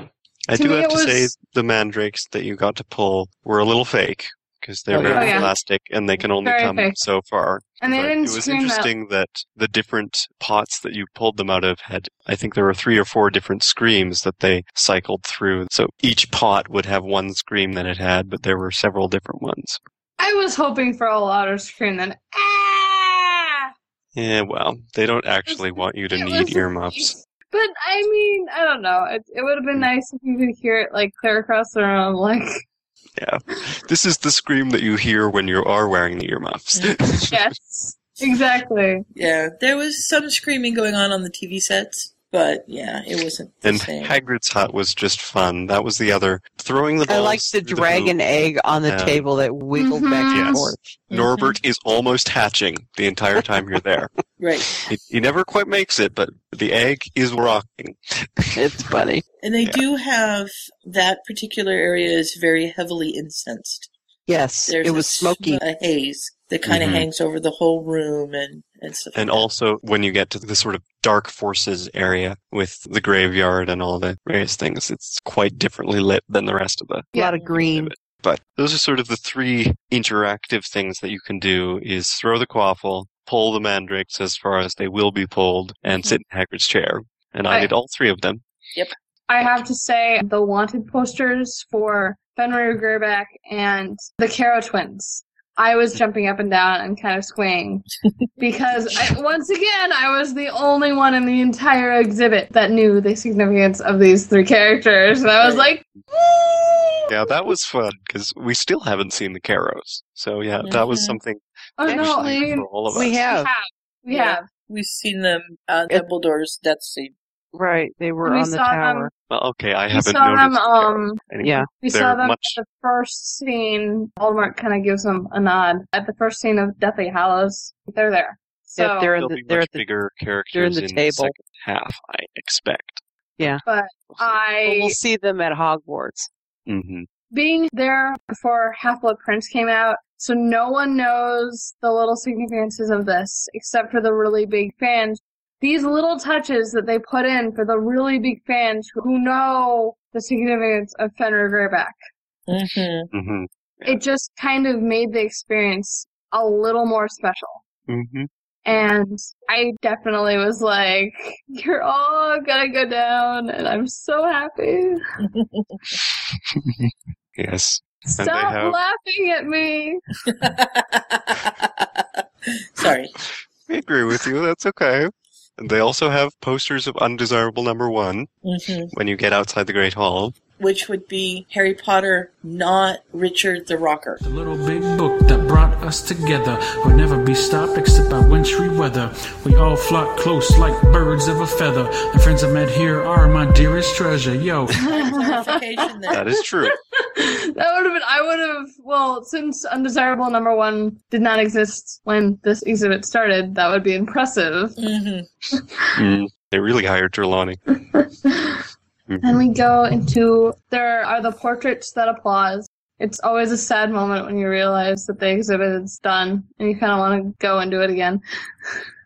Speaker 1: neat.
Speaker 3: I
Speaker 1: To
Speaker 3: do
Speaker 1: me,
Speaker 3: have
Speaker 1: it
Speaker 3: to say
Speaker 1: was-
Speaker 3: the mandrakes that you got to pull were a little fake because they're
Speaker 1: Oh, yeah.
Speaker 3: made
Speaker 1: Oh,
Speaker 3: of
Speaker 1: yeah.
Speaker 3: plastic and they can only
Speaker 2: Very
Speaker 3: come
Speaker 2: fake.
Speaker 3: so far.
Speaker 2: And they
Speaker 3: But
Speaker 2: didn't
Speaker 3: it was
Speaker 2: scream that-
Speaker 3: interesting that. the different pots that you pulled them out of had, I think there were three or four different screams that they cycled through. So each pot would have one scream that it had, but there were several different ones.
Speaker 2: I was hoping for a louder scream than ah.
Speaker 3: Yeah, well, they don't actually want you to need earmuffs. Hmm.
Speaker 2: But I mean, I don't know. It, it would have been nice if you could hear it like clear across the room, like
Speaker 3: Yeah. This is the scream that you hear when you are wearing the earmuffs.
Speaker 2: yes, exactly.
Speaker 13: Yeah, there was some screaming going on on the TV sets, but yeah, it wasn't.
Speaker 3: And Hagrid's hut was just fun. That was the other throwing the
Speaker 4: I
Speaker 3: balls.
Speaker 4: liked the
Speaker 3: through
Speaker 4: dragon
Speaker 3: hoop.
Speaker 4: egg on the
Speaker 3: Yeah.
Speaker 4: table that wiggled back and
Speaker 3: Yes.
Speaker 4: forth.
Speaker 3: Norbert is almost hatching the entire time you're there.
Speaker 13: Right.
Speaker 3: he, he never quite makes it, but the egg is rocking.
Speaker 4: It's funny.
Speaker 13: And they do have that particular area is very heavily incensed.
Speaker 4: Yes,
Speaker 13: There's
Speaker 4: it was
Speaker 13: a
Speaker 4: smoky.
Speaker 13: sm- a haze that kind of
Speaker 3: Mhm.
Speaker 13: hangs over the whole room and and stuff.
Speaker 3: And also, when you get to the sort of dark forces area with the graveyard and all the various things, it's quite differently lit than the rest of the
Speaker 4: A lot of green.
Speaker 3: But those are sort of the three interactive things that you can do is throw the quaffle, pull the mandrakes as far as they will be pulled, and sit in Hagrid's chair. And I
Speaker 2: Right.
Speaker 3: did all three of them.
Speaker 13: Yep.
Speaker 2: I have to say, the wanted posters for Fenrir Gerback and the Caro twins. I was jumping up and down and kind of swaying because I, once again I was the only one in the entire exhibit that knew the significance of these three characters, and I was like,
Speaker 3: Yeah, that was fun because we still haven't seen the Caros. So yeah, that was
Speaker 13: Mhm.
Speaker 3: something
Speaker 2: "Oh no,
Speaker 3: Actually,
Speaker 2: we,
Speaker 3: for all of
Speaker 4: we
Speaker 3: us.
Speaker 4: have.
Speaker 2: we
Speaker 13: Yeah.
Speaker 2: have."
Speaker 13: We've seen them at Dumbledore's death scene.
Speaker 4: Right, they were
Speaker 2: We
Speaker 4: on the
Speaker 2: saw them-
Speaker 4: tower.
Speaker 3: Well, okay, I
Speaker 2: we
Speaker 3: haven't
Speaker 2: saw
Speaker 3: noticed.
Speaker 2: them. Um,
Speaker 3: anyway.
Speaker 4: Yeah.
Speaker 2: we
Speaker 3: They're
Speaker 2: saw them
Speaker 3: much-
Speaker 2: at the first scene. Voldemort kind of gives them a nod at the first scene of Deathly Hallows. They're there. So
Speaker 4: Yep, they're in
Speaker 3: They'll
Speaker 4: the-
Speaker 3: be
Speaker 4: they're
Speaker 3: much
Speaker 4: at the-
Speaker 3: bigger characters
Speaker 4: they're in the table.
Speaker 3: second half, I expect.
Speaker 4: Yeah.
Speaker 2: but
Speaker 4: But
Speaker 2: I
Speaker 4: we'll see them at Hogwarts.
Speaker 3: hmm
Speaker 2: being there before Half Blood Prince came out, so no one knows the little significances of this except for the really big fans. These little touches that they put in for the really big fans who know the significance of Fenrir Greyback,
Speaker 13: hmm
Speaker 4: Mm-hmm.
Speaker 3: hmm
Speaker 2: it just kind of made the experience a little more special.
Speaker 3: hmm
Speaker 2: And I definitely was like, you're all gonna go down, and I'm so happy.
Speaker 3: Yes. And they
Speaker 2: Stop
Speaker 3: have
Speaker 2: laughing at me.
Speaker 14: Sorry.
Speaker 3: I agree with you. That's okay. And they also have posters of Undesirable Number One
Speaker 14: hmm
Speaker 3: when you get outside the Great Hall.
Speaker 14: Which would be Harry Potter, not Richard the Rocker.
Speaker 15: The little big book that brought us together will never be stopped except by wintry weather. We all flock close like birds of a feather. The friends I met here are my dearest treasure. Yo.
Speaker 2: Clarification there.
Speaker 3: That is true.
Speaker 2: That would have been. I would have. Well, since undesirable number one did not exist when this exhibit started, that would be impressive.
Speaker 14: Mm-hmm.
Speaker 3: Mm, they really hired Trelawney. Mm-hmm, mm,
Speaker 2: Then we go into there are the portraits that applause. It's always a sad moment when you realize that the exhibit is done and you kind of want to go and do it again.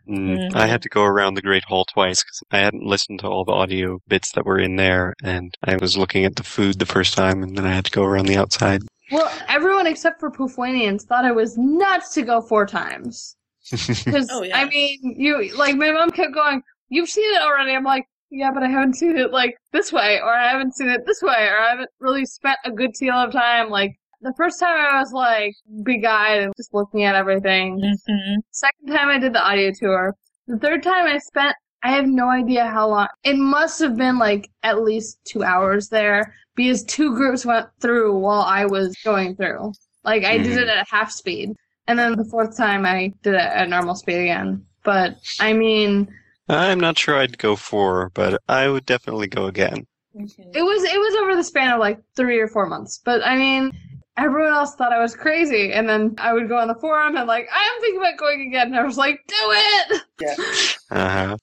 Speaker 3: Mm, I had to go around the Great Hall twice because I hadn't listened to all the audio bits that were in there, and I was looking at the food the first time, and then I had to go around the outside.
Speaker 2: Well, everyone except for Poofwanians thought I was nuts to go four times. Because I mean, you like my mom kept going. You've seen it already. I'm like, yeah, but I haven't seen it like this way, or I haven't seen it this way, or I haven't really spent a good deal of time. Like the first time, I was like big-eyed and just looking at everything.
Speaker 4: Mm-hmm.
Speaker 2: Second time, I did the audio tour. The third time, I spent. I have no idea how long. It must have been like at least two hours there because two groups went through while I was going through. Like I did
Speaker 16: Mhm.
Speaker 2: it at half speed. And then the fourth time I did it at normal speed again. But I mean,
Speaker 3: I'm not sure I'd go for, but I would definitely go again.
Speaker 2: it was it was over the span of like three or four months. But I mean, everyone else thought I was crazy, and then I would go on the forum and like I'm thinking about going again, and I was like, do it.
Speaker 1: Yeah.
Speaker 3: Uh-huh.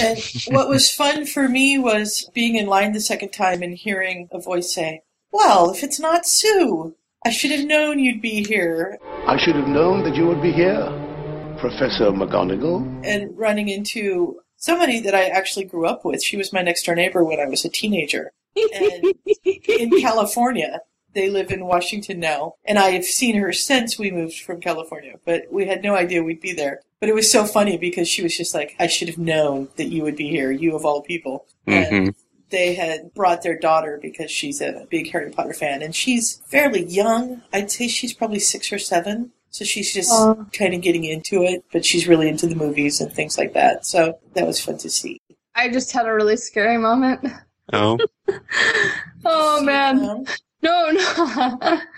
Speaker 1: And what was fun for me was being in line the second time and hearing a voice say, Well, if it's not Sue, I should have known you'd be here.
Speaker 6: I should have known that you would be here, Professor McGonagall.
Speaker 1: And running into somebody that I actually grew up with. She was my next door neighbor when I was a teenager. And in California, they live in Washington now. And I have seen her since we moved from California, but we had no idea we'd be there. But it was so funny because she was just like, I should have known that you would be here, you of all people.
Speaker 3: Mm-hmm.
Speaker 1: they had brought their daughter because she's a big Harry Potter fan, and she's fairly young. I'd say she's probably six or seven, so she's just
Speaker 17: Oh.
Speaker 2: Aw.
Speaker 1: kind of getting into it. But she's really into the movies and things like that, so that was fun to see.
Speaker 2: I just had a really scary moment.
Speaker 3: Oh,
Speaker 2: Oh man.
Speaker 1: um,
Speaker 2: No, no.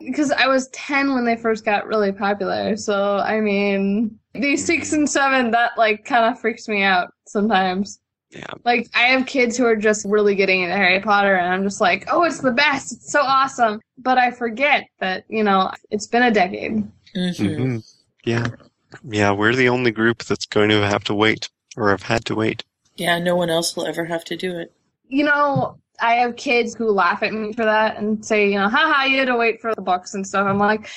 Speaker 2: Because I was 10 when they first got really popular. So, I mean, the six and seven, that like kind of freaks me out sometimes.
Speaker 3: Yeah.
Speaker 2: Like, I have kids who are just really getting into Harry Potter, and I'm just like, oh, it's the best. It's so awesome. But I forget that, you know, it's been a decade.
Speaker 14: Mm-hmm.
Speaker 3: hmm yeah, yeah. We're the only group that's going to have to wait, or have had to wait.
Speaker 14: Yeah, no one else will ever have to do it.
Speaker 2: you know, I have kids who laugh at me for that and say, you know, haha, you had to wait for the books and stuff. I'm like,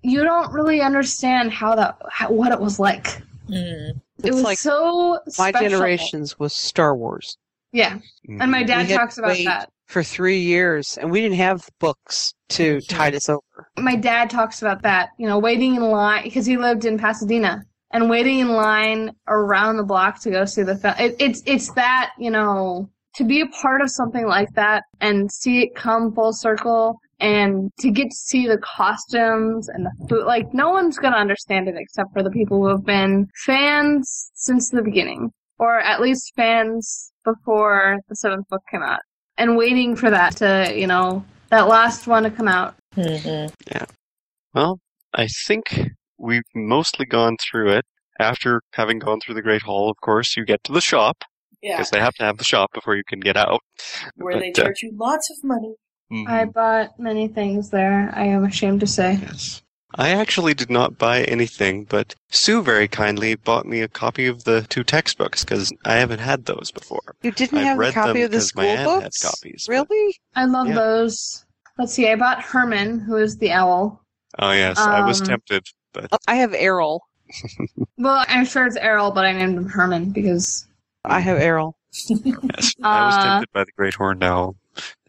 Speaker 2: you don't really understand how that, how, what it was like.
Speaker 14: Mm-hmm.
Speaker 2: It was
Speaker 4: like
Speaker 2: so
Speaker 4: My
Speaker 2: special.
Speaker 4: generation's was Star Wars.
Speaker 2: Yeah.
Speaker 3: Mm.
Speaker 2: And my dad
Speaker 4: We had
Speaker 2: talks
Speaker 4: to
Speaker 2: about
Speaker 4: wait
Speaker 2: that.
Speaker 4: for three years, and we didn't have books to tide us over.
Speaker 2: My dad talks about that, you know, waiting in line, because he lived in Pasadena. And waiting in line around the block to go see the film. It, it's it's that you know to be a part of something like that and see it come full circle and to get to see the costumes and the food like no one's going to understand it except for the people who have been fans since the beginning or at least fans before the seventh book came out and waiting for that to you know that last one to come out
Speaker 3: Yeah. Well, I think we've mostly gone through it. After having gone through the Great Hall, of course, you get to the shop
Speaker 1: Yeah,
Speaker 3: because they have to have the shop before you can get out.
Speaker 1: where they
Speaker 3: But, uh,
Speaker 1: charge you lots of money.
Speaker 3: mhm.
Speaker 2: i bought many things there i am ashamed to say
Speaker 3: I actually did not buy anything, but Sue very kindly bought me a copy of the two textbooks because I haven't had those before.
Speaker 4: You didn't
Speaker 3: I've
Speaker 4: have a
Speaker 3: read
Speaker 4: copy
Speaker 3: them
Speaker 4: of the
Speaker 3: 'cause my
Speaker 4: school
Speaker 3: aunt had
Speaker 4: books?
Speaker 3: copies,
Speaker 4: really?
Speaker 2: i love
Speaker 3: Yeah.
Speaker 2: those let's see i bought herman who is the owl
Speaker 3: Oh yes, I was
Speaker 2: Um,
Speaker 3: tempted, but
Speaker 4: I have Errol.
Speaker 2: Well, I'm sure it's Errol, but I named him Herman because
Speaker 4: I have
Speaker 3: Mm-hmm.
Speaker 4: Errol.
Speaker 3: yes, I was
Speaker 2: uh,
Speaker 3: tempted by the Great Horned Owl.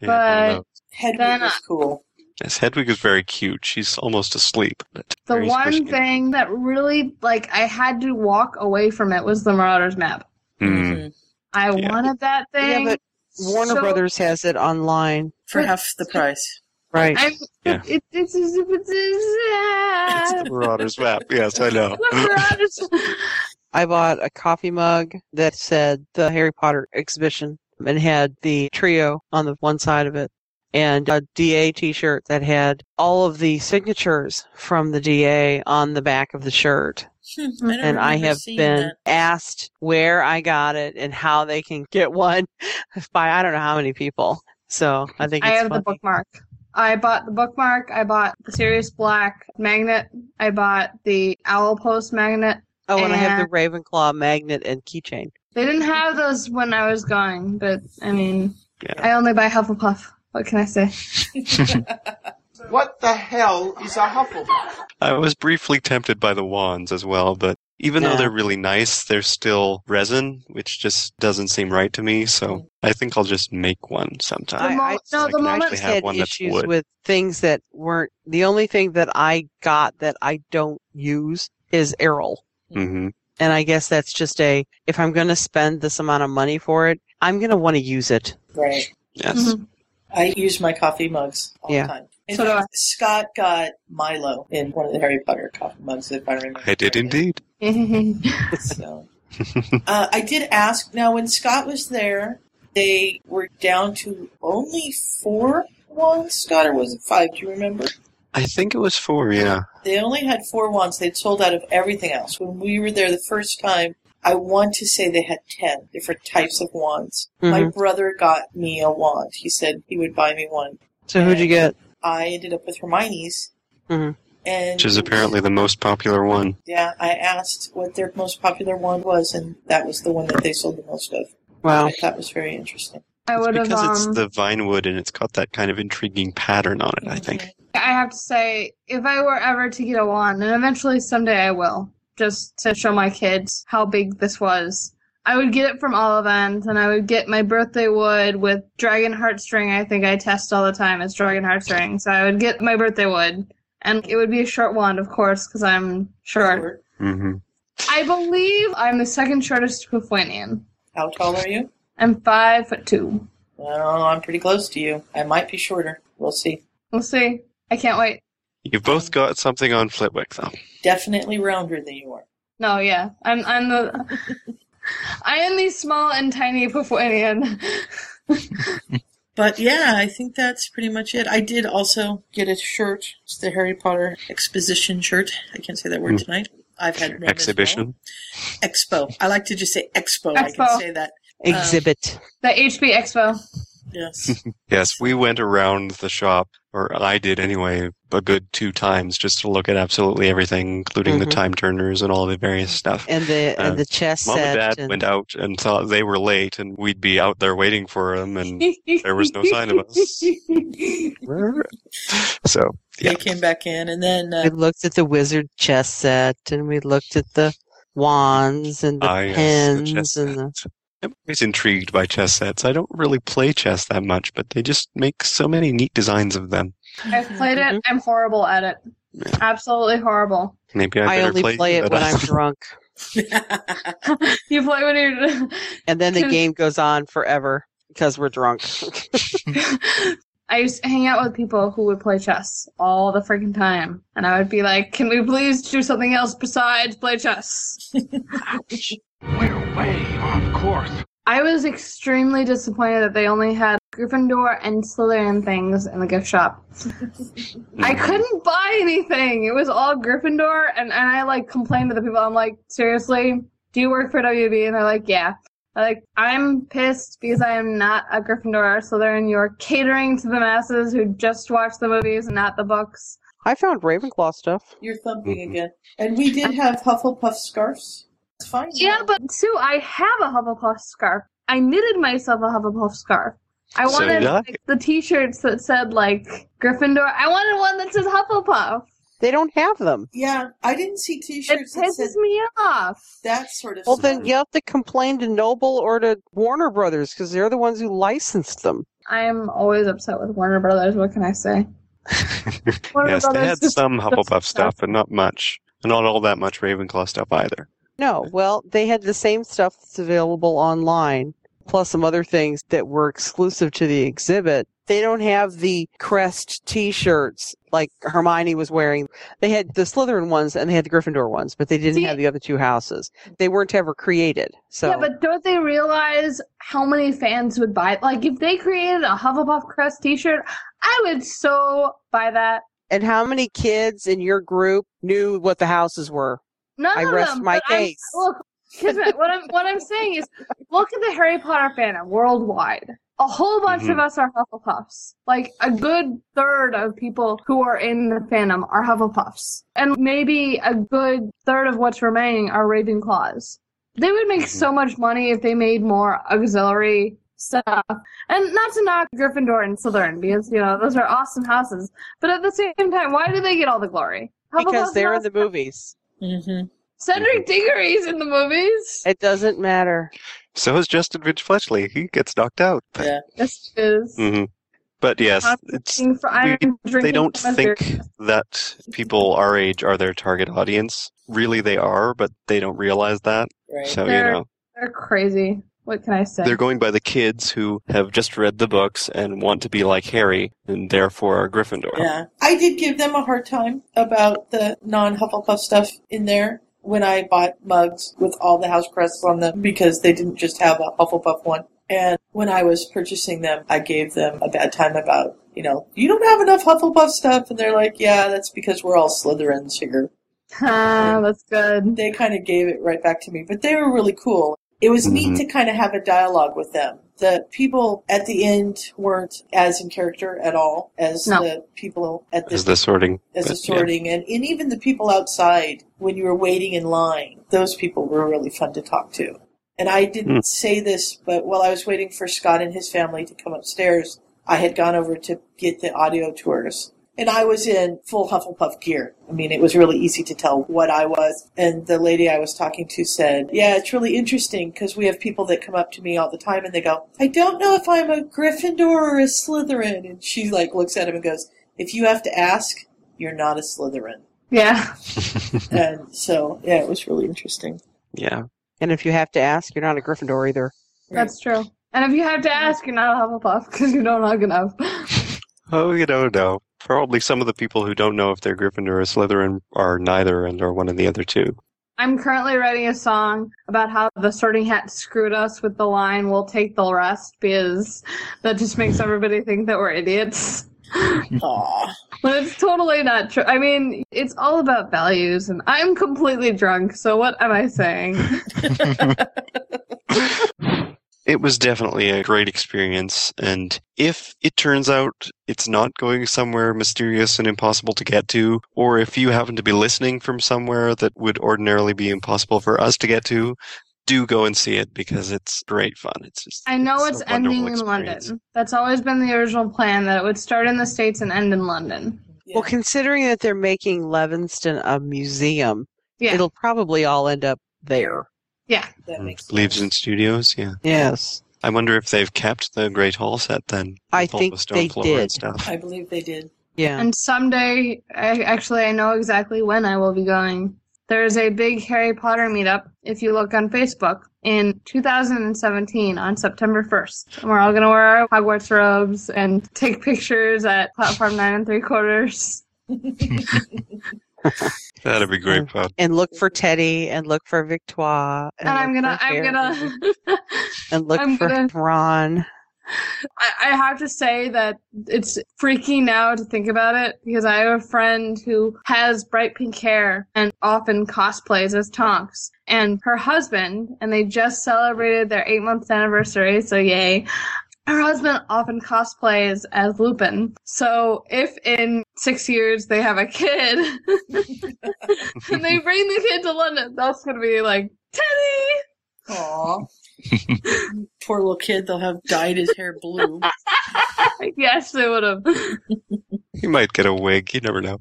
Speaker 3: Yeah, I don't
Speaker 2: but
Speaker 3: know.
Speaker 2: Hedwig then,
Speaker 1: was cool.
Speaker 3: Yes, Hedwig is very cute. She's almost asleep. But
Speaker 2: The
Speaker 3: very
Speaker 2: one
Speaker 3: squishy.
Speaker 2: thing that really, like, I had to walk away from it was the Marauders map.
Speaker 1: Mm.
Speaker 3: Hmm.
Speaker 2: I wanted that thing.
Speaker 4: Yeah, but Warner
Speaker 2: so-
Speaker 4: Brothers has it online.
Speaker 17: for half the price.
Speaker 4: Right.
Speaker 2: I'm,
Speaker 3: Yeah.
Speaker 2: it, it's, it's, it's, it's,
Speaker 3: The Marauder's map. Yes, I know.
Speaker 4: I bought a coffee mug that said the Harry Potter exhibition and had the trio on the one side of it and a DA t-shirt that had all of the signatures from the DA on the back of the shirt.
Speaker 17: Hmm, I don't
Speaker 4: and I
Speaker 17: remember
Speaker 4: have
Speaker 17: seeing
Speaker 4: been
Speaker 17: that.
Speaker 4: asked where I got it and how they can get one by I don't know how many people. So I think
Speaker 2: I
Speaker 4: it's
Speaker 2: have
Speaker 4: funny.
Speaker 2: the bookmark. I bought the bookmark. I bought the Sirius Black magnet. I bought the Owl Post magnet.
Speaker 4: Oh, and, I have the Ravenclaw magnet and keychain.
Speaker 2: They didn't have those when I was going, but I mean,
Speaker 4: Yeah.
Speaker 2: I only buy Hufflepuff. What can I say?
Speaker 18: What the hell is a Hufflepuff?
Speaker 3: I was briefly tempted by the wands as well, but even
Speaker 18: Yeah.
Speaker 3: though they're really nice, they're still resin, which just doesn't seem right to me. So I think I'll just make one sometime.
Speaker 4: I, I,
Speaker 3: no, I the can moment- actually have
Speaker 4: had
Speaker 3: one that's
Speaker 4: issues
Speaker 3: wood.
Speaker 4: with things that weren't the only thing that I got that I don't use is Errol.
Speaker 3: hmm
Speaker 4: And I guess that's just a if I'm going to spend this amount of money for it, I'm going to want to use it.
Speaker 1: Right.
Speaker 3: Yes.
Speaker 2: Mm-hmm.
Speaker 1: I use my coffee mugs all
Speaker 4: Yeah.
Speaker 1: the time. In fact, Scott got Milo in one of the Harry Potter coffee mugs, if I remember.
Speaker 3: I did indeed.
Speaker 1: so, uh, I did ask. Now, when Scott was there, they were down to only four wands. Scott, or was it five? Do you remember?
Speaker 3: I think it was four, yeah.
Speaker 1: They only had four wands. They'd sold out of everything else. When we were there the first time, I want to say they had 10 different types of wands. My
Speaker 4: Mhm.
Speaker 1: brother got me a wand. He said he would buy me one.
Speaker 4: So who'd you get?
Speaker 1: I ended up with Hermione's.
Speaker 4: Mhm.
Speaker 17: Mm-hmm.
Speaker 1: And
Speaker 3: Which is apparently the most popular one.
Speaker 1: yeah, I asked what their most popular wand was, and that was the one that they sold the most of.
Speaker 4: Wow.
Speaker 1: That was very interesting.
Speaker 2: I would have.
Speaker 3: Because it's
Speaker 2: Um,
Speaker 3: the vine wood and it's got that kind of intriguing pattern on it, I think.
Speaker 2: I have to say, if I were ever to get a wand, and eventually someday I will, just to show my kids how big this was, I would get it from Ollivant, and I would get my birthday wood with dragon heartstring. I think I test all the time. It's dragon heartstring, so I would get my birthday wood, and it would be a short wand, of course, because I'm short.
Speaker 3: Mm-hmm.
Speaker 2: I believe I'm the second shortest Quifonian.
Speaker 1: How tall are you?
Speaker 2: I'm five foot two.
Speaker 1: Well, I'm pretty close to you. I might be shorter. We'll see.
Speaker 2: We'll see. I can't wait.
Speaker 3: You've both got something on Flitwick, though.
Speaker 1: Definitely rounder than you are.
Speaker 2: No, yeah, I'm I'm the I am the small and tiny Pufuanian.
Speaker 17: But yeah, I think that's pretty much it. I did also get a shirt. It's the Harry Potter exposition shirt. I can't say that word
Speaker 3: Hmm.
Speaker 17: tonight. I've had one as well.
Speaker 3: Exhibition.
Speaker 17: Expo. I like to just say expo. I can
Speaker 2: Expo.
Speaker 17: say that.
Speaker 4: Exhibit.
Speaker 2: The HB Expo.
Speaker 17: Yes.
Speaker 3: Yes, we went around the shop, or I did anyway, a good two times just to look at absolutely everything, including the
Speaker 4: Mhm.
Speaker 3: time turners and all the various stuff.
Speaker 4: And the
Speaker 3: Uh,
Speaker 4: and the chess
Speaker 3: Mom
Speaker 4: set.
Speaker 3: and Dad
Speaker 4: and-
Speaker 3: went out and thought they were late, and we'd be out there waiting for them, and there was no sign of us. So
Speaker 17: They came back in, and then uh,
Speaker 4: we looked at the wizard chess set and we looked at the wands and the
Speaker 3: Ah, yes, the
Speaker 4: pens
Speaker 3: chess
Speaker 4: and the
Speaker 3: I'm always intrigued by chess sets. I don't really play chess that much, but they just make so many neat designs of them.
Speaker 2: I've played it. I'm horrible at it. Absolutely horrible.
Speaker 3: Maybe I
Speaker 4: I
Speaker 3: better
Speaker 4: only
Speaker 3: play,
Speaker 4: play
Speaker 3: you,
Speaker 4: it
Speaker 3: but
Speaker 4: when
Speaker 3: I-
Speaker 4: I'm drunk.
Speaker 2: You play when you're.
Speaker 4: And then the game goes on forever because we're drunk.
Speaker 2: I used to hang out with people who would play chess all the freaking time, and I would be like, "Can we please do something else besides play chess?"
Speaker 19: We're way off course.
Speaker 2: I was extremely disappointed that they only had Gryffindor and Slytherin things in the gift shop. I couldn't buy anything. It was all Gryffindor, and, and I like complained to the people. I'm like, seriously, do you work for WB? And they're like, yeah. I'm like, I'm pissed because I am not a Gryffindor or Slytherin. You're catering to the masses who just watch the movies and not the books.
Speaker 4: I found Ravenclaw stuff.
Speaker 1: You're
Speaker 4: Mm-hmm.
Speaker 1: thumping again. And we did have Hufflepuff scarves. It's fine.
Speaker 2: Yeah, but Sue, I have a Hufflepuff scarf. I knitted myself a Hufflepuff scarf. I
Speaker 3: So
Speaker 2: wanted
Speaker 3: did I.
Speaker 2: like, the T-shirts that said like Gryffindor. I wanted one that says Hufflepuff.
Speaker 4: They don't have them.
Speaker 1: Yeah, I didn't see T-shirts.
Speaker 2: It pisses me off.
Speaker 1: That sort of.
Speaker 4: Well, then
Speaker 1: stuff.
Speaker 4: you have to complain to Noble or to Warner Brothers because they're the ones who licensed them.
Speaker 2: I'm always upset with Warner Brothers. What can I say? One of the
Speaker 3: yes, they
Speaker 2: brothers
Speaker 3: had
Speaker 2: just-
Speaker 3: some Hufflepuff stuff, but not much. And not all that much Ravenclaw stuff either.
Speaker 4: No, well, they had the same stuff that's available online, plus some other things that were exclusive to the exhibit. They don't have the crest t shirts like Hermione was wearing. They had the Slytherin ones and they had the Gryffindor ones, but they didn't have the other two houses. They weren't ever created. So
Speaker 2: Yeah, but don't they realize how many fans would buy? Like, if they created a Hufflepuff crest T-shirt, I would so buy that.
Speaker 4: And how many kids in your group knew what the houses were?
Speaker 2: None
Speaker 4: I
Speaker 2: of
Speaker 4: rest
Speaker 2: them.
Speaker 4: my
Speaker 2: but I'm-
Speaker 4: case.
Speaker 2: Look, because what I'm what I'm saying is, look at the Harry Potter fandom worldwide. A whole bunch
Speaker 3: Mhm.
Speaker 2: of us are Hufflepuffs. Like a good third of people who are in the fandom are Hufflepuffs, and maybe a good third of what's remaining are Ravenclaws. They would make so much money if they made more auxiliary stuff. And not to knock Gryffindor and Slytherin because you know those are awesome houses, but at the same time, why do they get all the glory?
Speaker 4: Because
Speaker 2: Hufflepuffs
Speaker 4: they're in
Speaker 2: must-
Speaker 4: the movies.
Speaker 20: Mm-hmm.
Speaker 2: Cedric Diggory's in the movies.
Speaker 4: It doesn't matter.
Speaker 3: So is Justin Finch Fletchley. He gets knocked out. But,
Speaker 20: yeah.
Speaker 2: This is.
Speaker 3: hmm but yes,
Speaker 2: I'm
Speaker 3: it's
Speaker 2: looking for- I'm
Speaker 3: we- they
Speaker 2: drinking
Speaker 3: don't
Speaker 2: from a
Speaker 3: think
Speaker 2: beer.
Speaker 3: that people our age are their target audience. Really, they are, but they don't realize that. So
Speaker 2: they're,
Speaker 3: you know,
Speaker 2: they're crazy. What can I say?
Speaker 3: they're going by the kids who have just read the books and want to be like Harry, and therefore are Gryffindor.
Speaker 1: Yeah. I did give them a hard time about the non Hufflepuff stuff in there when I bought mugs with all the house crests on them because they didn't just have a Hufflepuff one. And when I was purchasing them, I gave them a bad time about, you know, you don't have enough Hufflepuff stuff. And they're like, yeah, that's because we're all Slytherins here.
Speaker 2: Ah, that's good.
Speaker 1: They kind of gave it right back to me, but they were really cool. It was neat to kind of have a dialogue with them. The people at the end weren't as in character at all as
Speaker 3: No.
Speaker 1: the people at the
Speaker 3: Is the sorting?
Speaker 1: as a
Speaker 3: but, yeah.
Speaker 1: sorting and, and even the people outside when you were waiting in line those people were really fun to talk to and i didn't
Speaker 3: Hmm.
Speaker 1: say this but while i was waiting for scott and his family to come upstairs i had gone over to get the audio tours and i was in full hufflepuff gear i mean it was really easy to tell what i was and the lady i was talking to said yeah it's really interesting because we have people that come up to me all the time and they go i don't know if i'm a gryffindor or a slytherin and she like looks at him and goes if you have to ask you're not a Slytherin.
Speaker 2: Yeah.
Speaker 1: and so, yeah, it was really interesting.
Speaker 3: Yeah.
Speaker 4: And if you have to ask, you're not a Gryffindor either.
Speaker 2: That's true. And if you have to ask, you're not a Hufflepuff because you don't hug enough.
Speaker 3: Oh, you don't know. Probably some of the people who don't know if they're Gryffindor or Slytherin are neither and are one of the other two.
Speaker 2: I'm currently writing a song about how the sorting hat screwed us with the line, we'll take the rest, because that just makes everybody think that we're idiots.
Speaker 1: Aww.
Speaker 2: But it's totally not true. I mean, it's all about values, and I'm completely drunk, so what am I saying?
Speaker 3: It was definitely a great experience, and if it turns out it's not going somewhere mysterious and impossible to get to, or if you happen to be listening from somewhere that would ordinarily be impossible for us to get to, do go and see it because it's great fun. It's just
Speaker 2: I know
Speaker 3: It's
Speaker 2: it's,
Speaker 3: a wonderful
Speaker 2: ending in London. That's always been the original plan that it would start in the States and end in London.
Speaker 4: Well, considering that they're making Levinston a museum,
Speaker 2: Yeah.
Speaker 4: it'll probably all end up there.
Speaker 2: Yeah.
Speaker 3: Hmm.
Speaker 1: That makes
Speaker 3: Leaves in Studios, yeah.
Speaker 4: Yes.
Speaker 3: I wonder if they've kept the Great Hall set then.
Speaker 4: I
Speaker 3: with all
Speaker 4: think
Speaker 3: the stone
Speaker 4: they
Speaker 3: floor
Speaker 4: did.
Speaker 3: And stuff.
Speaker 1: I believe they did.
Speaker 4: Yeah.
Speaker 2: And someday, I, actually, I know exactly when I will be going. There is a big Harry Potter meetup, if you look on Facebook, in 2017 on September 1st. And we're all going to wear our Hogwarts robes and take pictures at platform nine and three quarters.
Speaker 3: That'd be great fun.
Speaker 4: And look for Teddy and look for Victoire.
Speaker 2: And I'm
Speaker 4: look
Speaker 2: gonna,
Speaker 4: for
Speaker 2: I'm
Speaker 4: Harry,
Speaker 2: gonna,
Speaker 4: And look
Speaker 2: I'm
Speaker 4: for
Speaker 2: gonna-
Speaker 4: Ron.
Speaker 2: I, I have to say that it's freaky now to think about it because I have a friend who has bright pink hair and often cosplays as Tonks and her husband, and they just celebrated their eight month anniversary, so yay. Her husband often cosplays as Lupin. So if in six years they have a kid and they bring the kid to London, that's gonna be like Teddy.
Speaker 1: Aw. Poor little kid, they'll have dyed his hair blue.
Speaker 2: yes, they would have.
Speaker 3: He might get a wig. You never know.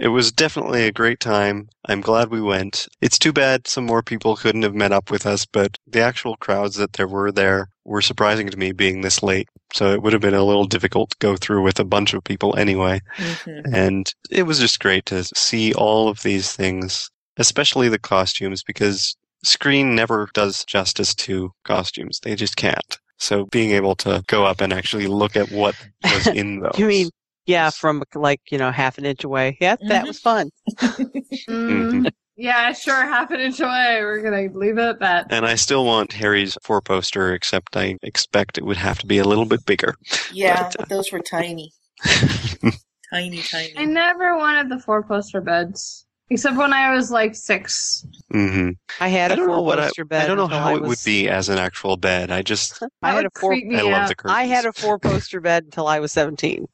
Speaker 3: It was definitely a great time. I'm glad we went. It's too bad some more people couldn't have met up with us, but the actual crowds that there were there were surprising to me being this late. So it would have been a little difficult to go through with a bunch of people anyway.
Speaker 1: Mm-hmm.
Speaker 3: And it was just great to see all of these things, especially the costumes, because screen never does justice to costumes. They just can't. So being able to go up and actually look at what was in those.
Speaker 4: You mean, yeah, from like, you know, half an inch away. Yeah,
Speaker 2: Mm-hmm.
Speaker 4: that was fun.
Speaker 2: Mm, yeah, sure. Half an inch away. We're gonna leave it at that.
Speaker 3: And I still want Harry's four poster, except I expect it would have to be a little bit bigger.
Speaker 21: Yeah, but those were tiny. tiny, tiny.
Speaker 2: I never wanted the four poster beds, except when I was like six.
Speaker 3: hmm
Speaker 4: I had
Speaker 3: I
Speaker 4: a
Speaker 3: don't know
Speaker 4: four
Speaker 3: what I,
Speaker 4: poster bed.
Speaker 3: I don't know
Speaker 4: until
Speaker 3: how
Speaker 4: I
Speaker 3: it would
Speaker 4: was-
Speaker 3: be as an actual bed. I just
Speaker 4: I had a four.
Speaker 3: me I love out. the curtains.
Speaker 4: I had a four poster bed until I was seventeen.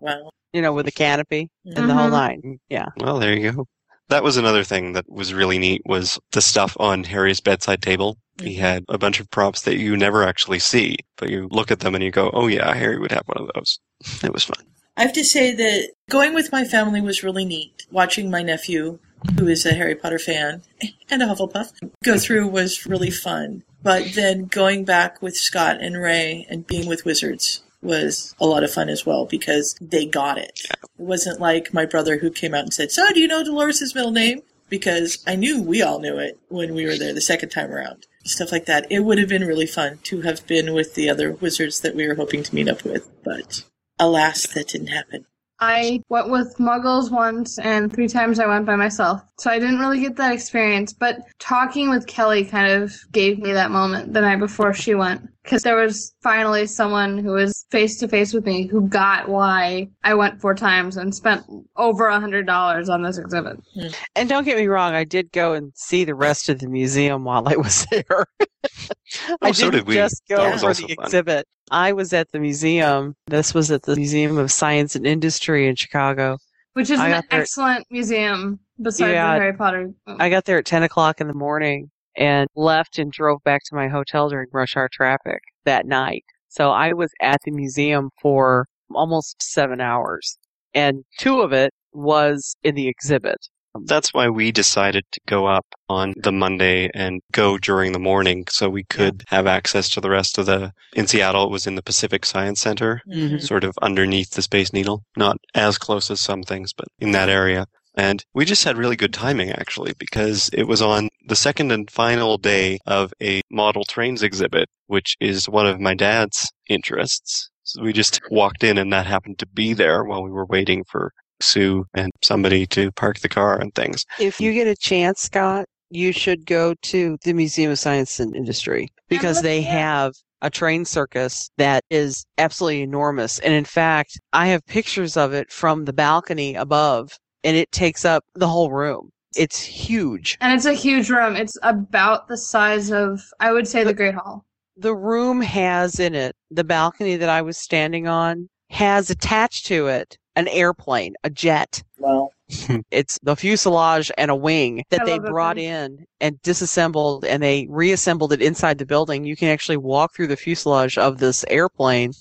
Speaker 21: Wow.
Speaker 4: You know, with a canopy and the whole
Speaker 2: Mm-hmm.
Speaker 3: Mhm.
Speaker 4: nine. Yeah.
Speaker 3: Well, there you go. That was another thing that was really neat was the stuff on Harry's bedside table. He
Speaker 4: Mm-hmm.
Speaker 3: had a bunch of props that you never actually see, but you look at them and you go, "Oh yeah, Harry would have one of those." It was fun.
Speaker 1: I have to say that going with my family was really neat. Watching my nephew, who is a Harry Potter fan and a Hufflepuff, go through was really fun. But then going back with Scott and Ray and being with Wizards was a lot of fun as well because they got it. It wasn't like my brother who came out and said, So, do you know Dolores' middle name? Because I knew we all knew it when we were there the second time around. Stuff like that. It would have been really fun to have been with the other wizards that we were hoping to meet up with, but alas, that didn't happen.
Speaker 2: I went with muggles once and three times I went by myself. So I didn't really get that experience, but talking with Kelly kind of gave me that moment the night before she went cuz there was finally someone who was face to face with me who got why I went four times and spent over a $100 on this exhibit.
Speaker 4: And don't get me wrong, I did go and see the rest of the museum while I was there. I
Speaker 3: Oh, so
Speaker 4: didn't
Speaker 3: did we.
Speaker 4: just go
Speaker 3: That was
Speaker 4: for
Speaker 3: also
Speaker 4: the
Speaker 3: fun.
Speaker 4: exhibit. I was at the museum. This was at the Museum of Science and Industry in Chicago.
Speaker 2: Which is
Speaker 4: I
Speaker 2: an
Speaker 4: got there-
Speaker 2: excellent museum besides
Speaker 4: Yeah.
Speaker 2: the Harry Potter. Oh.
Speaker 4: I got there at 10 o'clock in the morning and left and drove back to my hotel during rush hour traffic that night. So I was at the museum for almost seven hours, and two of it was in the exhibit.
Speaker 3: That's why we decided to go up on the Monday and go during the morning so we could have access to the rest of the. In Seattle, it was in the Pacific Science Center,
Speaker 4: Mhm.
Speaker 3: sort of underneath the Space Needle. Not as close as some things, but in that area. And we just had really good timing, actually, because it was on the second and final day of a model trains exhibit, which is one of my dad's interests. So we just walked in, and that happened to be there while we were waiting for Sue and somebody to park the car and things.
Speaker 4: If you get a chance, Scott, you should go to the Museum of Science and Industry because they have a train circus that is absolutely enormous. And in fact, I have pictures of it from the balcony above, and it takes up the whole room. It's huge.
Speaker 2: And it's a huge room. It's about the size of I would say the Great Hall.
Speaker 4: the room has in it the balcony that I was standing on has attached to it an airplane, a jet.
Speaker 21: Wow.
Speaker 4: it's the fuselage and a wing that
Speaker 21: I
Speaker 4: they
Speaker 21: love that
Speaker 4: brought
Speaker 21: thing.
Speaker 4: in and disassembled and they reassembled it inside the building. You can actually walk through the fuselage of this airplane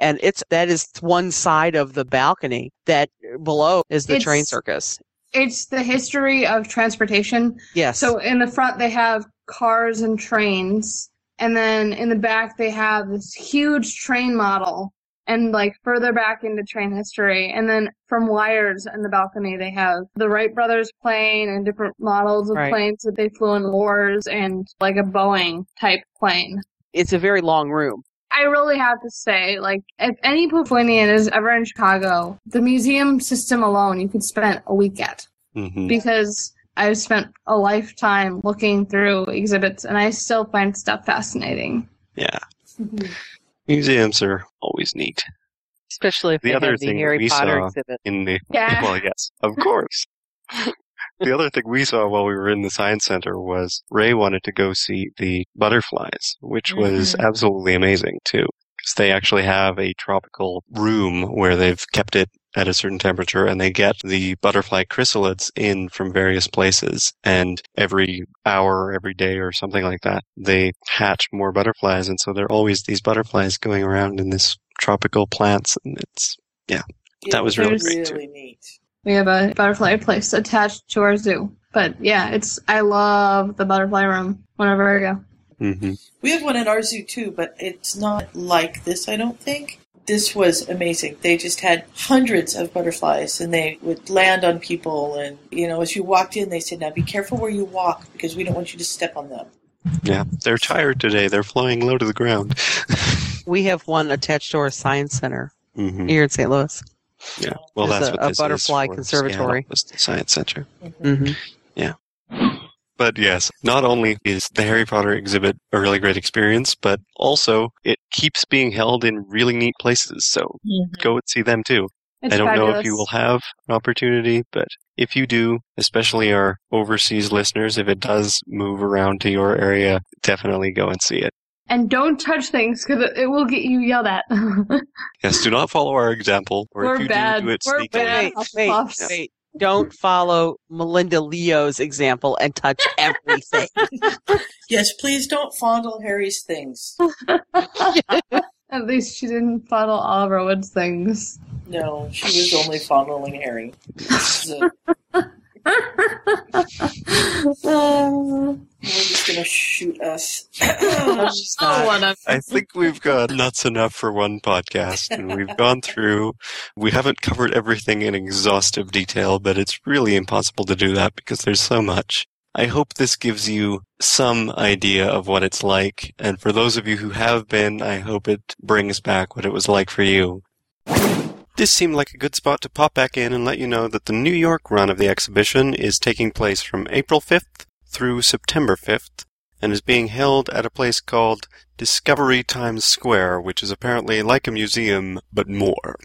Speaker 4: and it's that is one side of the balcony that uh, below is the train
Speaker 2: It's-
Speaker 4: circus.
Speaker 2: It's the history of transportation.
Speaker 4: Yes.
Speaker 2: So in the front they have cars and trains, and then in the back they have this huge train model, and like further back into train history, and then from wires in the balcony they have the Wright brothers plane and different models of
Speaker 4: Right.
Speaker 2: planes that they flew in wars and like a Boeing type plane.
Speaker 4: It's a very long room.
Speaker 2: I really have to say, like, if any Poplinian is ever in Chicago, the museum system alone you could spend a week at
Speaker 3: Mm-hmm.
Speaker 2: because I've spent a lifetime looking through exhibits and I still find stuff fascinating.
Speaker 3: Yeah. Museums are always neat.
Speaker 4: Especially if
Speaker 3: The
Speaker 4: they
Speaker 3: other
Speaker 4: have the
Speaker 3: thing
Speaker 4: Harry
Speaker 3: that we
Speaker 4: Potter
Speaker 3: saw
Speaker 4: exhibit.
Speaker 3: in the
Speaker 4: Yeah.
Speaker 3: well, yes, of course. the other thing we saw while we were in the science center was Ray wanted to go see the butterflies, which was
Speaker 4: Mhm.
Speaker 3: absolutely amazing too, because they actually have a tropical room where they've kept it at a certain temperature and they get the butterfly chrysalids in from various places and every hour every day or something like that they hatch more butterflies and so there are always these butterflies going around in this tropical plants and it's yeah that was really
Speaker 21: It
Speaker 3: great
Speaker 21: was
Speaker 3: too
Speaker 21: really neat.
Speaker 2: We have a butterfly place attached to our zoo. But yeah, it's I love the butterfly room whenever I go.
Speaker 3: Mm-hmm.
Speaker 1: We have one in our zoo too, but it's not like this, I don't think. This was amazing. They just had hundreds of butterflies and they would land on people. And, you know, as you walked in, they said, now be careful where you walk because we don't want you to step on them.
Speaker 3: Yeah, they're tired today. They're flying low to the ground.
Speaker 4: We have one attached to our science center
Speaker 3: Mhm.
Speaker 4: here in St. Louis.
Speaker 3: Yeah, well,
Speaker 4: There's
Speaker 3: that's
Speaker 4: a,
Speaker 3: what
Speaker 4: a
Speaker 3: this is
Speaker 4: butterfly
Speaker 3: for, is
Speaker 4: conservatory.
Speaker 3: Seattle, is the Science Center.
Speaker 4: hmm
Speaker 3: Mm. Yeah. But yes, not only is the Harry Potter exhibit a really great experience, but also it keeps being held in really neat places. So
Speaker 1: Mm-hmm.
Speaker 2: Mhm.
Speaker 3: go and see them too.
Speaker 2: It's
Speaker 3: I don't know if
Speaker 2: fabulous.
Speaker 3: you will have an opportunity, but if you do, especially our overseas listeners, if it does move around to your area, definitely go and see it.
Speaker 2: And don't touch things because it, it will get you yelled at.
Speaker 3: Yes, do not follow our example, or if
Speaker 2: We're
Speaker 3: you
Speaker 2: bad.
Speaker 3: do, do it
Speaker 2: We're
Speaker 3: sneakily.
Speaker 2: bad.
Speaker 4: Wait, wait,
Speaker 2: Hufflepuffs.
Speaker 4: wait. Don't follow Melinda Leo's example and touch everything.
Speaker 1: Yes, please don't fondle Harry's things.
Speaker 2: At least she didn't fondle Oliver Wood's things.
Speaker 1: No, she was only fondling Harry. So
Speaker 2: Uh,
Speaker 1: we're just gonna shoot us.
Speaker 2: Oh, what a-
Speaker 3: I think we've got nuts enough for one podcast, and we've gone through. We haven't covered everything in exhaustive detail, but it's really impossible to do that because there's so much. I hope this gives you some idea of what it's like, and for those of you who have been, I hope it brings back what it was like for you. This seemed like a good spot to pop back in and let you know that the New York run of the exhibition is taking place from April 5th through September 5th and is being held at a place called Discovery Times Square, which is apparently like a museum, but more.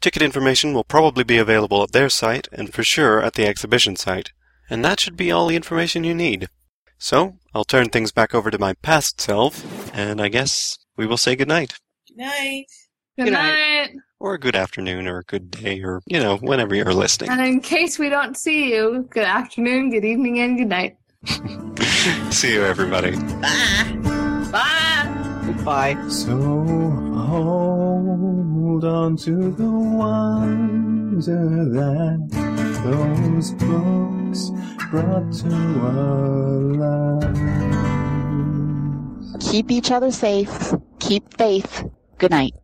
Speaker 3: Ticket information will probably be available at their site and for sure at the exhibition site. And that should be all the information you need. So, I'll turn things back over to my past self, and I guess we will say goodnight.
Speaker 1: Night.
Speaker 2: Good night.
Speaker 3: Or good afternoon, or good day, or, you know, whenever you're listening.
Speaker 2: And in case we don't see you, good afternoon, good evening, and good night.
Speaker 3: See you, everybody.
Speaker 2: Bye.
Speaker 4: Goodbye.
Speaker 22: So hold on to the wonder that those books brought to our lives.
Speaker 6: Keep each other safe. Keep faith. Good night.